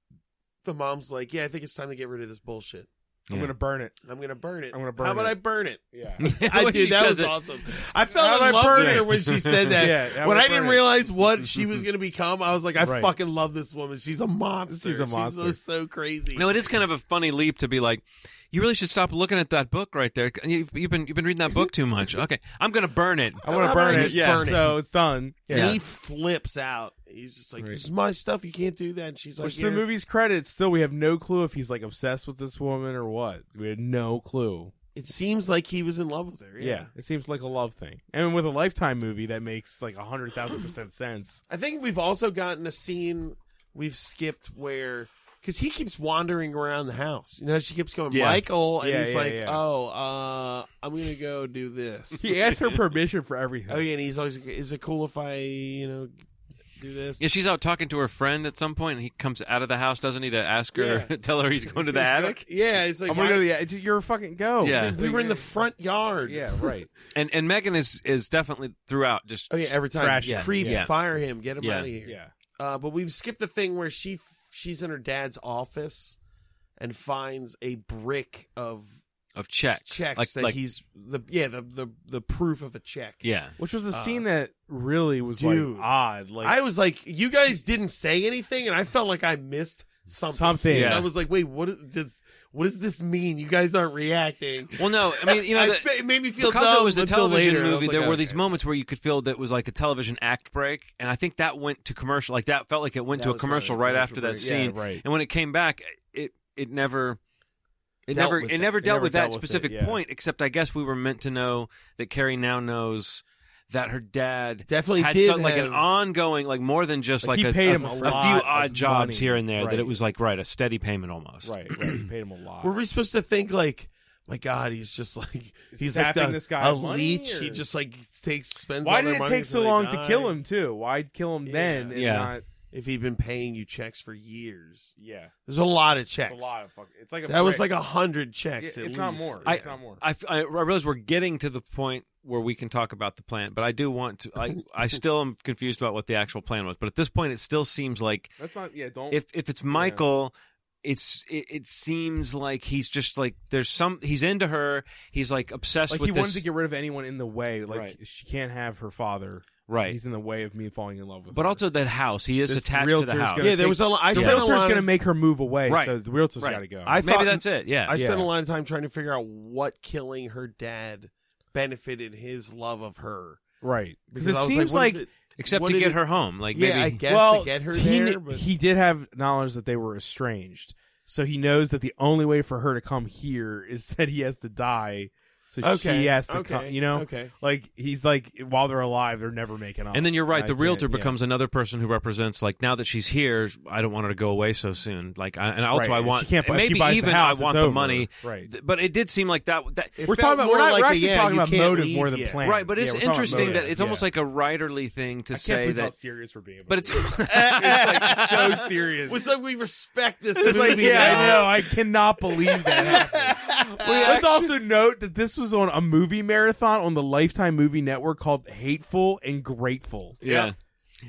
G: the mom's like, yeah, I think it's time to get rid of this bullshit.
D: I'm
C: Yeah.
D: going to burn it.
G: I'm gonna burn it.
D: I'm gonna burn
G: How about
D: it.
G: I burn it?
D: Yeah,
G: I
C: When she
G: did. That
C: says
G: was
C: it.
G: awesome. I fell
D: How'd I
G: in love
D: burn
G: with
D: it?
G: her when she said that.
D: Yeah, how'd
G: when
D: I
G: I
D: burn
G: didn't
D: it?
G: realize what she was going to become, I was like, I
D: Right.
G: fucking love this woman. She's a monster.
D: She's a monster.
G: so crazy.
C: no it is kind of a funny leap to be like you really should stop looking at that book right there. You've, you've been you've been reading that book too much. Okay, I'm gonna burn it.
D: I want to
G: How about
D: burn
G: I
D: it.
G: just
D: Yeah,
G: burn it?
D: so it's done.
G: And
D: Yeah.
G: he flips out. He's just like, "This is my stuff. You can't do that." And she's like,
D: Which
G: "Yeah."
D: the movie's credits still we have no clue if he's like obsessed with this woman or what. We had no clue.
G: It seems like he was in love with her.
D: Yeah. It seems like a love thing. And with a lifetime movie that makes like a hundred thousand percent sense.
G: I think we've also gotten a scene we've skipped where because he keeps wandering around the house. You know, she keeps going,
C: Yeah.
G: Michael, and
D: Yeah,
G: he's
D: yeah,
G: like,
D: yeah.
G: "Oh, uh, I'm gonna go do this."
D: He asked her permission for everything.
G: oh yeah, and he's always, like, "Is it cool if I, you know, do this?"
C: Yeah, she's out talking to her friend at some point, and he comes out of the house, doesn't he, to ask her, tell her he's going to the attic?
G: Yeah, it's like
D: I'm gonna
G: why-
D: go to the just- you're a fucking go.
C: Yeah.
G: we were in the front yard.
D: Yeah, right.
C: And and Megan is is definitely throughout just
G: Oh yeah, every time
D: Trash
C: him.
G: creep,
C: Yeah.
G: fire him, get him
C: Yeah.
G: out of here.
D: Yeah.
G: Uh, but we've skipped the thing where she f- she's in her dad's office and finds a brick of
C: of checks,
G: checks
C: like
G: that
C: like
G: he's the yeah the the the proof of a check.
C: yeah.
D: Which was a scene that really was
G: Uh, dude.
D: like odd. Like
G: I was like, you guys didn't say anything, and I felt like I missed something.
D: Something.
G: And
C: Yeah.
G: I was like, wait, what is, does what does this mean? You guys aren't reacting.
C: Well, no, I mean you know.
G: I
C: the-
G: fe- it made me feel
C: because
G: dumb
C: it was a
G: until
C: television
G: later. and I was
C: movie,
G: like, "Oh,
C: there were
G: okay.
C: these moments where you could feel that it was like a television act break, and I think that went to commercial. Like that felt like it went
D: That
C: to a
D: was
C: commercial
D: probably a
C: right
D: commercial
C: after that
D: break. Yeah,
C: scene.
D: right.
C: And when it came back, it it never. It
G: Dealt
C: never,
G: with
C: it,
G: it.
C: never
D: It
C: dealt
D: never
C: with
D: dealt
C: that
D: with it,
C: specific
D: yeah.
C: point, except I guess we were meant to know that Carrie now knows that her dad
G: Definitely
C: had
G: did
C: some, like an
G: have-
C: ongoing, like more than just
D: Like,
C: like,
D: he
C: a,
D: paid
C: a-
D: him a
C: a few
D: lot of
C: odd jobs
D: money.
C: here and there.
D: Right.
C: That it was like right, a steady payment almost.
D: Right, right. You paid him a lot.
G: Were we supposed to think like, my God, he's just like he's like
D: Sapping
G: the,
D: this guy
G: a
D: with money,
G: leech.
D: or-
G: He just like takes spends.
D: Why
G: all
D: did
G: their
D: it
G: money
D: take so
G: until they
D: long
G: die?
D: to kill him too? Why'd kill him then and
C: Yeah.
D: not
G: If he'd been paying you checks for years,
D: Yeah.
G: there's a lot of
D: It's
G: checks.
D: a lot of fuck. It's like a
G: that was
D: brick.
G: like a hundred checks.
D: Yeah,
G: at
D: if not
G: least.
D: more.
C: I-
D: if not more.
C: I, f- I- I realize we're getting to the point where we can talk about the plan, but I do want to. I, I still am confused about what the actual plan was, but at this point, it still seems like
D: That's not. Yeah, don't.
C: if if it's Michael, it's it, it seems like he's just like there's some he's into her. He's like obsessed
D: like
C: with
D: he
C: this,
D: wanted to get rid of anyone in the way. Like
C: Right.
D: she can't have her father.
C: right?
D: He's in the way of me falling in love with.
C: but
D: her.
C: also that house, he is
D: This
C: attached to the
D: realtor's
C: house.
D: gonna
G: Yeah, there
D: take-
G: was a lot. I
D: the
G: spent a
D: realtor's
G: lot
D: going to
G: of-
D: make her move away.
C: Right.
D: So the realtor's
C: Right.
D: got to go.
G: I
C: Maybe
G: thought-
C: that's it. Yeah,
G: I spent
D: Yeah.
G: a lot of time trying to figure out what killing her dad benefited his love of her.
D: right because
G: Because I
D: it
G: was
D: seems
G: what
D: like.
G: is it?
C: except
G: What
C: to
G: did
C: get
G: it-
C: her home. Like
G: yeah,
C: maybe
G: I guess
D: well,
G: to get her
D: he,
G: there.
D: kn-
G: but-
D: he did have knowledge that they were estranged, so he knows that the only way for her to come here is that he has to die. So
G: okay,
D: she has to
G: okay,
D: come. You know,
G: okay.
D: like he's like while they're alive, they're never making up.
C: And then you're right.
D: I
C: The
D: can't-
C: realtor
D: yeah.
C: becomes another person who represents like now that she's here. I don't want her to go away so soon. Like, I, and also
D: Right,
C: I
D: if
C: want
D: she can't buy-
C: and
D: if she
C: maybe
D: buys the
C: even
D: house,
C: I want
D: it's
C: the
D: over.
C: money.
D: Right.
C: Th- But it did seem like that. that
G: It
D: we're
G: felt
D: talking about we're
G: more
D: not
G: like
D: we're
G: a,
D: actually
G: yeah,
D: talking
G: you
D: about
G: can't
D: motive
G: leave
D: more than
G: yet.
D: plan.
C: right. But
D: Yeah,
C: it's
D: we're talking about
C: interesting
D: motive.
C: that it's
D: Yeah.
C: almost like a writerly thing to
D: I can't
C: say
D: believe how
C: that.
D: serious we're being. about
C: But it's
D: this. it's like so serious.
G: It's like we respect this
D: It's like,
G: movie
D: yeah,
G: now.
D: I know. I cannot believe that. happened. Let's also note that this was on a movie marathon on the Lifetime Movie Network called "Hateful and Grateful."
C: yeah.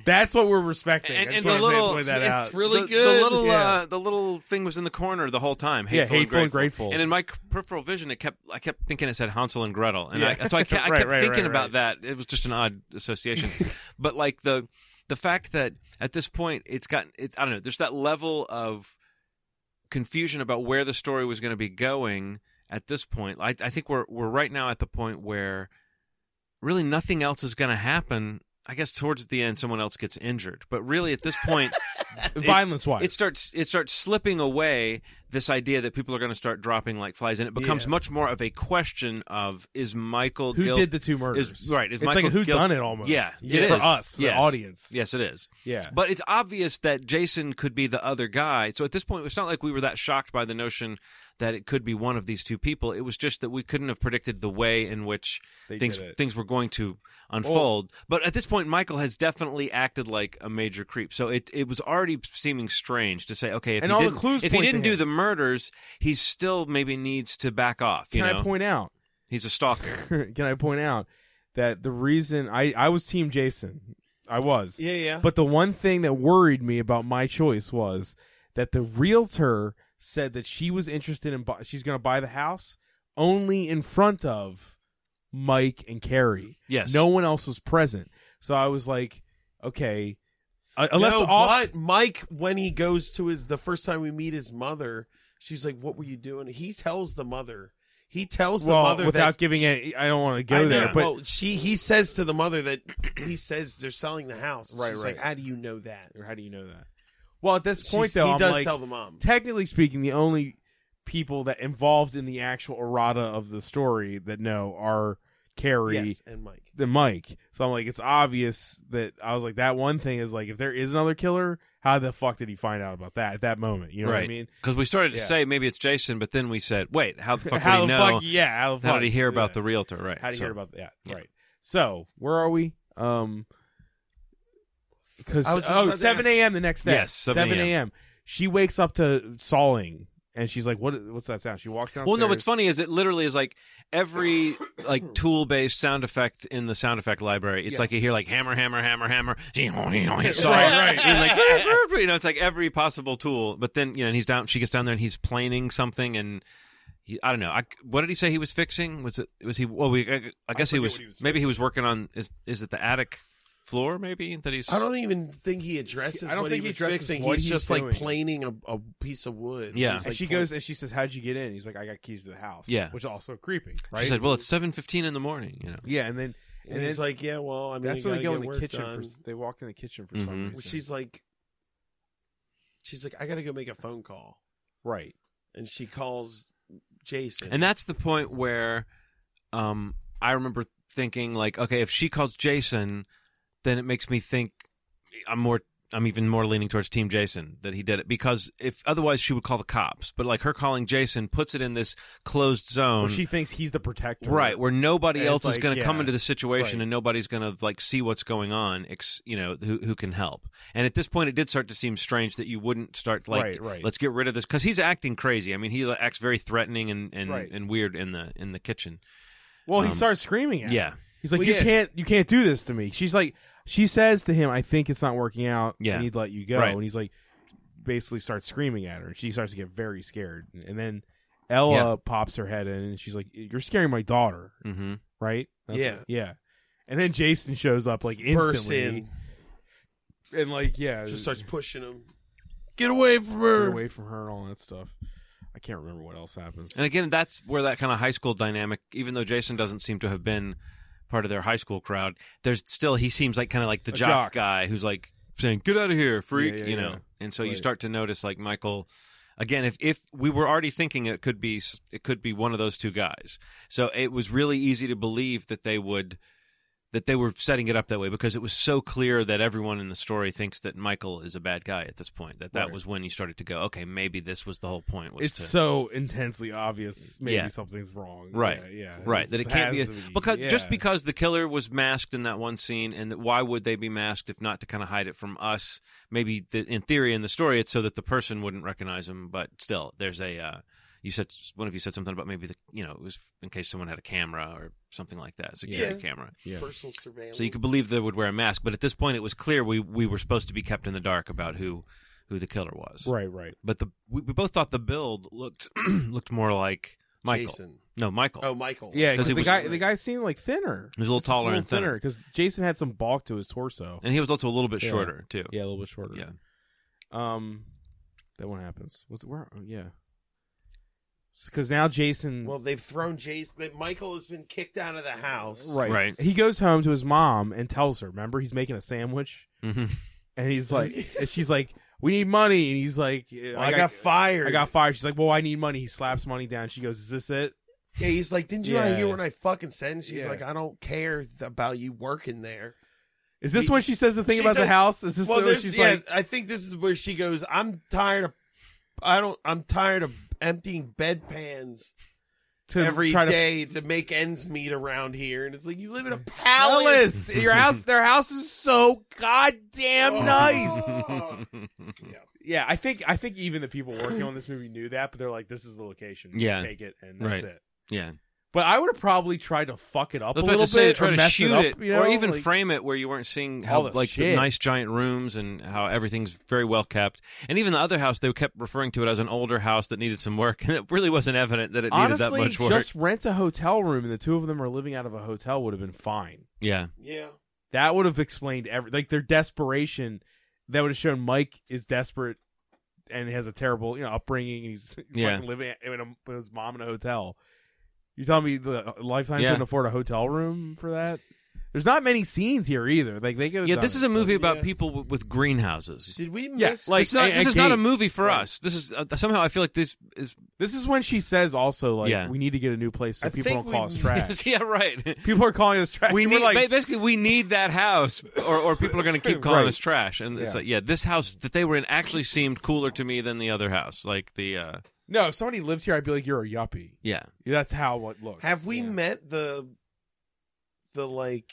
D: That's what we're respecting. I
C: And, and
D: just
C: the
D: wanted to
C: little
D: point that out.
G: it's really
C: the,
G: good.
C: The little
D: Yeah.
C: uh, the little thing was in the corner the whole time.
D: Yeah,
C: Hateful,
D: hateful and
C: and, grateful.
D: grateful.
C: And in my c- peripheral vision, it kept I kept thinking it said Hansel and Gretel, and
D: Yeah.
C: I, so I kept, I
D: Right,
C: kept
D: right,
C: thinking
D: right,
C: about that. It was just an odd association, but like the the fact that at this point it's gotten it, I don't know. There's that level of confusion about where the story was going to be going at this point. I, I think we're we're right now at the point where really nothing else is going to happen. I guess towards the end, someone else gets injured, but really at this point, it's-
D: Violence-wise.
C: it starts it starts slipping away. This idea that people are going to start dropping like flies, and it becomes
G: Yeah.
C: much more of a question of is Michael
D: who
C: guilt-
D: did the two murders?
C: Is, right, is
D: it's like a
C: Michael
D: who
C: guilt-
D: done it almost.
C: Yeah,
D: yeah,
C: it
D: for
C: is.
D: us, for
C: Yes.
D: the audience.
C: Yes, it is.
D: yeah.
C: But it's obvious that Jason could be the other guy. So at this point, it's not like we were that shocked by the notion that it could be one of these two people. It was just that we couldn't have predicted the way in which
D: They
C: things
D: did it.
C: things were going to unfold. but at this point, Michael has definitely acted like a major creep. So it, it was already seeming strange to say, okay, if
D: And
C: he
D: all the
C: didn't,
D: clues
C: if he
D: point to
C: didn't do
D: him.
C: the murders, he still maybe needs to back off. You
D: Can
C: know,
D: I point out?
C: he's a stalker.
D: Can I point out that the reason I I was Team Jason, I was.
G: Yeah, yeah.
D: But the one thing that worried me about my choice was that the realtor said that she was interested in bu- she's going to buy the house only in front of Mike and Carrie.
C: Yes.
D: No one else was present. So I was like, okay, uh, unless
G: no,
D: off-
G: but Mike, when he goes to his the first time we meet his mother, She's like, "What were you doing?" He tells the mother. He tells the
D: well,
G: mother
D: without
G: that
D: giving
G: she-
D: any, I don't want to
G: I
D: go
G: know,
D: there, but
G: well, she he says to the mother that he says they're selling the house.
D: Right,
G: She's
D: right.
G: like, "How do you know that?"
D: or how do you know that? Well, at this point
G: She's-
D: though,
G: he
D: I'm
G: does
D: like,
G: tell the mom.
D: technically speaking, the only people that involved in the actual errata of the story that know are Carrie
G: Yes, and Mike.
D: the Mike. So I'm like, it's obvious that I was like, that one thing is like, if there is another killer, how the fuck did he find out about that at that moment? You know what I
C: Right.
D: mean?
C: Because we started to
D: Yeah.
C: say maybe it's Jason, but then we said, wait, how the fuck
D: how
C: do we
D: the
C: know?
D: fuck? Yeah. How, the
C: how did
D: fuck-
C: he hear about
D: yeah.
C: the realtor? Right.
D: How do you
C: so-
D: hear about that?
C: Yeah.
D: Right. So where are we? Um, because
G: I was just
D: oh,
G: about to
D: 7
G: ask.
D: a.m. the next day.
C: Yes, 7
D: 7 a.m. She wakes up to sawing, and she's like, "What? What's that sound?" She walks down.
C: Well, no. What's funny is it literally is like every like tool based sound effect in the sound effect library. It's like you hear like hammer, hammer, hammer, hammer. Sorry,
D: right.
C: And like you know, it's like every possible tool. But then you know, and he's down. She gets down there and he's planing something, and he, I don't know. I, what did he say he was fixing? Was it was he? Well, we I, I guess he
D: forget
C: was.
D: what he was
C: maybe he was working on. Is is it the attic floor? Maybe that he's.
G: I don't even think he addresses
D: I don't
G: what
D: think he
G: he was
D: addresses
G: fixing.
D: what
G: he's,
D: he's
G: just
D: doing.
G: like planing a, a piece of wood.
C: Yeah. And
G: He's,
D: And
G: like,
D: she
G: pla-
D: goes and she says, "How'd you get in?" He's like, "I got keys to the house."
C: Yeah.
D: which is also creepy,
C: She
D: right?
C: said, "Well, it's seven fifteen in the morning." You know.
D: yeah, and then
G: and, he's
D: then-
G: like, "Yeah, well, I mean,
D: that's
G: you
D: when they go
G: gotta
D: in
G: get
D: the
G: work
D: kitchen. For,
G: done."
D: they walk in the kitchen for
C: Mhm.
D: some reason.
G: Well, she's like, she's like, I gotta go make a phone call,
D: right.
G: and she calls Jason.
C: And that's the point where um, I remember thinking, like, okay, if she calls Jason, then it makes me think I'm more, I'm even more leaning towards Team Jason that he did it because if otherwise she would call the cops. But like her calling Jason puts it in this closed zone.
D: Where she thinks he's the protector,
C: Right, where nobody
D: And
C: else
D: it's
C: is
D: like,
C: going to come
D: yeah,
C: into the situation,
D: right.
C: and nobody's going to like see what's going on. Ex- you know, who who can help? And at this point, it did start to seem strange that you wouldn't start like,
D: Right, right.
C: let's get rid of this because he's acting crazy. I mean, he like, acts very threatening and and,
D: Right.
C: and weird in the in the kitchen.
D: Well, he
C: Um,
D: starts screaming
C: Yeah,
D: at her. He's like,
G: Well,
D: you
G: yeah.
D: can't, you can't do this to me. She's like, she says to him, I think it's not working out.
C: Yeah.
D: I need to let you go.
C: Right.
D: And he's like, basically starts screaming at her. She starts to get very scared. And then Ella
C: Yeah.
D: pops her head in and she's like, you're scaring my daughter.
C: hmm
D: Right?
G: Yeah.
D: yeah. And then Jason shows up like
G: bursts
D: instantly.
G: in,
D: And like, yeah.
G: just starts pushing him. Get away from her!
D: away from her and all that stuff. I can't remember what else happens.
C: And again, that's where that kind of high school dynamic, even though Jason doesn't seem to have been part of their high school crowd, there's still he seems like kind of like the
D: A
C: jock,
D: jock.
C: guy who's like saying, "Get out of here, freak,"
D: yeah,
C: you know.
D: yeah.
C: And so you
D: Right.
C: start to notice like Michael again if if we were already thinking it could be s- it could be one of those two guys. So it was really easy to believe that they would that they were setting it up that way because it was so clear that everyone in the story thinks that Michael is a bad guy at this point. That that
D: Right.
C: was when you started to go, okay, maybe this was the whole point. Was
D: it's
C: to,
D: so intensely obvious. Maybe
C: Yeah.
D: something's wrong.
C: Right.
D: Yeah. yeah.
C: right that it
D: This
C: can't be,
D: has to
C: because just
D: yeah.
C: because the killer was masked in that one scene and that why would they be masked if not to kind of hide it from us maybe the, in theory in the story it's so that the person wouldn't recognize him but still there's a uh, you said one of you said something about maybe the you know it was in case someone had a camera or something like that security
G: Yeah.
C: camera
D: Yeah.
G: Personal surveillance.
C: so you could believe they would wear a mask but at this point it was clear we we were supposed to be kept in the dark about who who the killer was
D: Right, right.
C: but the we, we both thought the build looked looked more like Michael
G: Jason.
C: no Michael
G: Oh, Michael.
D: Yeah,
C: 'Cause
D: because
C: he
D: the
C: was-
D: guy the guy seemed like thinner.
C: He was a little
D: Just
C: taller and thinner.
D: because Jason had some bulk to his torso.
C: and he was also a little bit
D: Yeah.
C: shorter too
D: Yeah, a little bit shorter.
C: Yeah.
D: Um, that one happens. Was it where? Oh, yeah. Because now Jason,
G: Well, they've thrown Jason. That Michael has been kicked out of the house.
D: right,
C: Right.
D: he goes home to his mom and tells her. Remember, he's making a sandwich,
C: hmm
D: and he's like, and she's like, "We need money," and he's like,
G: Well, I, got, fired.
D: I got fired." She's like, "Well, I need money." He slaps money down. She goes, "Is this it?"
G: Yeah, he's like, didn't you not
D: Yeah.
G: hear when I fucking said? And she's
D: Yeah.
G: like, I don't care th- about you working there.
D: Is this
G: He-
D: when she says the thing
G: She
D: about the
G: said-
D: house? Is this
G: well,
D: the-
G: there's,
D: she's
G: yeah,
D: like,
G: I think this is where she goes. I'm tired of, I don't, I'm tired of emptying bedpans
D: to
G: every
D: try to
G: day to make ends meet around here, and it's like you live in a palace.
D: Alice, your house, their house is so goddamn nice. Oh. Yeah, I think I think even the people working on this movie knew that, but they're like, "This is the location. Just
C: Yeah.
D: take it, and that's
C: Right.
D: it."
C: Yeah,
D: But I would have probably tried to fuck it up
C: I was
D: a
C: about
D: little
C: to say
D: bit,
C: try
D: or
C: to
D: mess
C: shoot
D: it, up,
C: it,
D: you know?
C: or even
D: like,
C: frame it where you weren't seeing
D: All
C: how
D: the
C: like the
D: shit.
C: nice giant rooms and how everything's very well kept. And even the other house, they kept referring to it as an older house that needed some work, and it really wasn't evident that it needed that
D: honestly,
C: much work.
D: just rent a hotel room, and the two of them are living out of a hotel would have been fine.
C: yeah,
G: Yeah,
D: That would have explained every like their desperation. That would have shown Mike is desperate and has a terrible you know upbringing. And he's
C: Yeah.
D: fucking living in a, with his mom in a hotel. You telling me the uh, Lifetime
C: Yeah.
D: couldn't afford a hotel room for that? There's not many scenes here either. Like they could. have
C: Yeah,
D: done
C: this
D: it,
C: is a
D: but-
C: movie about
G: Yeah.
C: people w- with greenhouses.
G: Did we miss?
D: Yeah, like-
C: this is not,
D: a-
C: this
D: a
C: is not a
D: gate.
C: movie for
D: Right.
C: us. This is uh, somehow I feel like this is
D: This is when she says also like
C: Yeah.
D: we need to get a new place so
G: I
D: people
G: think
D: don't call
G: we-
D: us trash.
C: yeah right.
D: people are calling us trash.
C: We
D: and we're
C: need
D: like,
C: ba- basically we need that house, or, or people are going to keep calling
D: Right.
C: us trash. And it's
D: Yeah.
C: like, yeah, this house that they were in actually seemed cooler to me than the other house. Like the uh,
D: no, if somebody lived here, I'd be like, you're a yuppie.
C: yeah,
D: That's how it looks.
G: Have we
D: Yeah.
G: met the the like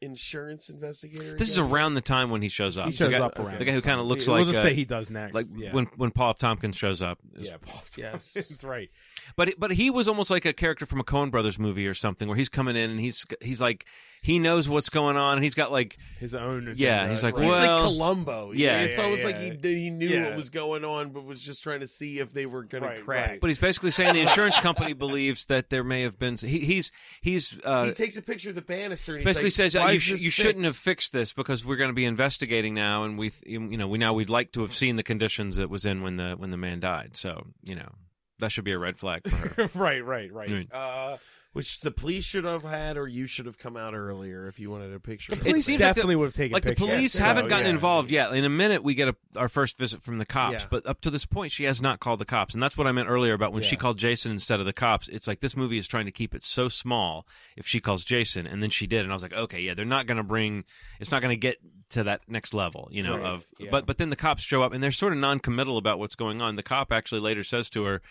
G: insurance investigator?
C: this is
G: yet?
C: around the time when he shows up.
D: He shows
C: the guy,
D: up around
C: the guy who kind of looks
D: we'll
C: like
D: just
C: uh,
D: say he does next.
C: like
D: yeah.
C: when when Paul F. Tompkins shows up. Is-
D: yeah, Paul
G: Yes.
D: That's right.
C: But it- but he was almost like a character from a Coen Brothers movie or something, where he's coming in and he's he's like he knows what's going on, and he's got like
D: His own.
C: Yeah,
D: agenda.
C: he's like,
G: He's like
C: Well-
G: Columbo. you
C: Yeah,
G: know? it's
D: yeah,
G: almost
D: yeah.
G: like he knew, he knew
D: Yeah.
G: what was going on, but was just trying to see if they were going
D: Right,
G: to crack.
D: right.
C: But he's basically saying the insurance company believes that there may have been. He, he's he's uh,
G: he takes a picture of the banister. And
C: basically
G: he's like,
C: says
G: "Why
C: uh, you,
G: is
C: sh-
G: this
C: you shouldn't have
G: fixed?"
C: fixed this because we're going to be investigating now, and we th- you you know we now we'd like to have seen the conditions that was in when the when the man died. So you know that should be a red flag for her.
D: right, right, right.
C: Right.
D: Uh,
G: Which the police should have had, or you should have come out earlier if you wanted a picture. of
C: police
G: it.
D: police
C: seems like the-
D: definitely would have taken.
C: like the
D: pictures,
C: police
D: so,
C: haven't gotten
D: Oh, yeah.
C: involved yet. In a minute we get a, our first visit from the cops,
G: Yeah.
C: but up to this point she has not called the cops, and that's what I meant earlier about when she
D: Yeah.
C: called Jason instead of the cops. It's like this movie is trying to keep it so small. If she calls Jason, and then she did, and I was like, okay, yeah, they're not going to bring. It's not going to get to that next level, you know.
D: Right.
C: Of
D: Yeah.
C: but but then the cops show up, and they're sort of non-committal about what's going on. The cop actually later says to her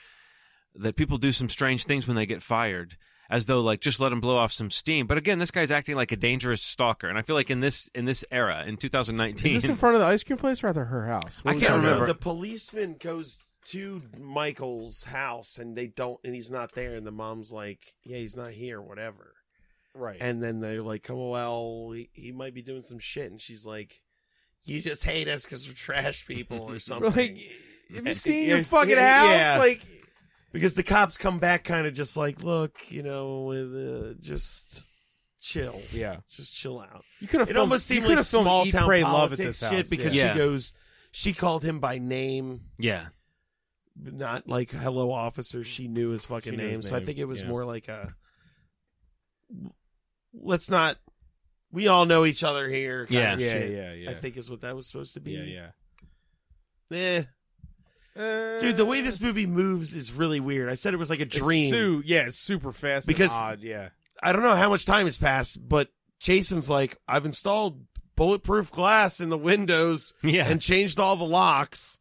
C: that people do some strange things when they get fired as though like just let him blow off some steam. But again, this guy's acting like a dangerous stalker, and I feel like in this in this era in 2019,
D: Is this in front of the ice cream place or at her house?
C: I can't
D: was that?
G: No, no,
C: remember.
G: The policeman goes to Michael's house, and they don't, and he's not there. And the mom's like, "Yeah, he's not here. Whatever."
D: Right.
G: And then they're like, "Come on, well, he, he might be doing some shit," and she's like, "You just hate us because we're trash people or
D: We're
G: something."
D: like, have you seen your
G: Yeah,
D: fucking
G: yeah,
D: house?
G: yeah.
D: Like,
G: because the cops come back kind of just like, "Look, you know, with, uh, just chill,
D: yeah.
G: just chill out."
D: You E could have.
G: It almost seemed like small town politics shit because
C: Yeah.
G: she goes, she called him by name.
C: yeah,
G: not like hello officer she knew his fucking
D: She knew
G: name
D: his
G: so i
D: name,
G: think it was
D: yeah.
G: more like a let's not we all know each other here kind
C: Yeah.
G: of
D: yeah,
G: shit,
D: yeah, yeah,
G: i think is what that was supposed to be
D: yeah,
G: yeah eh.
D: yeah.
G: dude the way this movie moves is really weird i said it was like a
D: It's
G: dream
D: su- yeah, it's super fast
G: Because-
D: and odd. Yeah,
G: i don't know how much time has passed but jason's like i've installed bulletproof glass in the windows
C: yeah.
G: and changed all the locks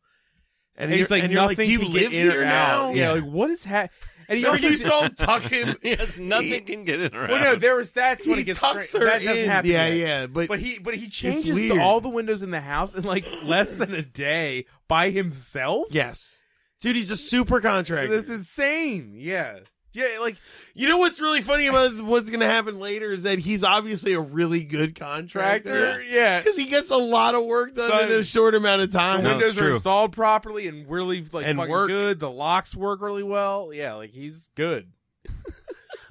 G: and,
D: and he's
G: you're-
D: like,
G: and you're
D: nothing.
G: you
D: can
G: live
D: get in
G: here
D: or
G: now
D: out.
C: Yeah.
D: Yeah, like what is ha And he
G: Or
D: also
G: you saw him tuck him
C: yes, nothing can get in around.
D: Well, no, there was that's when
G: he
D: it gets
G: tucks
D: stra-
G: her
D: that doesn't
G: in.
D: happen.
G: yeah,
D: yet.
G: yeah. But,
D: But he but he changes the,
G: weird.
D: all the windows in the house in like less than a day by himself.
G: yes, dude, he's a super contractor.
D: that's insane. Yeah, yeah. Like
G: you know what's really funny about what's going to happen later is that he's obviously a really good contractor
D: tractor. Yeah,
G: because he gets a lot of work done
D: Done.
G: in a short amount of
D: the
G: time.
C: No,
D: windows
C: it's
D: are
C: true.
D: installed properly and really like
G: And
D: fucking
G: work.
D: good. The locks work really well. Yeah, like he's good.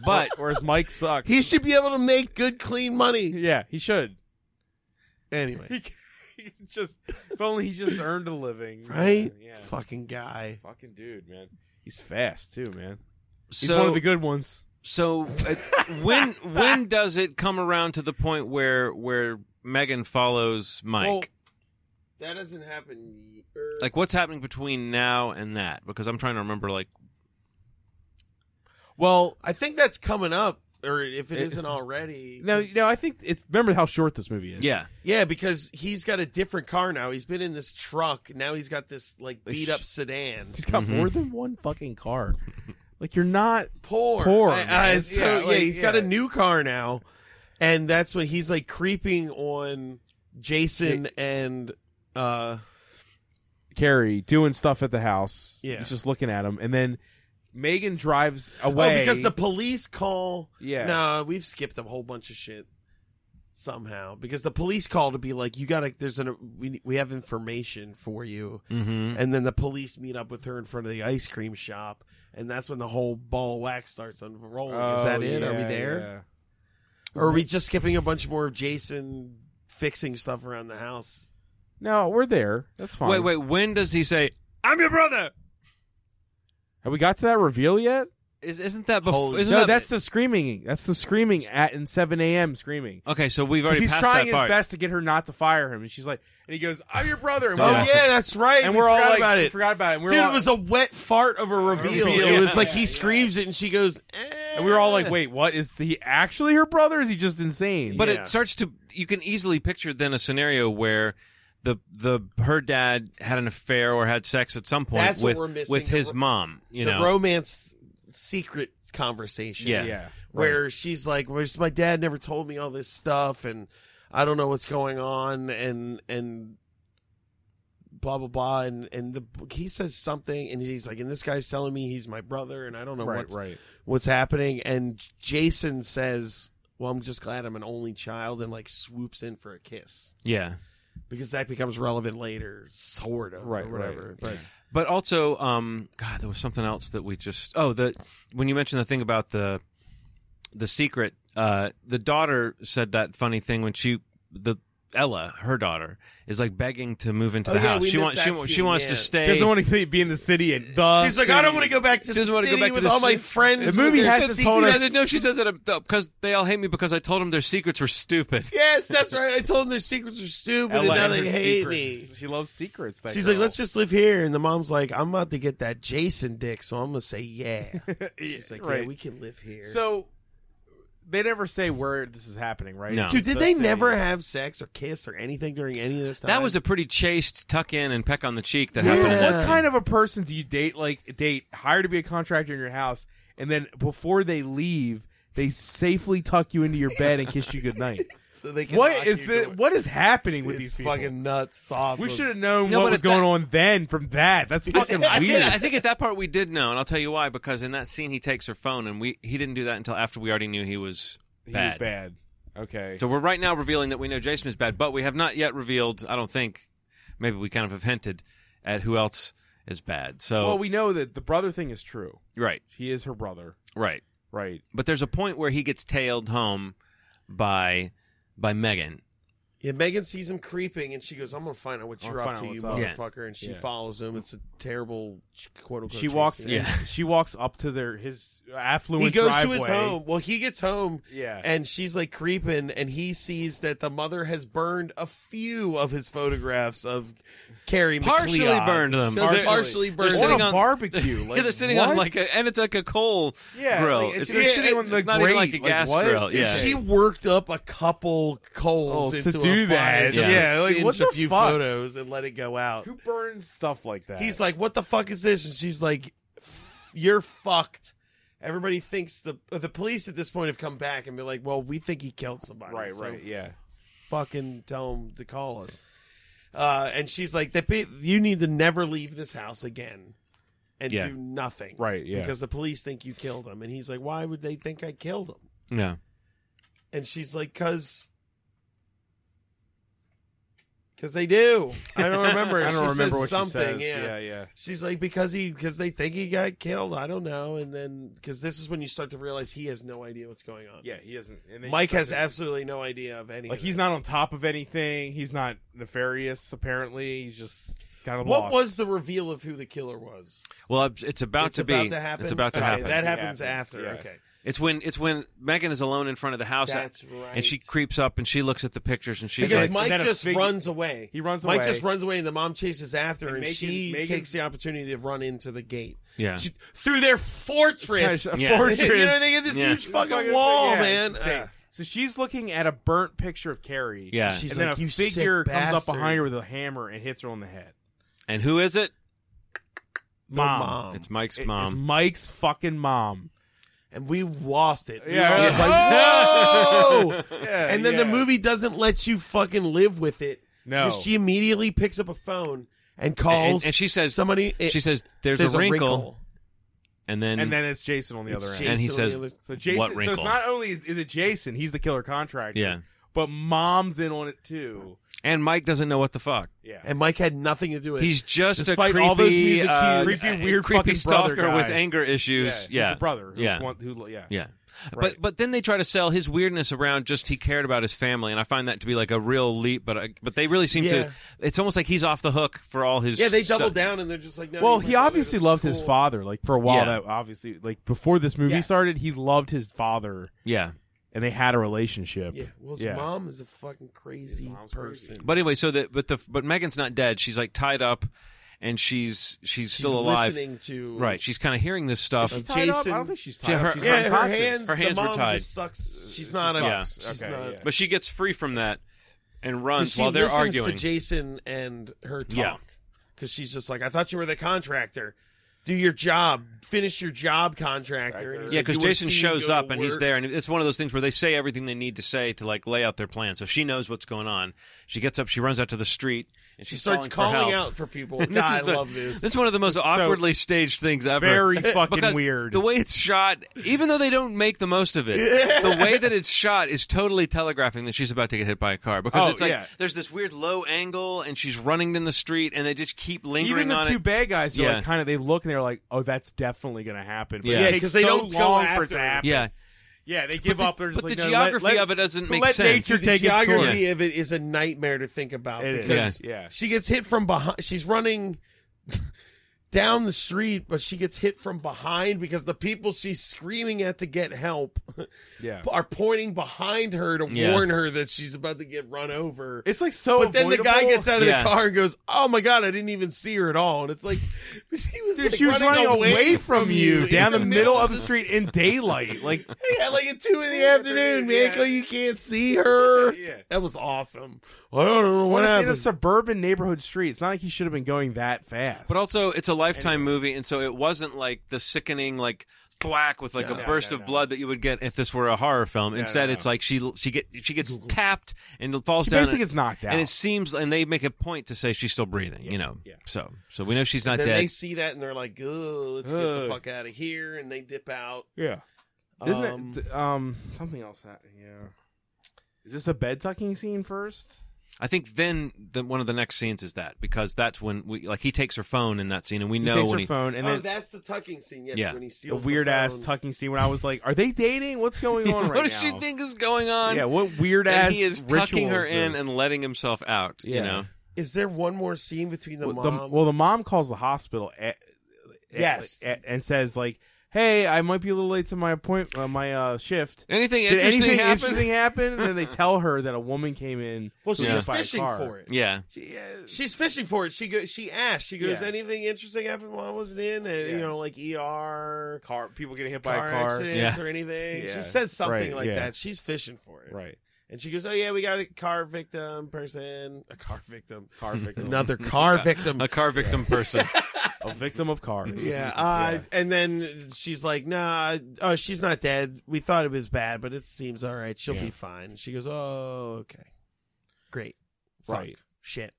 C: but
D: Whereas Mike sucks.
G: He should be able to make good, clean money.
D: yeah, he should.
G: Anyway,
D: He, he just if only he just earned a living.
G: right?
D: Yeah.
G: Fucking guy.
D: Fucking dude, man. He's fast too, man. He's
C: so
D: one of the good ones.
C: so uh, when when does it come around to the point where where Megan follows Mike?
G: Well, that doesn't happen. y- er,
C: like what's happening between now and that? Because I'm trying to remember. Like
D: Well,
G: I think that's coming up, or if it
D: It-
G: isn't already.
D: no,
G: 'cause-
D: no. I think it's remember how short this movie is.
C: yeah,
G: Yeah, because he's got a different car now. He's been in this truck. Now he's got this like beat up sedan.
D: he's got
C: Mhm.
D: more than one fucking car. Like you're not
G: poor.
D: Poor,
G: I- I-
D: man.
G: so,
D: Yeah,
G: yeah,
D: like,
G: he's got
D: yeah.
G: a new car now, and that's when he's like creeping on Jason and uh
D: Carrie doing stuff at the house.
G: Yeah.
D: he's just looking at him, and then Megan drives away
G: oh because the police call.
D: yeah.
G: Nah, we've skipped a whole bunch of shit somehow because the police call to be like you gotta there's an we we have information for you
C: mm-hmm.
G: and then the police meet up with her in front of the ice cream shop and that's when the whole ball of wax starts unrolling is
D: Oh,
G: that it are we
D: yeah,
G: there
D: yeah.
G: Or are we just skipping a bunch more of Jason fixing stuff around the house?
D: No, we're there. That's fine.
C: wait, wait. When does he say
E: I'm your brother.
D: Have we got to that reveal yet?
C: Is, isn't that before?
D: no, that's the screaming. That's the screaming at in seven a.m. screaming.
C: okay. So we've
D: 'Cause
C: already
D: he's
C: passed
D: trying
C: that
D: his
C: part.
D: best to get her not to fire him, and she's like, and he goes, "I'm your brother." And
G: Oh
D: we're,
G: yeah,
D: all-
G: that's right.
D: and
G: we
D: we're all
G: forgot
D: like,
G: about
D: we
G: it.
D: forgot about it. And we were
G: Dude,
D: all,
G: it was a wet fart of a reveal.
D: reveal,
G: It was
D: yeah.
G: like he screams it and she goes, eh.
D: and we were all like, "Wait, what? Is he actually her brother? Or is he just insane?"
C: But
G: Yeah.
C: it starts to you can easily picture then a scenario where the the her dad had an affair or had sex at some point
G: That's what
C: with
G: we're missing,
C: with
G: the
C: his
G: ro-
C: mom. You
G: the
C: know,
G: romance secret conversation.
C: Yeah.
D: yeah,
G: Where she's like, "Where's my dad never told me all this stuff and I don't know what's going on and and blah blah blah and and the he says something and he's like and this guy's telling me he's my brother and I don't know
D: right,
G: what's
D: right.
G: what's happening and Jason says, "Well, I'm just glad I'm an only child" and like swoops in for a kiss
C: yeah.
G: because that becomes relevant later sort of
D: Right,
G: or whatever. But
C: But also, um, God, there was something else that we just. Oh, the when you mentioned the thing about the the secret, uh, the daughter said that funny thing when she the Ella, her daughter, is like begging to move into
G: Oh,
C: the
G: yeah,
C: house.
G: we
C: she
G: missed
C: wants
G: that
C: she, wa- she
G: scene,
C: wants
G: yeah.
C: to
D: She
C: stay.
D: doesn't want to be in the city, and the
G: She's like, I don't want to go back to the
C: Doesn't wanna go
G: city
C: back to
G: with
C: the
G: all my
C: city.
G: friends.
D: The movie
G: with their
D: has to told
G: secret-
C: No,
D: us-
C: no, she says it because they all hate me because I told them their secrets were stupid.
G: Yes, that's right. I told them their secrets are stupid,
D: Ella
G: and now
D: and her
G: they hate
D: secrets. "Oh."
G: me.
D: She loves secrets. that
G: She's
D: girl.
G: like, let's just live here. And the mom's like, I'm about to get that Jason dick, so I'm gonna say yeah. She's like, yeah,
D: right.
G: we can live here.
D: So they never say where this is happening, right?
C: No.
G: Dude, did
D: The
G: they
D: city.
G: never have sex or kiss or anything during any of this time?
C: That was a pretty chaste tuck in and peck on the cheek that
D: Yeah,
C: happened.
D: but
C: in that
D: what
C: scene.
D: kind of a person do you date? Like date hire to be a contractor in your house, and then before they leave, they safely tuck you into your bed and kiss you goodnight.
G: so they can
D: what
G: lock
D: is
G: you
D: the
G: door.
D: what is happening with
G: It's
D: these people?
G: fucking nuts sauce?
D: we should have known
C: No, but
D: what was
C: it's
D: going
C: that-
D: on then from that. That's fucking
C: I think,
D: weird.
C: I think at that part we did know, and I'll tell you why. Because in that scene, he takes her phone, and we he didn't do that until after we already knew he was
D: He
C: bad.
D: was bad. Okay.
C: So we're right now revealing that we know Jason is bad, but we have not yet revealed. I don't think. Maybe we kind of have hinted at who else is bad. So
D: well, we know that the brother thing is true.
C: right,
D: He is her brother.
C: right.
D: Right.
C: But there's a point where he gets tailed home by by Megan.
G: Yeah, Megan sees him creeping, and she goes, "I'm gonna find out what
D: I'm
G: you're
D: gonna
G: up to,
D: find out
G: you
D: what's
C: up.
G: motherfucker." And she
D: Yeah.
G: follows him. It's a terrible quote unquote.
D: She walks
G: chase scene.
D: in,
C: Yeah.
D: she walks up to their his affluent
G: He goes to
D: driveway.
G: his home. Well, he gets home,
D: Yeah.
G: and she's like creeping, and he sees that the mother has burned a few of his photographs of Carrie.
C: Partially
G: McLeod.
C: burned them.
G: She was
C: Partially.
G: partially
C: They're
G: burned.
C: sitting
D: on a
C: on-
D: barbecue. Like,
C: they're sitting on
D: what?
C: like a, and it's like a coal
D: yeah,
C: grill.
D: Like,
C: it's
D: they're
G: yeah,
D: sitting on
G: it's
D: the
C: not even like a
D: grate.
C: gas
D: what?
C: grill, yeah.
G: She worked up a couple coals
D: Oh,
G: into
D: to
G: a
D: do
G: fire
D: that.
G: just to
D: Yeah, like, what
G: singe a
D: the
G: few
D: fuck?
G: photos and let it go out.
D: Who burns stuff like that?
G: He's like, "What the fuck is this?" And she's like, "F- "You're fucked." Everybody thinks the the police at this point have come back and be like, "Well, we think he killed somebody."
D: right,
G: so
D: right, yeah.
G: Fucking tell him to call us. Uh, and she's like, "That be- you need to never leave this house again." And
C: Yeah.
G: do nothing.
D: Right, yeah.
G: Because the police think you killed him. And he's like, why would they think I killed him?
C: yeah.
G: And she's like, because. Because they do. I don't remember.
D: I
G: She
D: don't
G: says
D: remember what
G: something.
D: she says.
G: yeah.
D: yeah,
G: She's like because he because they think he got killed. I don't know, and then because this is when you start to realize he has no idea what's going on.
D: Yeah, he doesn't. and then
G: Mike
D: he
G: has
D: starts-
G: absolutely no idea of anything.
D: like he's not on top of anything. He's not nefarious. Apparently, he's just kind of
G: What
D: lost.
G: was the reveal of who the killer was?
C: Well, it's- it's about
G: it's
C: to
G: about
C: be.
G: to happen.
C: It's about to
G: okay,
C: happen.
G: That happens
D: It happens,
G: after.
D: yeah.
G: Okay,
C: It's when it's when Megan is alone in front of the house,
G: that's right.
C: and she creeps up and she looks at the pictures and she's
G: because
C: like,
D: And
G: Mike
D: then a
G: just
D: fig-
G: runs away.
D: he runs
G: Mike just
D: away.
G: runs away, and the mom chases after, her, and,
D: And Megan-
G: she
D: Megan-
G: takes the opportunity to run into the gate.
C: "Yeah,
G: She, through their fortress.
D: A
C: Yeah.
D: fortress.
G: you know, they get this
C: Yeah.
G: huge fucking,
D: Fucking-
G: wall,
D: yeah,
G: man.
D: it's insane.
G: Ah.
D: so she's looking at a burnt picture of Carrie.
C: yeah."
G: Uh, She's
D: and then
G: like,
D: a
G: "You sick
D: figure comes
G: bastard."
D: up behind her with a hammer and hits her on the head.
C: and who is it?
G: The
D: Mom.
G: mom.
C: It's Mike's
D: It- It's
C: mom.
D: Mike's fucking mom.
G: and we lost it. We
D: Yeah, I was
G: were like, no.
D: Yeah,
G: and then the
D: yeah.
G: movie doesn't let you fucking live with it.
D: No.
G: 'Cause She immediately picks up a phone and
C: And,
G: calls
C: and she says,
G: somebody.
C: "She says there's, a, wrinkle, and then
D: and then it's Jason on the
G: It's
D: other
G: Jason
D: end.
C: And he
G: on
C: says-
G: the other-
D: So Jason.
C: What
D: so it's
C: wrinkle?
D: not only is, is it Jason, he's the killer contractor.
C: Yeah.
D: but mom's in on it too.
C: And Mike doesn't know what the fuck.
G: and Mike had nothing to do with it.
C: He's just
D: Despite
C: a creepy,
D: all those music
C: uh,
D: cues. Creepy,
C: uh,
D: weird
C: creepy
D: fucking brother
C: stalker
D: guy.
C: with anger issues.
D: he's
C: Yeah,
D: a brother. Who
C: yeah,
D: want- who, yeah,
C: yeah.
D: Right.
C: But but then they try to sell his weirdness around just he cared about his family, and I find that to be like a real leap. But I, but they really seem
G: Yeah.
C: to. It's almost like he's off the hook for all his.
G: yeah, they
C: stuff.
G: doubled down and they're just like, no,
D: Well,
G: you
D: he
G: might-
D: obviously
G: this is
D: loved his
G: cool.
D: father. Like for a while,
C: Yeah.
D: that obviously, like before this movie
G: Yes.
D: started, he loved his father,
C: Yeah.
D: and they had a relationship.
G: Yeah, well, his
D: Yeah.
G: mom is a fucking crazy person.
C: But anyway, so that but the but Megan's not dead. She's like tied up, and she's she's
G: She's
C: still alive.
G: listening to
C: Right. She's kind of hearing this stuff.
G: Is she
D: Tied up? I
G: Jason-
D: don't think she's
C: Yeah,
D: tied up.
C: her-
D: She's
G: Yeah, her
D: unconscious.
G: hands.
C: Her hands
G: the
C: were
G: mom
C: tied.
G: Just sucks. She's not.
C: she
G: a-
C: sucks.
G: She's
D: Okay,
G: not.
D: yeah.
C: But she gets free from that and
G: 'Cause
C: runs
G: she
C: while they're
G: listens
C: arguing.
G: to Jason and her talk.
C: Yeah.
G: Because she's just like, I thought you were the contractor. Do your job. Finish your job, contractor. And he's
C: yeah,
G: like,
C: because
G: "You wanna
C: Jason
G: see me
C: shows
G: go E to
C: up and he's
G: work?"
C: there, and it's one of those things where they say everything they need to say to like lay out their plan. So she knows what's going on. She gets up, she runs out to the street, and
G: She
C: she's
G: starts
C: for
G: calling
C: help.
G: out for people.
C: And
G: God,
C: this
G: I
C: is the-
G: love this.
C: This is one of the most awkwardly staged things ever.
D: Very fucking
C: because
D: weird.
C: The way it's shot, even though they don't make the most of it, the way that it's shot is totally telegraphing that she's about to get hit by a car because
D: Oh,
C: it's like
D: yeah.
C: there's this weird low angle and she's running in the street and they just keep lingering
D: Even the
C: on
D: two
C: it.
D: bad guys, are
C: Yeah.
D: like kind of they look and they're like, "Oh, that's definitely going to happen." But
C: Yeah.
D: it
C: Yeah,
D: takes
G: 'cause they
D: so
G: don't go
D: long for
G: after
D: it to
G: it.
D: happen.
C: Yeah,
D: yeah, they give
C: the-
D: up. They're just
C: but
D: like,
C: the
D: "No, let-
C: geography
D: let-
C: of it doesn't make
D: let
C: sense."
D: Nature
G: the
D: take its course.
G: geography of it is a nightmare to think about
D: It is.
G: because
D: Yeah. Yeah.
G: she gets hit from behind. She's running down the street, but she gets hit from behind because the people she's screaming at to get help
D: Yeah.
G: are pointing behind her to
C: Yeah.
G: warn her that she's about to get run over.
D: It's like so.
G: but then the guy
D: avoidable.
G: gets out of
C: Yeah.
G: the car and goes, "Oh my god, I didn't even see her at all." And it's like she was,
D: Dude,
G: like,
D: she was running, away, from you
G: in
D: down the middle of the street in daylight. Like,
G: Yeah, like at two in the afternoon, man.
D: Yeah.
G: You can't see her.
D: Yeah.
G: That was awesome. I don't know what
D: honestly, in a
G: happened.
D: suburban neighborhood street. It's not like he should have been going that fast.
C: But also, it's a lifetime movie, and so it wasn't like the sickening like thwack with like a burst
D: no,
C: of
D: no.
C: blood that you would get if this were a horror film. Instead,
D: no.
C: it's like she she get she gets tapped and falls
D: she
C: down,
D: basically
C: and,
D: gets knocked out.
C: and it seems and they make a point to say she's still breathing. you know,
D: yeah.
C: so so we know she's not
G: then
C: dead.
G: they see that and they're like, "Ugh, let's get the
D: Ugh.
G: fuck out of here," and they dip out.
D: yeah, isn't
G: Um,
D: it? th- Um, something else. That, yeah, is this the bed tucking scene first?
C: I think then the, one of the next scenes is that because that's when we like he takes her phone in that scene, and we
D: He
C: know
D: takes
C: when
D: her
C: he
D: phone, and
G: oh,
D: then
G: that's the tucking scene. Yes,
C: Yeah.
G: when he
D: the
G: steals the
D: weird ass
G: phone.
D: tucking scene. When I was like, "Are they dating? What's going on right
C: what does
D: now?"
C: she think is going on?
D: Yeah, what weird
C: and
D: ass
C: he is
D: ritual
C: tucking her
D: is
C: in
D: this?
C: and letting himself out. You
D: Yeah.
C: know,
G: Is there one more scene between the
D: well,
G: mom?
D: The, well, the mom calls the hospital. At,
G: Yes.
D: and says like, "Hey, I might be a little late to my appointment, uh, my uh, shift."
C: anything
D: Did
C: interesting
D: anything
C: happen?
D: interesting happen? And then they tell her that a woman came in.
G: Well, she's
C: Yeah.
D: by a
G: fishing
D: car.
G: for it.
C: Yeah,
D: She is.
G: She's fishing for it. She go, she asked. She goes,
D: Yeah.
G: "Anything interesting happened while I wasn't in?" And you
D: Yeah.
G: know, like ER,
D: Car, people getting hit by
G: car,
D: a car.
G: accidents
C: Yeah.
G: or anything.
D: Yeah.
G: She says something
D: Right,
G: like
D: yeah.
G: that. She's fishing for it.
D: Right.
G: And she goes, "Oh yeah, we got a car victim person, a car victim,
D: Car victim.
G: another car victim."
C: a car victim person.
D: a victim of cars.
G: Yeah, uh, and then she's like, "Nah, oh, she's not dead. We thought it was bad, but it seems all right. She'll be fine." She goes, "Oh, okay, great, Fuck.
D: Right.
G: shit."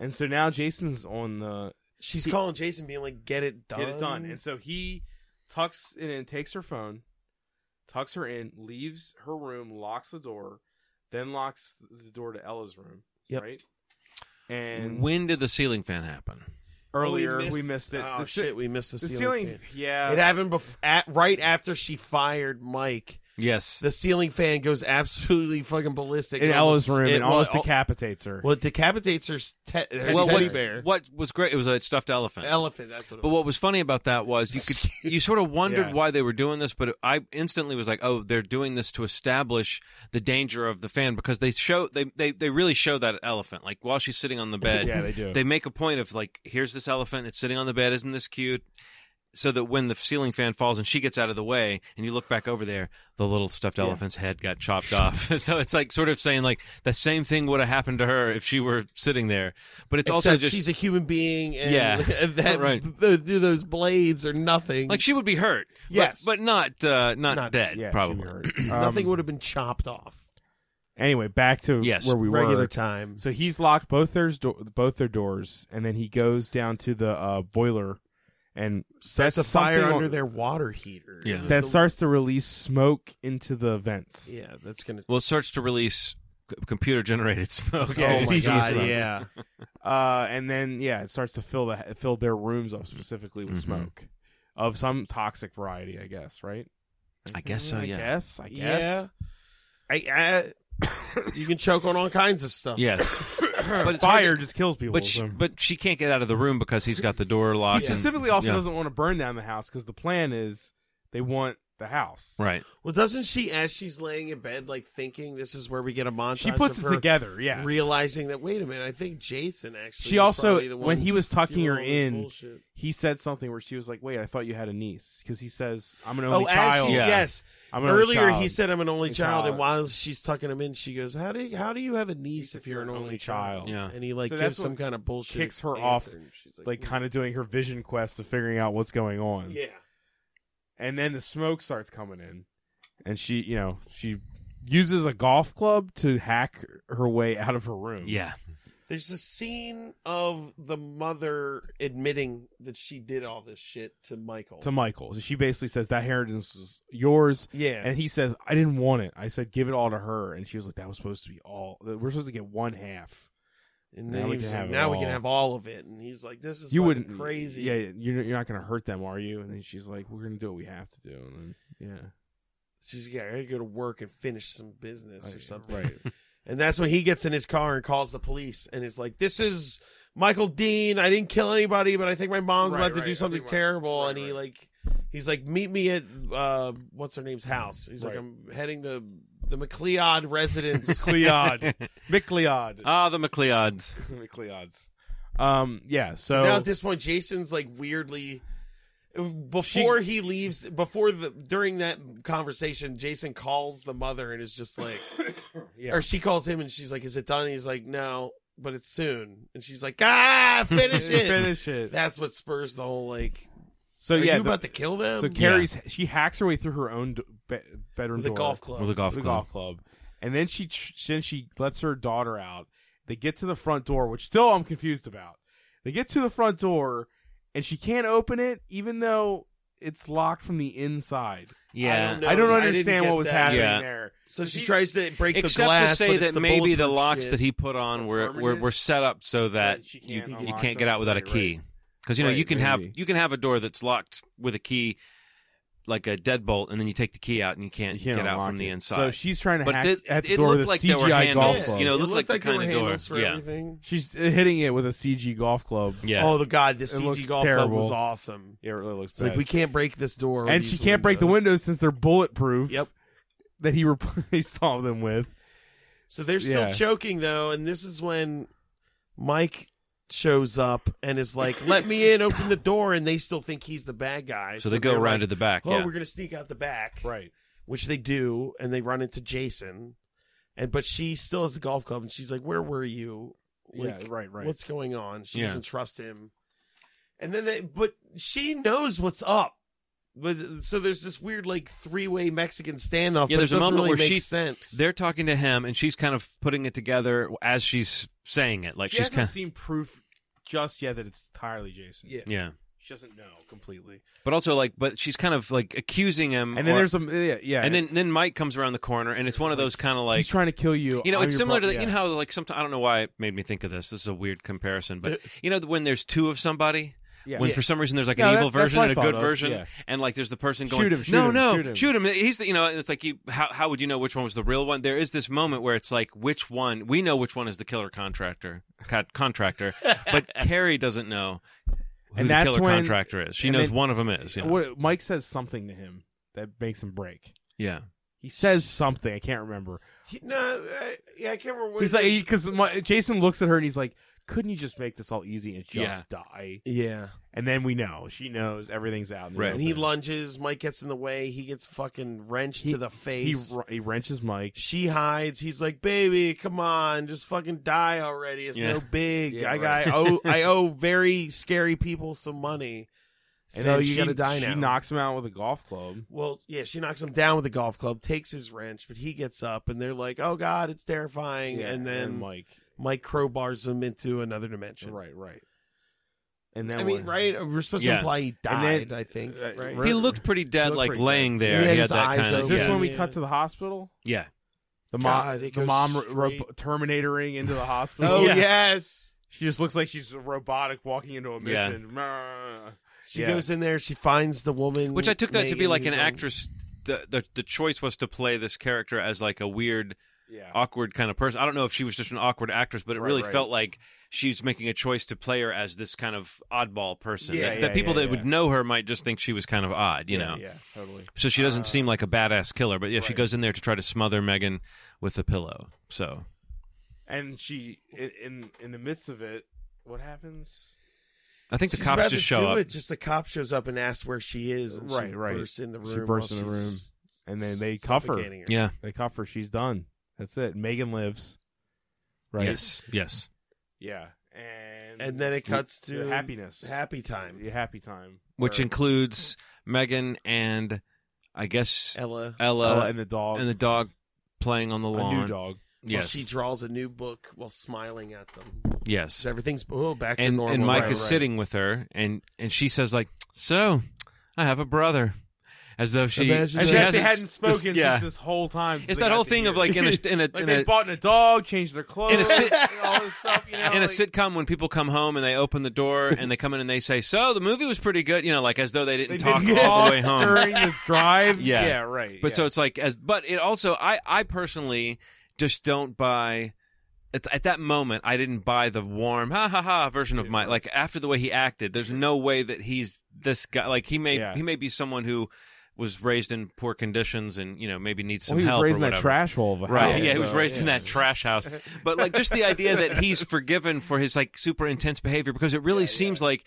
D: And so now Jason's on the
G: She's calling Jason, being like, "Get it done,
D: get it done. And so he tucks in and takes her phone, tucks her in, leaves her room, locks the door, then locks the door to Ella's room.
G: Yep.
D: Right. And
C: when did the ceiling fan happen?
D: earlier
G: Oh,
D: we missed, it.
G: Oh
D: the ce-
G: shit, we missed the,
D: The
G: ceiling.
D: ceiling.
G: fan.
D: Yeah.
G: It happened bef- at, right after she fired Mike.
C: Yes.
G: The ceiling fan goes absolutely fucking ballistic
D: in
G: It
D: Ella's
G: almost-
D: room
G: it
D: and almost
G: al-
D: decapitates her.
G: Well, it decapitates her s- te- her
C: Well,
G: teddy
C: what,
G: bear
C: what was great? It was a stuffed elephant.
G: elephant. That's what. It
C: but
G: was.
C: what was funny about that was you could you sort of wondered
D: Yeah.
C: why they were doing this, but I instantly was like, oh, they're doing this to establish the danger of the fan because they show they they, they really show that elephant like while she's sitting on the bed.
D: Yeah, they do.
C: They make a point of like, here's this elephant. It's sitting on the bed. Isn't this cute? So that when the ceiling fan falls and she gets out of the way, and you look back over there, the little stuffed elephant's head got chopped off. so it's like sort of saying like the same thing would have happened to her if she were sitting there. But it's also
G: Except
C: just
G: she's a human being, and
C: Yeah.
G: that
C: Right.
G: th- th- those blades are nothing.
C: like she would be hurt. but-
G: Yes.
C: but, not uh, not,
G: Not-
C: dead.
D: yeah,
C: probably.
D: she would hurt.
G: nothing
D: Um,
G: would have been chopped off.
D: Anyway, back to
C: Yes,
D: where we
G: Regular
D: were.
G: time.
D: So he's locked both their do- both their doors, and then he goes down to the uh, boiler and
G: That's
D: sets
G: a fire
D: something
G: under
D: on-
G: their water heater.
C: Yeah.
G: It was
D: that
G: the-
D: starts to release smoke into the vents.
G: Yeah, that's gonna.
C: Well, it starts to release computer generated smoke.
D: Yeah,
G: oh my
D: CG
G: god,
D: smoke.
G: yeah.
D: Uh, and then yeah, it starts to fill the fill their rooms up specifically with
C: Mhm.
D: smoke of some toxic variety, I guess. Right?
C: I guess so,
D: Mm, I
C: yeah.
D: guess. I
G: Yeah.
D: guess.
G: I, I, you can choke on all kinds of stuff.
C: Yes, but it's
D: Fire
C: hard
D: just kills
C: to-
D: people.
C: But she,
D: so-
C: but she can't get out of the room because he's got the door
D: he
C: locked. and-
D: specifically also
C: yeah.
D: doesn't want to burn down the house because the plan is they want the house.
C: Right.
G: Well, doesn't she, as she's laying in bed, like thinking this is where we get a montage?
D: She puts
G: of
D: it
G: her
D: together. Yeah.
G: Realizing that, wait a minute, I think Jason actually.
D: She
G: was
D: also-
G: probably the one
D: when he was tucking
G: doing
D: her
G: all this
D: in,
G: bullshit.
D: he said something where she was like, "Wait, I thought you had a niece," because he says, "I'm an only
G: Oh, as
D: child."
G: she's,
C: Yeah.
G: yes.
D: I'm an only
G: Earlier, he
D: child."
G: said, "I'm an only
D: Only
G: child," and
D: child.
G: while she's tucking him in, she goes, "How do you, how do you have a niece if you're an only child?"
C: Yeah.
G: And he like
D: So
G: gives
D: that's
G: some
D: what
G: kind of bullshit,
D: kicks her
G: answer,
D: off,
G: and she's "Mm,
D: like kind of doing her vision quest of figuring out what's going on.
G: yeah.
D: and then the smoke starts coming in and she you know she uses a golf club to hack her way out of her room
C: Yeah.
G: There's a scene of the mother admitting that she did all this shit to Michael.
D: to michael she basically says that inheritance was yours
G: yeah,
D: and he says i didn't want it i said give it all to her and she was like that was supposed to be all we're supposed to get one half
G: And
D: Now
G: then
D: we
G: he was
D: can
G: like,
D: have it
G: now we can
D: all.
G: have all of it. And he's like, this is
D: you
G: fucking
D: wouldn't
G: crazy.
D: yeah you're, you're not gonna hurt them are you and then she's like we're gonna do what we have to do and then yeah
G: She's like, yeah, I gotta go to work and finish some business or
D: Right,
G: something.
D: right
G: And that's when he gets in his car and calls the police and is like, this is Michael Dean. I didn't kill anybody, but I think my mom's
D: Right,
G: about to
D: right.
G: do
D: I
G: something
D: think my-
G: terrible.
D: right,
G: and he
D: right.
G: like, he's like, meet me at, uh, what's her name's house. He's like,
D: Right.
G: I'm heading to the McLeod residence.
D: cleod mcleod
C: Ah, the McLeods.
D: mcleods um yeah so,
C: Oh.
G: now at this point, Jason's like weirdly before he leaves before the during that conversation jason calls the mother and is just like
D: yeah.
G: or she calls him and she's like is it done and he's like no but it's soon and she's like ah finish it
D: finish it
G: that's what spurs the whole like
D: so
G: are
D: yeah
G: you
D: the-
G: about to kill them
D: So
C: Um,
D: Carrie's she hacks her way through her own d- be- bedroom
G: with a
D: door
G: golf club
C: With a golf
D: with a
C: club.
D: golf club, and then she tr- then she lets her daughter out. They get to the front door, which still I'm confused about. They get to the front door, and she can't open it, even though it's locked from the inside.
C: Yeah.
G: No,
D: I don't
G: I didn't
D: understand
G: get
D: what was
G: that.
D: happening
C: Yeah.
D: there.
G: so she tries to break
C: Except
G: the glass
C: to
G: but
C: say
G: it's
C: that
G: the
C: maybe the
G: bulletproof
C: locks
G: shit.
C: that he put on were, were,
D: permanent?
C: were set up so that
D: she
C: you,
D: can't
C: you
D: unlock
C: can't
D: them.
C: get out without a
D: Right,
C: key.
D: right.
C: Because you know
D: Right,
C: you can have
D: maybe.
C: you can have a door that's locked with a key, like a deadbolt, and then you take the key out and you can't,
D: You can't
C: get out
D: unlock
C: from the
D: it.
C: inside.
D: So she's trying to
C: But
D: hack
C: it-
D: at the
C: it
D: door
C: looked
D: with a
C: like there were
D: CGI golf
C: handles,
D: club.
C: you know, it
G: it
C: looked
G: looked
C: like the
G: there were
C: kind of door.
G: handles for
C: Yeah.
G: everything.
D: she's hitting it with a CG golf club.
C: yeah,
G: oh the god the
D: looks
G: cg golf
D: terrible.
G: club was awesome
D: Yeah, it really looks
G: it's like
D: bad.
G: we can't break this door or
D: and she
G: these
D: can't break the windows since they're bulletproof.
G: Yep.
D: That he replaced all of them with.
G: So they're still
D: Yeah.
G: choking though, and this is when Mike shows up and is like, "Let me in, open the door," and they still think he's the bad guy.
C: so, they go
G: they're
C: around to
G: like,
C: the back.
G: Oh,
C: yeah.
G: we're gonna sneak out the back,
D: Right.
G: Which they do, and they run into Jason, and but she still has the golf club, and she's like, "Where were you? Like,
D: yeah. Right. Right.
G: What's going on?" She
C: Yeah.
G: doesn't trust him, and then they, but she knows what's up. But so there's this weird like three way Mexican standoff.
C: Yeah,
G: but
C: there's
G: it
C: a moment
G: doesn't really
C: where
G: make
C: she-
G: sense.
C: They're talking to him, and she's kind of putting it together as she's saying it. Like
D: she
C: she's
D: hasn't
C: kind of
D: seen proof just yet that it's entirely Jason.
G: Yeah.
C: yeah,
D: She doesn't know completely.
C: but also like, but she's kind of like accusing him.
D: And then
C: or-
D: there's some. Yeah. yeah.
C: and then then Mike comes around the corner, and it's one of those kind of like
D: he's trying to kill you.
C: You know,
D: I'm
C: it's
D: your
C: similar to
D: bro-
C: the, you know how like sometimes I don't know why it made me think of this. This is a weird comparison, but you know when there's two of somebody,
D: Uh, yeah.
C: when
D: Yeah.
C: for some reason there's like
D: No,
C: an
D: that-
C: evil
D: that's
C: version
D: what
C: and a
D: I
C: good
D: thought of,
C: version,
D: yeah.
C: and like there's the person
D: Shoot
C: going,
D: him, shoot
C: no,
D: him,
C: no,
D: shoot him."
C: He's the you know, and it's like you how how would you know which one was the real one? There is this moment where it's like which one we know which one is the killer contractor co- contractor, but Carrie doesn't know. Who
D: And
C: the
D: that's
C: killer
D: when-
C: contractor is. She
D: and
C: knows
D: then-
C: one of them is. Yeah.
D: What- Mike says something to him that makes him break.
C: yeah.
D: He says something. I can't remember.
G: He- No, I, yeah, I can't remember. What
D: He's
G: it
D: like
G: is.
D: because Jason looks at her and he's like, "Couldn't you just make this all easy and just
C: Yeah.
D: die?"
G: yeah,
D: And then we know she knows everything's out. in the
C: Right.
G: and he
D: open.
G: lunges. Mike gets in the way. He gets fucking wrenched
D: He-
G: to the
D: he
G: face.
D: wr- he wrenches Mike.
G: she hides. He's like, "Baby, come on, just fucking die already. It's
C: Yeah.
G: no big.
D: Yeah,
G: I,
D: right.
G: I owe I owe very scary people some money.
D: And "Oh,
G: so
D: then
G: you
D: she-
G: gotta die
D: she
G: now."
D: knocks him out with a golf club.
G: well, yeah, she knocks him down with a golf club, takes his wrench, but he gets up, and they're like, "Oh God, it's terrifying!" and then Mike.
D: Mike,
G: crowbars him into another dimension.
D: right, right. And then
G: I mean,
D: what-
G: right? We're supposed
C: Yeah.
G: to imply he
D: And
G: died.
D: then-
G: I think.
D: uh,
G: Right?
D: right.
C: He looked pretty dead,
D: looked
C: like
D: pretty
C: laying
G: He
C: there.
G: had
C: He had
G: his
C: that
G: eyes
C: kind
G: open.
C: of
D: Is this
C: yeah.
D: when we
G: Yeah.
D: cut to the hospital?
C: yeah.
D: The mom,
G: God, it
D: the
G: goes
D: mom ro-
G: straight-
D: ro- terminatoring into the hospital.
G: Oh
C: Yeah.
G: yes.
D: She just looks like she's robotic walking into a
C: Yeah.
D: mission. Meh.
G: She
D: Yeah.
G: goes in there. She finds the woman,
C: Which I took that to be
G: Megan,
C: like an
G: who's on-
C: actress. The, the the choice was to play this character as like a weird,
D: Yeah.
C: awkward kind of person. I don't know if she was just an awkward actress, but it
D: Right,
C: really
D: right.
C: felt like she's making a choice to play her as this kind of oddball person.
D: Yeah,
C: that,
D: yeah,
C: that people
D: yeah,
C: that
D: yeah.
C: would know her might just think she was kind of odd, you
D: Yeah,
C: know.
D: Yeah, totally.
C: So she doesn't seem like a badass killer, but yeah, she
D: right.
C: goes in there to try to smother Megan with a pillow. So
D: And she in in, in the midst of it, what happens?
C: I think
G: She's
C: the cops
G: about
C: just
G: to
C: show
G: do
C: up.
G: It. Just the cop shows up and asks where she is. And
D: Right,
G: she
D: right.
G: Bursts in the room.
D: She bursts
G: while
D: in the room,
G: she's
D: And then they
G: s-
D: cuff her.
G: suffocating
C: Yeah.
D: They cuff her. She's done. That's it. Megan lives. Right.
C: Yes. Yes.
D: Yeah. And
G: And then it cuts
D: to
G: to
D: happiness.
G: Happy time.
D: Yeah, happy time.
C: Which
D: Or-
C: includes Megan and I guess
D: Uh,
G: Ella.
C: Ella, uh,
D: Ella
C: and,
D: and the dog
C: the dog playing on the lawn.
D: a new dog.
G: While
C: Yes.
G: she draws a new book while smiling at them.
C: yes.
G: So everything's oh, back to
C: and
G: normal.
C: and Mike
D: right,
C: is
D: right.
C: sitting with her, and and she says like, "So, I have a brother," as though she
G: Imagine
C: she
D: And
G: that.
D: yet they
C: hasn't-
D: hadn't spoken
C: this- yeah,
D: since this whole time.
C: it's
D: they
C: that
D: got
C: whole
D: to
C: thing of
D: here.
C: like in a in a
D: like
C: in
D: they
C: a,
D: bought in a dog, changed their clothes,
C: sit-
D: and all this stuff. You know,
C: in a
D: like-
C: sitcom when people come home and they open the door and they come in and they say, "So the movie was pretty good," you know, like as though they
D: They
C: didn't
D: did
C: talk all
D: talk
C: the way home.
D: during the drive.
C: Yeah.
D: right.
C: but
D: yeah.
C: so it's like as, but it also, I I personally just don't buy. At, at that moment, I didn't buy the warm ha ha ha version of Mike. Like after the way he acted, there's no way that he's this guy. Like he may
D: Yeah.
C: he may be someone who was raised in poor conditions and you know maybe needs some
D: well, he was
C: help
D: raised in
C: or
D: that
C: whatever.
D: trash hole of a
C: Right.
D: house,
C: Oh, yeah, he was
D: so-
C: raised in that trash house. But like just the idea that he's forgiven for his like super intense behavior because it really seems like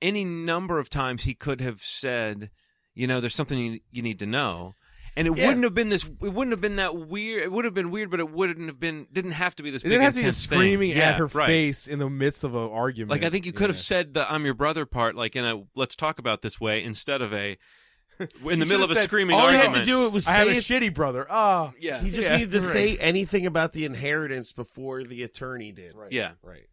C: any number of times he could have said, you know, there's something you, you need to know. And it
G: Yeah.
C: wouldn't have been this. It wouldn't have been that weird. It would have been weird, but it wouldn't have been. Didn't have to be this.
D: It
C: big,
D: didn't have to be
C: intense thing.
D: screaming
C: Yeah,
D: at her
C: right.
D: face in the midst of an argument.
C: Like I think you could have said the "I'm your brother" part, like in a "Let's talk about this way" instead of a in the middle
D: should've
C: of a
D: said,
C: screaming
G: All you
C: argument.
G: had to do it was
D: I have
G: say
D: a
G: it.
D: shitty brother. Oh,
C: yeah,
G: He just
D: Yeah,
G: needed to
D: right.
G: say anything about the inheritance before the attorney did. Right.
C: yeah,
D: right.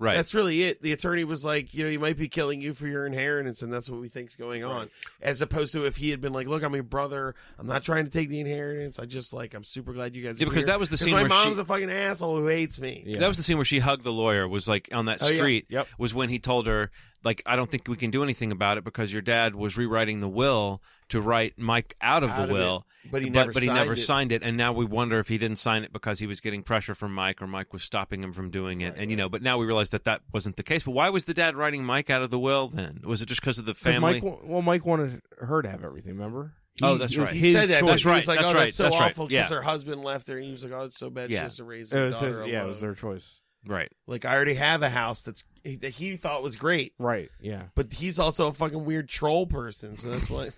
C: right.
G: That's really it. The attorney was like, you know, he might be killing you for your inheritance, and that's what we think's going on. As opposed to if he had been like, look, I'm your brother. I'm not trying to take the inheritance. I just like, I'm super glad you guys.
C: Yeah,
G: are
C: because
G: here.
C: that was the scene
G: my
C: where she-
G: mom's a fucking asshole who hates me.
D: Yeah.
C: That was the scene where she hugged the lawyer. Was like on that
G: Oh, yeah.
C: street.
D: Yep.
C: Was when he told her, like, I don't think we can do anything about it because your dad was rewriting the will to write Mike out of
G: Out of
C: the
G: it.
C: will,
G: But he
C: but,
G: never.
C: but he
G: signed
C: never
G: it.
C: signed it. And now we wonder if he didn't sign it because he was getting pressure from Mike or Mike was stopping him from doing it. and you know, but now we realize that that wasn't the case. But why was the dad writing Mike out of the will then? Was it just because of the
D: Because
C: family?
D: Mike, wa- well, Mike wanted her to have everything. Remember?
C: Oh,
D: He-
C: that's
D: it was
C: right.
G: He
D: his
G: said
D: choice.
G: that. but
C: That's
G: she was
C: right,
G: like,
C: that's
G: oh,
C: right,
G: that's so
C: that's right,
G: awful
C: yeah.
G: because her husband left her, and he was like, oh, it's so bad she
C: Yeah.
G: has to raise
D: It
G: her
D: was
G: daughter
D: his- yeah, it
G: alone.
D: was their choice.
C: right.
G: Like, I already have a house that's that he thought was great.
D: Right. Yeah.
G: But he's also a fucking weird troll person, so that's why.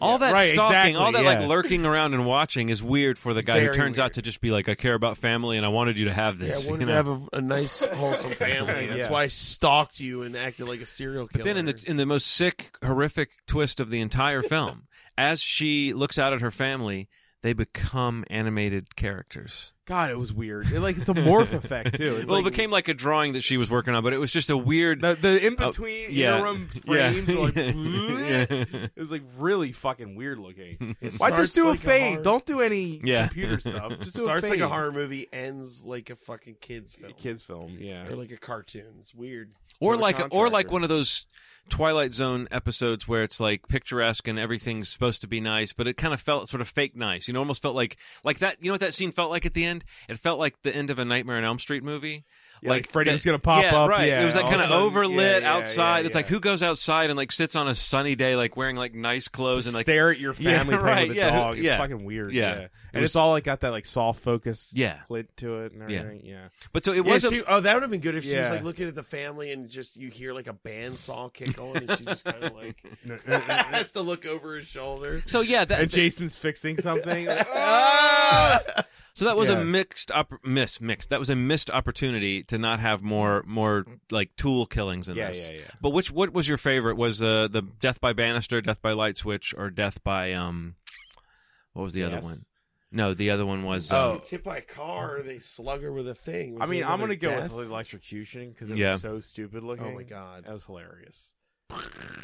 C: All that
D: right,
C: stalking, all that
D: exactly, yeah.
C: like lurking around and watching is weird for the guy who
G: Very
C: turns
G: weird.
C: out to just be like, I care about family and I wanted you to have
G: Yeah,
C: this.
G: I wanted
C: you know?
G: to have a, a nice, wholesome family. That's
D: Yeah.
G: why I stalked you and acted like a serial killer.
C: But then in the in the most sick, horrific twist of the entire film, as she looks out at her family, they become animated characters.
D: God, it was weird. It, like it's a morph effect too. It's
C: well,
D: like,
C: it became like a drawing that she was working on, but it was just a weird.
D: the, the in between
C: yeah.
D: interim
C: Yeah.
D: frames. Were like,
C: Yeah.
D: It was like really fucking weird looking.
G: It
D: Why just
G: starts
D: do
G: like
D: a fade?
G: horror-
D: Don't do any
C: Yeah.
D: computer stuff. Just do
G: starts
D: a
G: like
D: fade.
G: a horror movie, ends like a fucking kids film
D: kids film. Yeah.
G: or like a cartoon. It's weird.
C: or
D: Killer
C: like or like
D: Contractor.
C: one of those Twilight Zone episodes where it's like picturesque and everything's supposed to be nice, but it kind of felt sort of fake nice. You know, almost felt like like that. You know what that scene felt like at the end? It felt like the end of a Nightmare on Elm Street movie.
D: Yeah, like Freddy was gonna pop
C: yeah,
D: up,
C: Right.
D: yeah,
C: it was that
D: all
C: kind of
D: of a sudden,
C: overlit
D: yeah, yeah,
C: outside.
D: yeah,
C: it's like
D: yeah.
C: who goes outside and like sits on a sunny day, like wearing like nice clothes and like
D: stare at your
C: Yeah,
D: family playing
C: right,
D: with a
C: yeah, who-
D: dog. It's
C: yeah.
D: fucking weird.
C: Yeah.
D: Yeah.
C: It
D: And
C: was-
D: it's all like got that like soft focus
C: Yeah.
D: clip to it and everything. Yeah.
C: But so it
G: Yeah,
C: was not
G: she- oh, that would have been good if she was
D: Yeah.
G: like looking at the family and just you hear like a bandsaw kick on, and she just kind of like has to look over his shoulder.
C: so yeah. That,
D: And Jason's fixing something. Like,
C: So that was
D: Yeah.
C: a mixed op- miss mixed. That was a missed opportunity to not have more more like tool killings in
D: Yeah,
C: this.
D: yeah, yeah.
C: But which what was your favorite? Was uh, the death by banister, death by light switch, or death by um? What was the other
D: Yes. Oh.
C: one? No, the other one was
G: She
C: um,
G: gets hit by a car. Or they slug her with a thing.
D: I
G: Was
D: mean,
G: there
D: I'm
G: another
D: gonna go
G: death?
D: with electrocution because it
C: Yeah.
D: was so stupid looking.
G: Oh my god,
D: that was hilarious.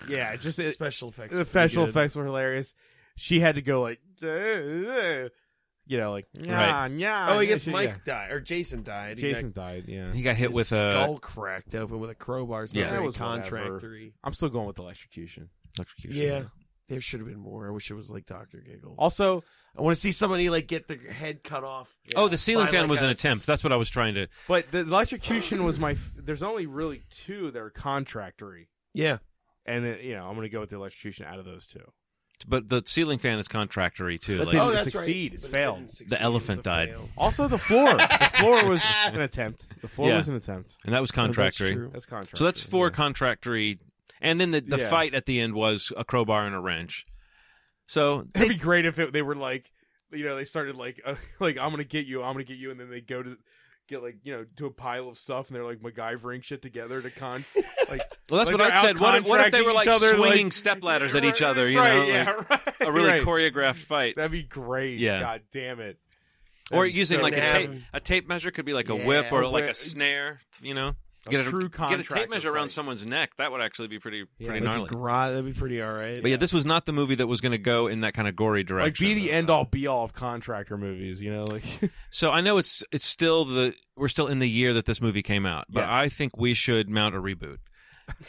D: yeah, Uh, it just it,
G: special effects.
D: the
G: were pretty
D: special
G: good.
D: effects were hilarious. She had to go like, "Duh, duh," you know, like
C: Right.
D: yeah.
G: Oh, I guess Mike died or Jason died. He
D: Jason
G: got
D: died. Yeah,
C: um, He got hit
G: his
C: with uh, a
G: skull cracked open with a crowbar. So
C: Yeah.
G: yeah,
D: That
G: that
D: was
G: was
D: whatever.
G: contractory.
D: I'm still going with electrocution.
C: electrocution.
G: Yeah, there should have been more. I wish it was like Doctor Giggles.
D: Also,
G: I want to see somebody like get their head cut off.
C: Oh, the ceiling
G: By,
C: fan
G: like,
C: was an
G: a
C: attempt. That's what I was trying to.
D: but the electrocution was my. F- there's only really two that are contractory,
G: Yeah,
D: and it, you know I'm going to go with the electrocution out of those two.
C: But the ceiling fan is contractory too.
D: But
C: Like,
D: Didn't
G: oh, that's
D: succeed.
G: Right.
D: It's
G: But it
D: failed.
G: didn't
D: The
G: succeed. It was
C: elephant
G: a
C: died.
G: fail.
D: Also, the floor. the floor was an attempt. The floor
C: Yeah.
D: was an attempt.
C: and that was contractory.
G: true.
D: Oh, That's contractory.
C: so that's four
D: Yeah.
C: contractory. And then the, the
D: Yeah.
C: fight at the end was a crowbar and a wrench. So
D: It'd be great if it, they were like, you know, they started like, uh, like I'm gonna get you, I'm gonna get you, and then they go to get like, you know, to a pile of stuff, and they're like MacGyvering shit together to con, like.
C: well, that's
D: Like
C: what
D: they're
C: I said. What, if- what if they
D: out-contracting
C: were like
D: each other,
C: swinging
D: like-
C: step ladders at each
D: Right,
C: other? You
D: right,
C: know,
D: yeah,
C: like,
D: right,
C: a really
D: right.
C: choreographed fight,
D: That'd be great.
C: Yeah.
D: God damn it.
C: or
D: That'd be
C: using
D: so
C: like a
D: damn-
C: tape a tape measure could be like a whip
G: Yeah,
C: or
D: a
C: like a
D: whip.
C: snare. You know,
D: A
C: get a
D: true
C: get a tape
D: contractor
C: measure around
D: fight.
C: someone's neck. That would actually be pretty pretty
G: Like a
C: gnarly.
G: garage, that'd be pretty all right.
C: But yeah, this was not the movie that was going to go in that kind of gory
D: Like
C: direction.
D: be the end all be all of contractor movies, you know, like
C: So I know it's it's still the we're still in the year that this movie came out, but
D: Yes.
C: I think we should mount a reboot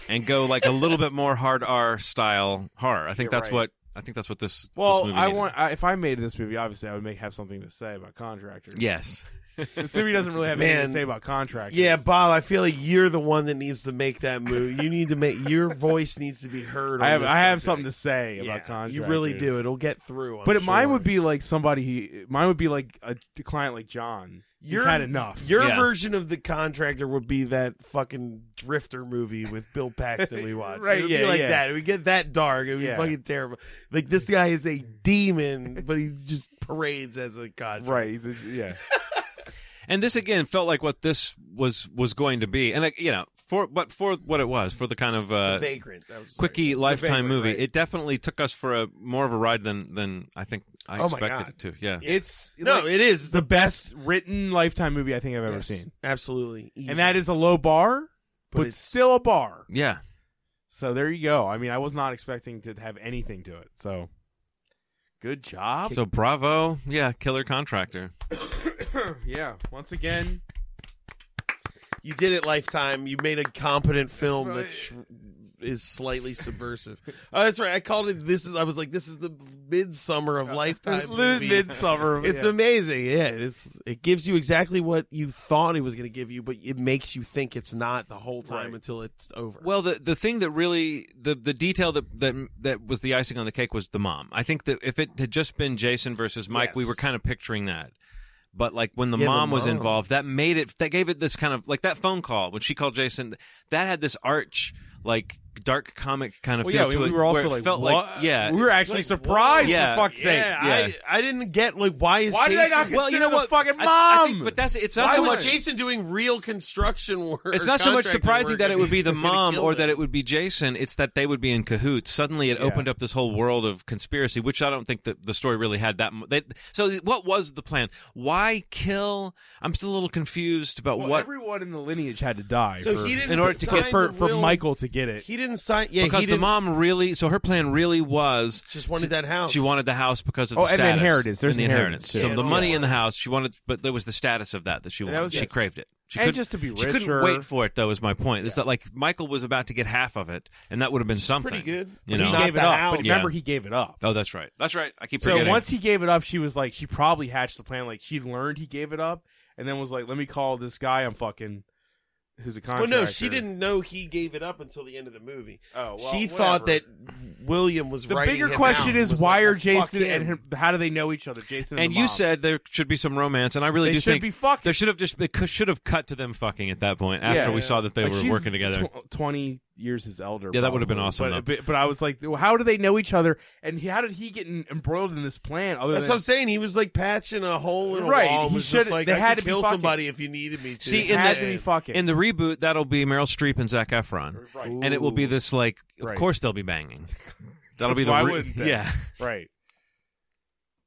C: and go like a little bit more hard R style horror. I think
D: You're
C: that's
D: right.
C: what I think that's what this. this
D: Well,
C: movie
D: I
C: needed.
D: want I, if I made this movie, obviously I would make have something to say about contractors.
C: Yes,
D: This movie doesn't really have anything
G: Man.
D: to say about contractors.
G: Yeah, Bob, I feel like you're the one that needs to make that move. You need to make your voice needs to be heard.
D: I
G: on
D: have
G: this
D: I have
G: subject.
D: something to say about
G: Yeah,
D: contractors.
G: You really do. It'll get through. I'm
D: But it- mine
G: sure.
D: would be like somebody he mine would be like a client like John. You've
G: Your-
D: had enough.
G: Your
C: Yeah.
G: version of the contractor would be that fucking drifter movie with Bill Paxton we watched.
D: Right,
G: It would
D: yeah,
G: be like
D: yeah.
G: that. It would get that dark. It would
D: Yeah.
G: be fucking terrible. Like this guy is a demon, but he just parades as a contractor.
D: right. he's a- yeah.
C: and this again felt like what this was was going to be, and like, you know for but for what it was for the kind of uh,
G: Vagrant. That was
C: quickie lifetime
D: Vagrant,
C: movie,
D: right.
C: it definitely took us for a more of a ride than than I think I
G: Oh my
C: expected
G: God.
C: it to. Yeah.
D: It's
G: No, it is
D: the best written lifetime movie I think I've ever
G: Yes,
D: seen.
G: Absolutely. Easy.
D: And that is a low bar, but,
G: it's-
D: still a bar.
C: yeah.
D: So there you go. I mean, I was not expecting to have anything to it. So good job.
C: So bravo, yeah, killer contractor.
D: yeah, once again,
G: you did it lifetime. You made a competent film
D: Right.
G: that sh- is slightly subversive. oh, that's right. I called it this is I was like this is the midsummer
D: Uh,
G: of lifetime movies.
D: midsummer.
G: It's
D: yeah.
G: amazing. Yeah, it's it gives you exactly what you thought it was going to give you, but it makes you think it's not the whole time
D: Right.
G: until it's over.
C: Well, the the thing that really the the detail that that that was the icing on the cake was the mom. I think that if it had just been Jason versus Mike, we
G: Yes.
C: were kind of picturing that. But like when the
G: Yeah, the
C: mom was
G: mom.
C: involved, that made it that gave it this kind of like that phone call when she called Jason, that had this arch like dark comic kind of
D: Well,
C: feel
D: yeah, we,
C: to
D: we
C: it.
D: were
C: where
D: also
C: it
D: like,
C: felt
D: what?
C: like yeah.
D: we were actually
G: Like,
D: surprised.
C: yeah,
D: for fuck's
G: yeah,
D: sake,
C: yeah.
G: I, I didn't get like why is
D: Why did
G: Jason,
D: I not
C: well, you
D: consider
C: know
D: the
C: what?
D: fucking
C: I- I think-
D: mom!
C: but that's it's not
G: why
C: so
G: was
C: much.
G: Jason doing real construction work?
C: It's not so much
G: contracting
C: surprising
G: work
C: that it
G: and
C: would be the
G: he's gonna
C: mom
G: kill
C: or
G: them?
C: that it would be Jason. It's that they would be in cahoots. Suddenly, it
D: Yeah.
C: opened up this whole world of conspiracy, which I don't think that the story really had that. mu- They, so, what was the plan? Why kill? I'm still a little confused about
D: Well,
C: what.
D: everyone in the lineage had to die.
G: So
D: for,
G: he didn't
C: in order to
G: sign
C: get-
D: for
G: the
D: for
G: will.
D: Michael to get it.
G: He didn't sign. Yeah,
C: because
G: he
C: the
G: didn't,
C: mom really, so her plan really was
G: just wanted that house.
C: she wanted the house because of
D: Oh,
C: the
D: and the
C: status
D: inheritance. There's
C: and the
D: inheritance,
C: inheritance.
D: too.
C: So
D: Yeah,
C: the
D: no,
C: money
D: yeah.
C: in the house she wanted, but there was the status of that that she
D: that
C: wanted.
D: was-
C: she
D: yes.
C: craved it. She
D: and
C: couldn't-
D: just to be
C: She
D: richer,
C: couldn't wait for it, though. Is my point. Is that like Michael was about to get half of it, and that would have been something
G: pretty good.
C: You
D: but
C: know,
D: he gave it up. But
C: Yeah.
D: remember, he gave it up.
C: Oh, that's right. That's right. I keep
D: So
C: forgetting.
D: once he gave it up, she was like, she probably hatched the plan. Like she learned he gave it up, and then was like, let me call this guy I'm fucking, who's a
G: Well,
D: contractor.
G: no, she didn't know he gave it up until the end of the movie.
D: Oh, well,
G: she thought that
D: whatever.
G: William was.
D: The
G: writing
D: bigger
G: him
D: question
G: out,
D: is
G: was
D: why
G: like,
D: are
G: "Well, fuck
D: Jason and him? How do they know each other, Jason? And,
C: and
D: the
C: you
D: mom?
C: said there should be some romance, and I really
D: They
C: do
D: should
C: think
D: be fucking.
C: there should have just it cou- should have cut to them fucking at that point after
D: Yeah,
C: we
D: yeah.
C: saw that they
D: Like,
C: were
D: she's
C: working together.
D: tw- Twenty years his elder.
C: Yeah, that would have been
D: probably.
C: awesome,
D: But, but, but I was like, well, how do they know each other? And he, how did he get in, embroiled in this plan? Other
G: That's
D: than
G: what I'm saying. He was like patching a hole in a
D: Right,
G: wall.
D: he
G: He was just
D: should-
G: like
D: they
G: I
D: had
G: could
D: to be
G: kill
D: fucking-
G: somebody if you needed me to.
C: See,
D: it
C: in
D: had
C: the-
D: to be fucking.
C: In the reboot, that'll be Meryl Streep and Zach Efron,
D: Right.
C: and it will be this like. Of
D: Right.
C: course, they'll be banging. That'll be
D: That's
C: the
D: why
C: re-
D: wouldn't they?
C: yeah.
D: right.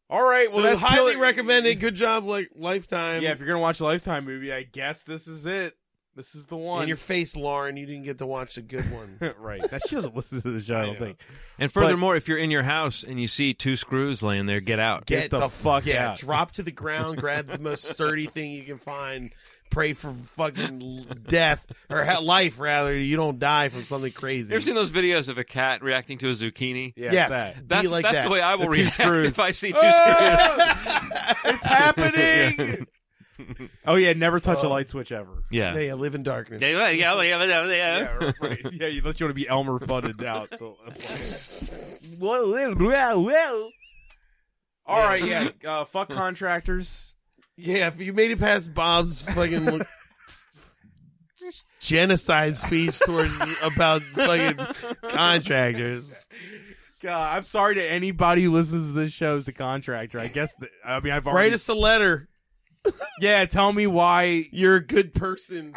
D: All right. Well,
G: so
D: that's
G: highly
D: Killer-
G: recommended. Good job, like Lifetime.
D: Yeah, if you're gonna watch a Lifetime movie, I guess this is it. This is the one.
G: In your face, Lauren, you didn't get to watch the good one.
D: right. That she doesn't listen to the show. I don't think.
C: And furthermore, if you're in your house and you see two screws laying there, get out.
D: Get the fuck
G: yeah,
D: out.
G: Drop to the ground, grab the most sturdy thing you can find. Pray for fucking l- death or ha- life, rather. You don't die from something crazy.
C: you ever seen those videos of a cat reacting to a zucchini?
D: Yeah,
G: yes,
D: that.
G: be
C: That's,
G: like
C: that's
G: that.
C: the way I will
D: The two
C: react
D: screws.
C: if I see two screws.
D: it's happening. oh yeah, never touch a light switch ever.
C: Yeah.
G: Yeah, yeah, live in darkness.
C: Yeah, yeah, yeah, yeah, yeah.
D: Yeah, right. yeah, unless you want to be Elmer funded out. All right, yeah. Uh, fuck contractors.
G: Yeah, if you made it past Bob's fucking l- genocide speech towards about fucking contractors.
D: God, I'm sorry to anybody who listens to this show as a contractor. I guess the, I mean I've already.
G: Write us a letter.
D: yeah, tell me why.
G: You're a good person.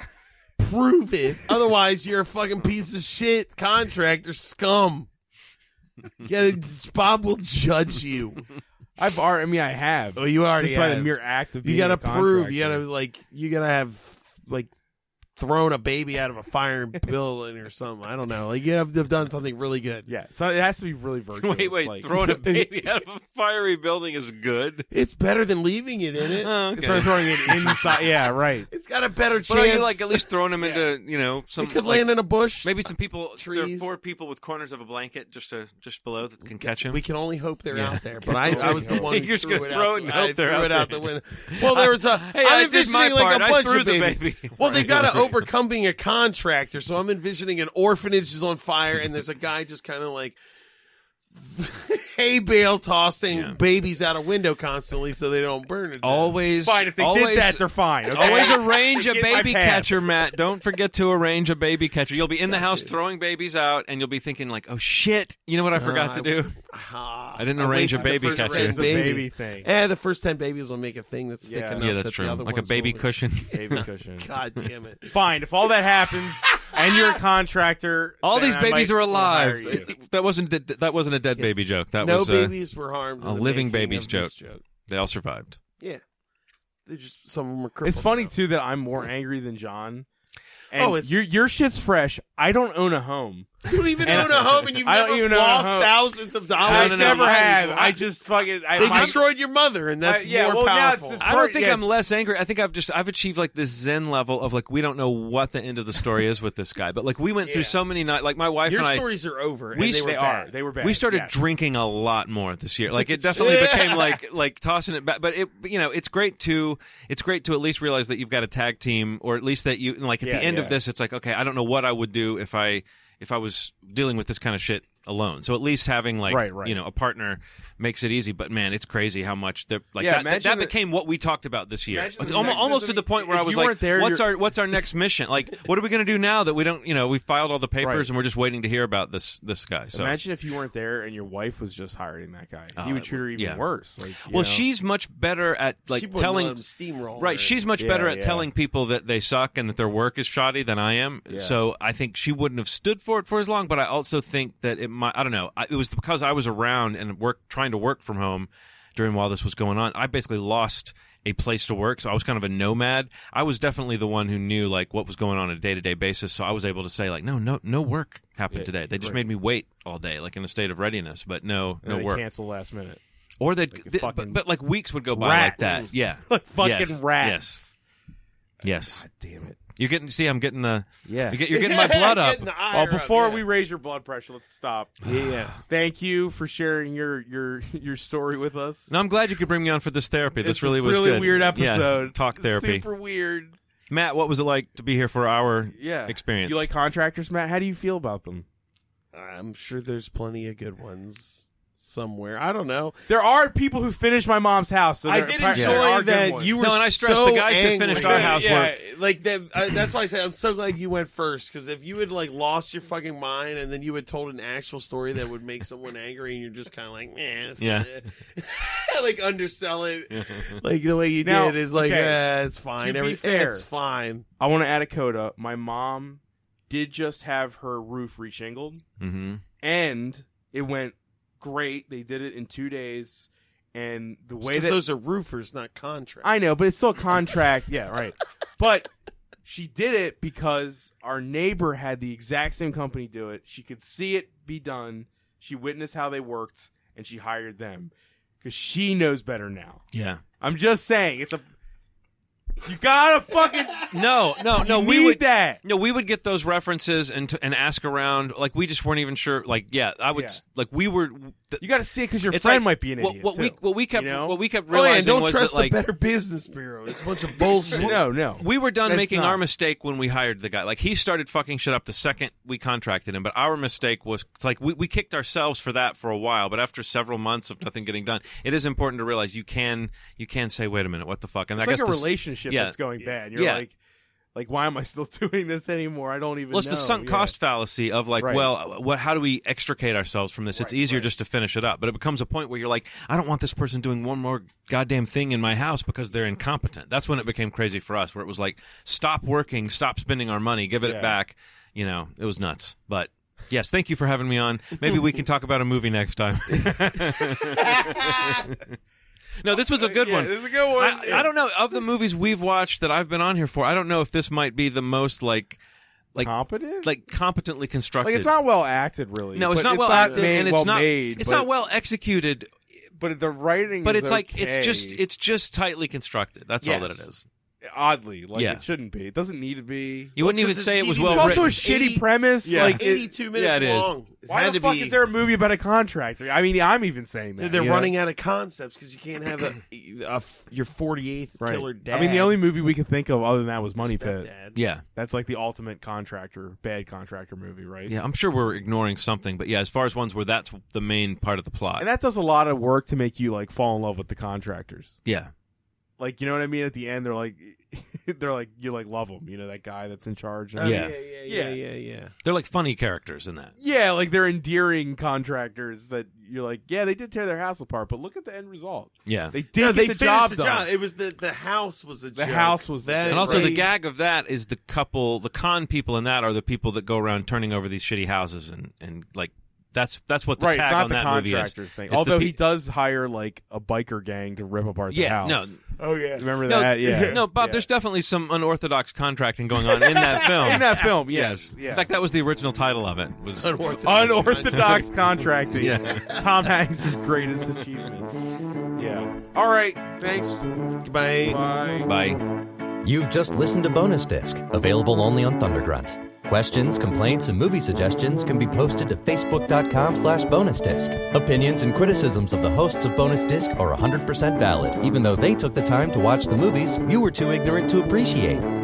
G: Prove it. Otherwise, you're a fucking piece of shit contractor scum. Get it? Bob will judge you.
D: I've already. I mean, I have.
G: Oh, you already
D: Just by the
G: have.
D: mere act of
G: You
D: being
G: gotta
D: a
G: prove. You gotta
D: contractor.
G: like. You gotta have like thrown a baby out of a firing building or something. I don't know. Like you have to have done something really good.
D: Yeah, so it has to be really virtuous.
C: Wait, wait,
D: like-
C: throwing a baby out of a fiery building is good.
G: It's better than leaving it in it.
C: Oh,
D: It's probably
C: okay.
D: throwing it inside. yeah, right.
G: It's got a better chance.
C: But are you like at least throwing them into you know some
G: it could
C: like,
G: land in a bush.
C: maybe some people there are
G: trees.
C: four people with corners of a blanket just to just below that can catch him.
G: We can only hope they're
C: Yeah.
G: out there. But I, I was the one who
C: You're just
G: threw
C: gonna
G: it
C: throw
G: out.
C: it and
G: the-
C: hope
G: I
C: they're
G: threw
C: out
G: it out
C: there.
G: the window. Well, there was a.
C: Hey,
G: I'm
C: I did my
G: envisioning like
C: part.
G: a
C: I
G: bunch
C: threw
G: of
C: the
G: babies.
C: baby.
G: Well, they got to overcome being a contractor. So I'm envisioning an orphanage is on fire, and there's a guy just kind of like. hay bale tossing
C: Yeah. Oh,
G: babies out a window constantly so they don't burn it.
C: always
D: Fine. If they
C: always,
D: did that, they're fine. Okay?
C: Always arrange a
D: Get my
C: baby
D: pass.
C: catcher, Matt. Don't forget to arrange a baby catcher. You'll be in the house throwing babies out, and you'll be thinking like, "Oh shit, you know what I forgot
G: Uh, I-
C: to do?
G: Ah,
C: I didn't arrange a
G: wasted the
C: baby
G: first
C: catcher.
G: ten
D: It's a
G: babies.
D: baby thing.
G: Eh, the first ten babies will make a thing that's thick
D: Yeah.
G: enough.
C: yeah,
G: that
C: that's
G: The
C: true.
G: other
C: Like a
G: ones
C: baby
G: won't.
C: cushion.
D: Baby cushion.
G: God damn it!
D: Fine. If all that happens and you're a contractor,
C: All
D: then
C: these
D: I
C: babies
D: might
C: are
D: hire
C: alive.
D: you.
C: It- That wasn't that that wasn't a dead baby joke. That
G: no
C: was uh,
G: babies were harmed. in
C: a
G: the
C: living
G: making
C: baby's
G: of this
C: joke. they all survived.
G: Yeah, they just some of them are crippled.
D: It's funny
G: now.
D: too that I'm more angry than John. And
G: Oh, it's-
D: your your shit's fresh. I don't own a home.
G: You don't even
D: And
G: own
D: I-
G: a home, and you've
D: I don't
G: never
D: even own a
G: lost
D: home.
G: thousands of
D: Oh, I
G: dollars.
C: no, no,
D: never
C: no.
D: have. I just fucking. I,
G: They
D: my-
G: destroyed your mother, and that's
D: I- yeah, well,
G: more
D: now it's
G: powerful.
D: just-
C: I don't
D: Part-
C: think
D: yeah.
C: I'm less angry. I think I've just I've achieved like this zen level of like we don't know what the end of the story is with this guy. But like we went through so many nights. Like my wife
G: your
C: and I.
G: stories are over.
C: we
G: and they
C: s-
G: were
D: They
G: bad.
D: are. They were bad.
C: We started
D: yes.
C: drinking a lot more this year. Like it definitely became like like tossing it back. But it you know it's great to it's great to at least realize that you've got a tag team or at least that you like at
D: Yeah,
C: the end
D: yeah.
C: of this it's like okay I don't know what I would do if I if I was dealing with this kind of shit alone. So at least having like
D: Right, right.
C: you know a partner makes it easy. But man, it's crazy how much they're like
D: Yeah,
C: that, that,
D: imagine
C: that
D: the-
C: became what we talked about this year.
D: Imagine
C: It's
D: the
C: almo-
D: sexism.
C: almost, to the point where
D: If
C: I was
D: you
C: like
D: weren't there,
C: what's
D: you're-
C: our what's our next mission? Like what are we going to do now that we don't you know we filed all the papers
D: Right.
C: and we're just waiting to hear about this this guy. So
D: Imagine if you weren't there and your wife was just hiring that guy.
C: Oh,
D: he would
C: it
D: treat her
C: would-
D: even
C: yeah.
D: worse. Like, you
C: Well,
D: know.
C: she's much better at like
G: She wouldn't let
C: telling.
G: 'em steamroll.
C: Right,
G: her.
C: she's much
D: Yeah,
C: better at
D: yeah.
C: telling people that they suck and that their work is shoddy than I am.
D: Yeah.
C: So I think she wouldn't have stood for it for as long. But I also think that it might. I don't know. I, it was because I was around and work trying to work from home during while this was going on. I basically lost a place to work, so I was kind of a nomad. I was definitely the one who knew like what was going on, on a day to day basis. So I was able to say like, no, no, no work happened today. They just made me wait all day, like in a state of readiness, but no,
D: And
C: no
D: they
C: work.
D: Cancel last minute.
C: Or they'd,
D: Like a
C: th-
D: fucking
C: but, but like weeks would go by like
D: rats.
C: that. Yeah.
D: Like fucking
C: Yes.
D: rats.
C: Yes. Yes.
D: Damn it.
C: You're getting, see, I'm getting the,
D: Yeah.
C: you get, you're getting my blood up.
G: Getting the ire
D: Well,
G: up,
D: before
G: yeah.
D: we raise your blood pressure, let's stop. Yeah. Thank you for sharing your your your story with us.
C: No, I'm glad you could bring me on for this therapy. This
D: It's a
C: really was
D: really
C: good.
D: weird
C: Yeah,
D: episode.
C: talk therapy.
D: Super weird.
C: Matt, what was it like to be here for our
D: Yeah.
C: experience?
D: Do you like contractors, Matt? How do you feel about them?
G: I'm sure there's plenty of good ones somewhere. I don't know.
D: There are people who finish my mom's house. So
G: I
D: there
G: did
D: apparently
G: enjoy
D: there are good
G: that
D: ones.
G: you were
C: No, and I stressed
G: so
C: the guys that
G: angry.
C: finished our house
G: yeah,
C: were-
G: Like that, I, that's why I say I'm so glad you went first because if you had like lost your fucking mind and then you had told an actual story that would make someone angry and you're just kind of like, eh, it's-
C: Yeah.
G: eh." like undersell it, like the way you
D: Now,
G: did is like,
D: okay,
G: eh, it's fine.
D: be
G: Every, eh,
D: fair,
G: it's fine.
D: I want to add a coda. My mom did just have her roof reshingled,
C: Mm-hmm.
D: and it went great. They did it in two days, and the way
G: 'Cause
D: that
G: those are roofers, not contracts.
D: I know, but it's still a contract. yeah, right. But she did it because our neighbor had the exact same company do it. She could see it be done. She witnessed how they worked, and she hired them because she knows better now.
C: Yeah.
D: I'm just saying, it's a you gotta fucking
C: No, no, no.
D: you
C: we
D: need
C: would
D: that.
C: no, we would get those references and t- and ask around. Like we just weren't even sure. Like yeah, I would
D: Yeah.
C: s like we were. Th-
D: You gotta see it because your
C: it's
D: friend
C: like,
D: might be an
C: what,
D: idiot.
C: What we
D: too.
C: what we kept
D: you know?
C: what we kept
G: Oh, yeah,
C: realizing
G: don't
C: was
G: trust
C: that like
G: the Better Business Bureau. It's a bunch of bullshit.
D: no, no.
C: we were done
D: That's
C: making
D: not-
C: our mistake when we hired the guy. Like he started fucking shit up the second we contracted him, but our mistake was it's like we, we kicked ourselves for that for a while, but after several months of nothing getting done, it is important to realize you can you can say, wait a minute, what the fuck? And
D: It's
C: I
D: like
C: guess
D: a
C: this-
D: relationship
C: yeah.
D: that's going bad. You're
C: Yeah.
D: like, like, why am I still doing this anymore? I don't even.
C: well, it's
D: know.
C: the sunk
D: Yeah.
C: cost fallacy of like,
D: Right.
C: well, what? How do we extricate ourselves from this? it's easier just to finish it up, but it becomes a point where you're like, I don't want this person doing one more goddamn thing in my house because they're incompetent. That's when it became crazy for us, where it was like, stop working, stop spending our money, give it
D: Yeah.
C: back. You know, it was nuts. But yes, thank you for having me on. Maybe we can talk about a movie next time. no, this was a good
D: Yeah,
C: one.
D: This is a good one.
C: I, I don't know of the movies we've watched that I've been on here for. I don't know if this might be the most like like
D: competent.
C: like competently constructed.
D: Like, it's not well acted, really.
C: no, it's
D: but
C: not well acted,
D: made-
C: and it's
D: well
C: not
D: made.
C: it's
D: but,
C: not well executed.
D: but the writing.
C: But
D: is
C: it's like it's
D: okay,
C: just it's just tightly constructed. That's all that
D: Yes.
C: it is.
D: oddly like
C: Yeah.
D: it shouldn't be. It doesn't need to be.
C: You wouldn't even
G: 'cause
C: say
G: it's
C: it was
G: even-
C: well
D: it's also a
C: written.
D: shitty
G: 80
D: premise.
C: Yeah.
D: Like, it,
G: 82 minutes
C: yeah, it is.
G: long. It
D: why
G: had
D: the
G: to
D: fuck
G: be-
D: is there a movie about a contractor? I mean, I'm even saying that
G: Dude, they're
D: you know?
G: running out of concepts because you can't have a, a f- your 48th
D: Right.
G: killer dad.
D: I mean, the only movie we could think of other than that was Money Pit.
G: stepdad.
C: Yeah,
D: That's like the ultimate contractor, bad contractor movie, right?
C: yeah. I'm sure we're ignoring something, but yeah, as far as ones where that's the main part of the plot.
D: And that does a lot of work to make you like fall in love with the contractors.
C: Yeah,
D: Like, you know what I mean? At the end, they're like, they're like, you like love them. You know that guy that's in charge. and
G: Oh,
C: Yeah.
G: yeah, yeah, yeah, yeah, yeah.
C: they're like funny characters in that.
D: Yeah, like they're endearing contractors that you're like, yeah, they did tear their house apart, but look at the end result.
C: Yeah,
D: They did
G: No,
D: get
G: they
D: the
G: finished
D: job
G: the
D: done.
G: job. It was the the house was a
D: The house was the joke.
C: And also, the
G: guy.
C: gag of that is the couple, the con people in that are the people that go around turning over these shitty houses and and like that's that's what the
D: right, it's
C: tag
D: not
C: on
D: the
C: that movie is.
D: contractors thing.
C: It's the
D: Although
C: pe-
D: he does hire like a biker gang to rip apart the
C: Yeah,
D: house.
C: no,
G: Oh yeah.
D: remember
C: no,
D: that? Yeah,
C: no, Bob.
D: Yeah.
C: There's definitely some unorthodox contracting going on in that film.
D: in that film.
C: yes,
D: Yes, yeah.
C: in fact, that was the original title of it. Was
G: Unorthodox.
D: unorthodox contracting.
C: Yeah.
D: Tom Hanks' greatest achievement. Yeah. All right. Thanks.
G: Goodbye.
D: Bye.
C: by
A: You've just listened to Bonus Disc, available only on Thundergrunt. Questions, complaints, and movie suggestions can be posted to facebook.com slash bonus disc. Opinions and criticisms of the hosts of Bonus Disc are 100% valid, even though they took the time to watch the movies you were too ignorant to appreciate.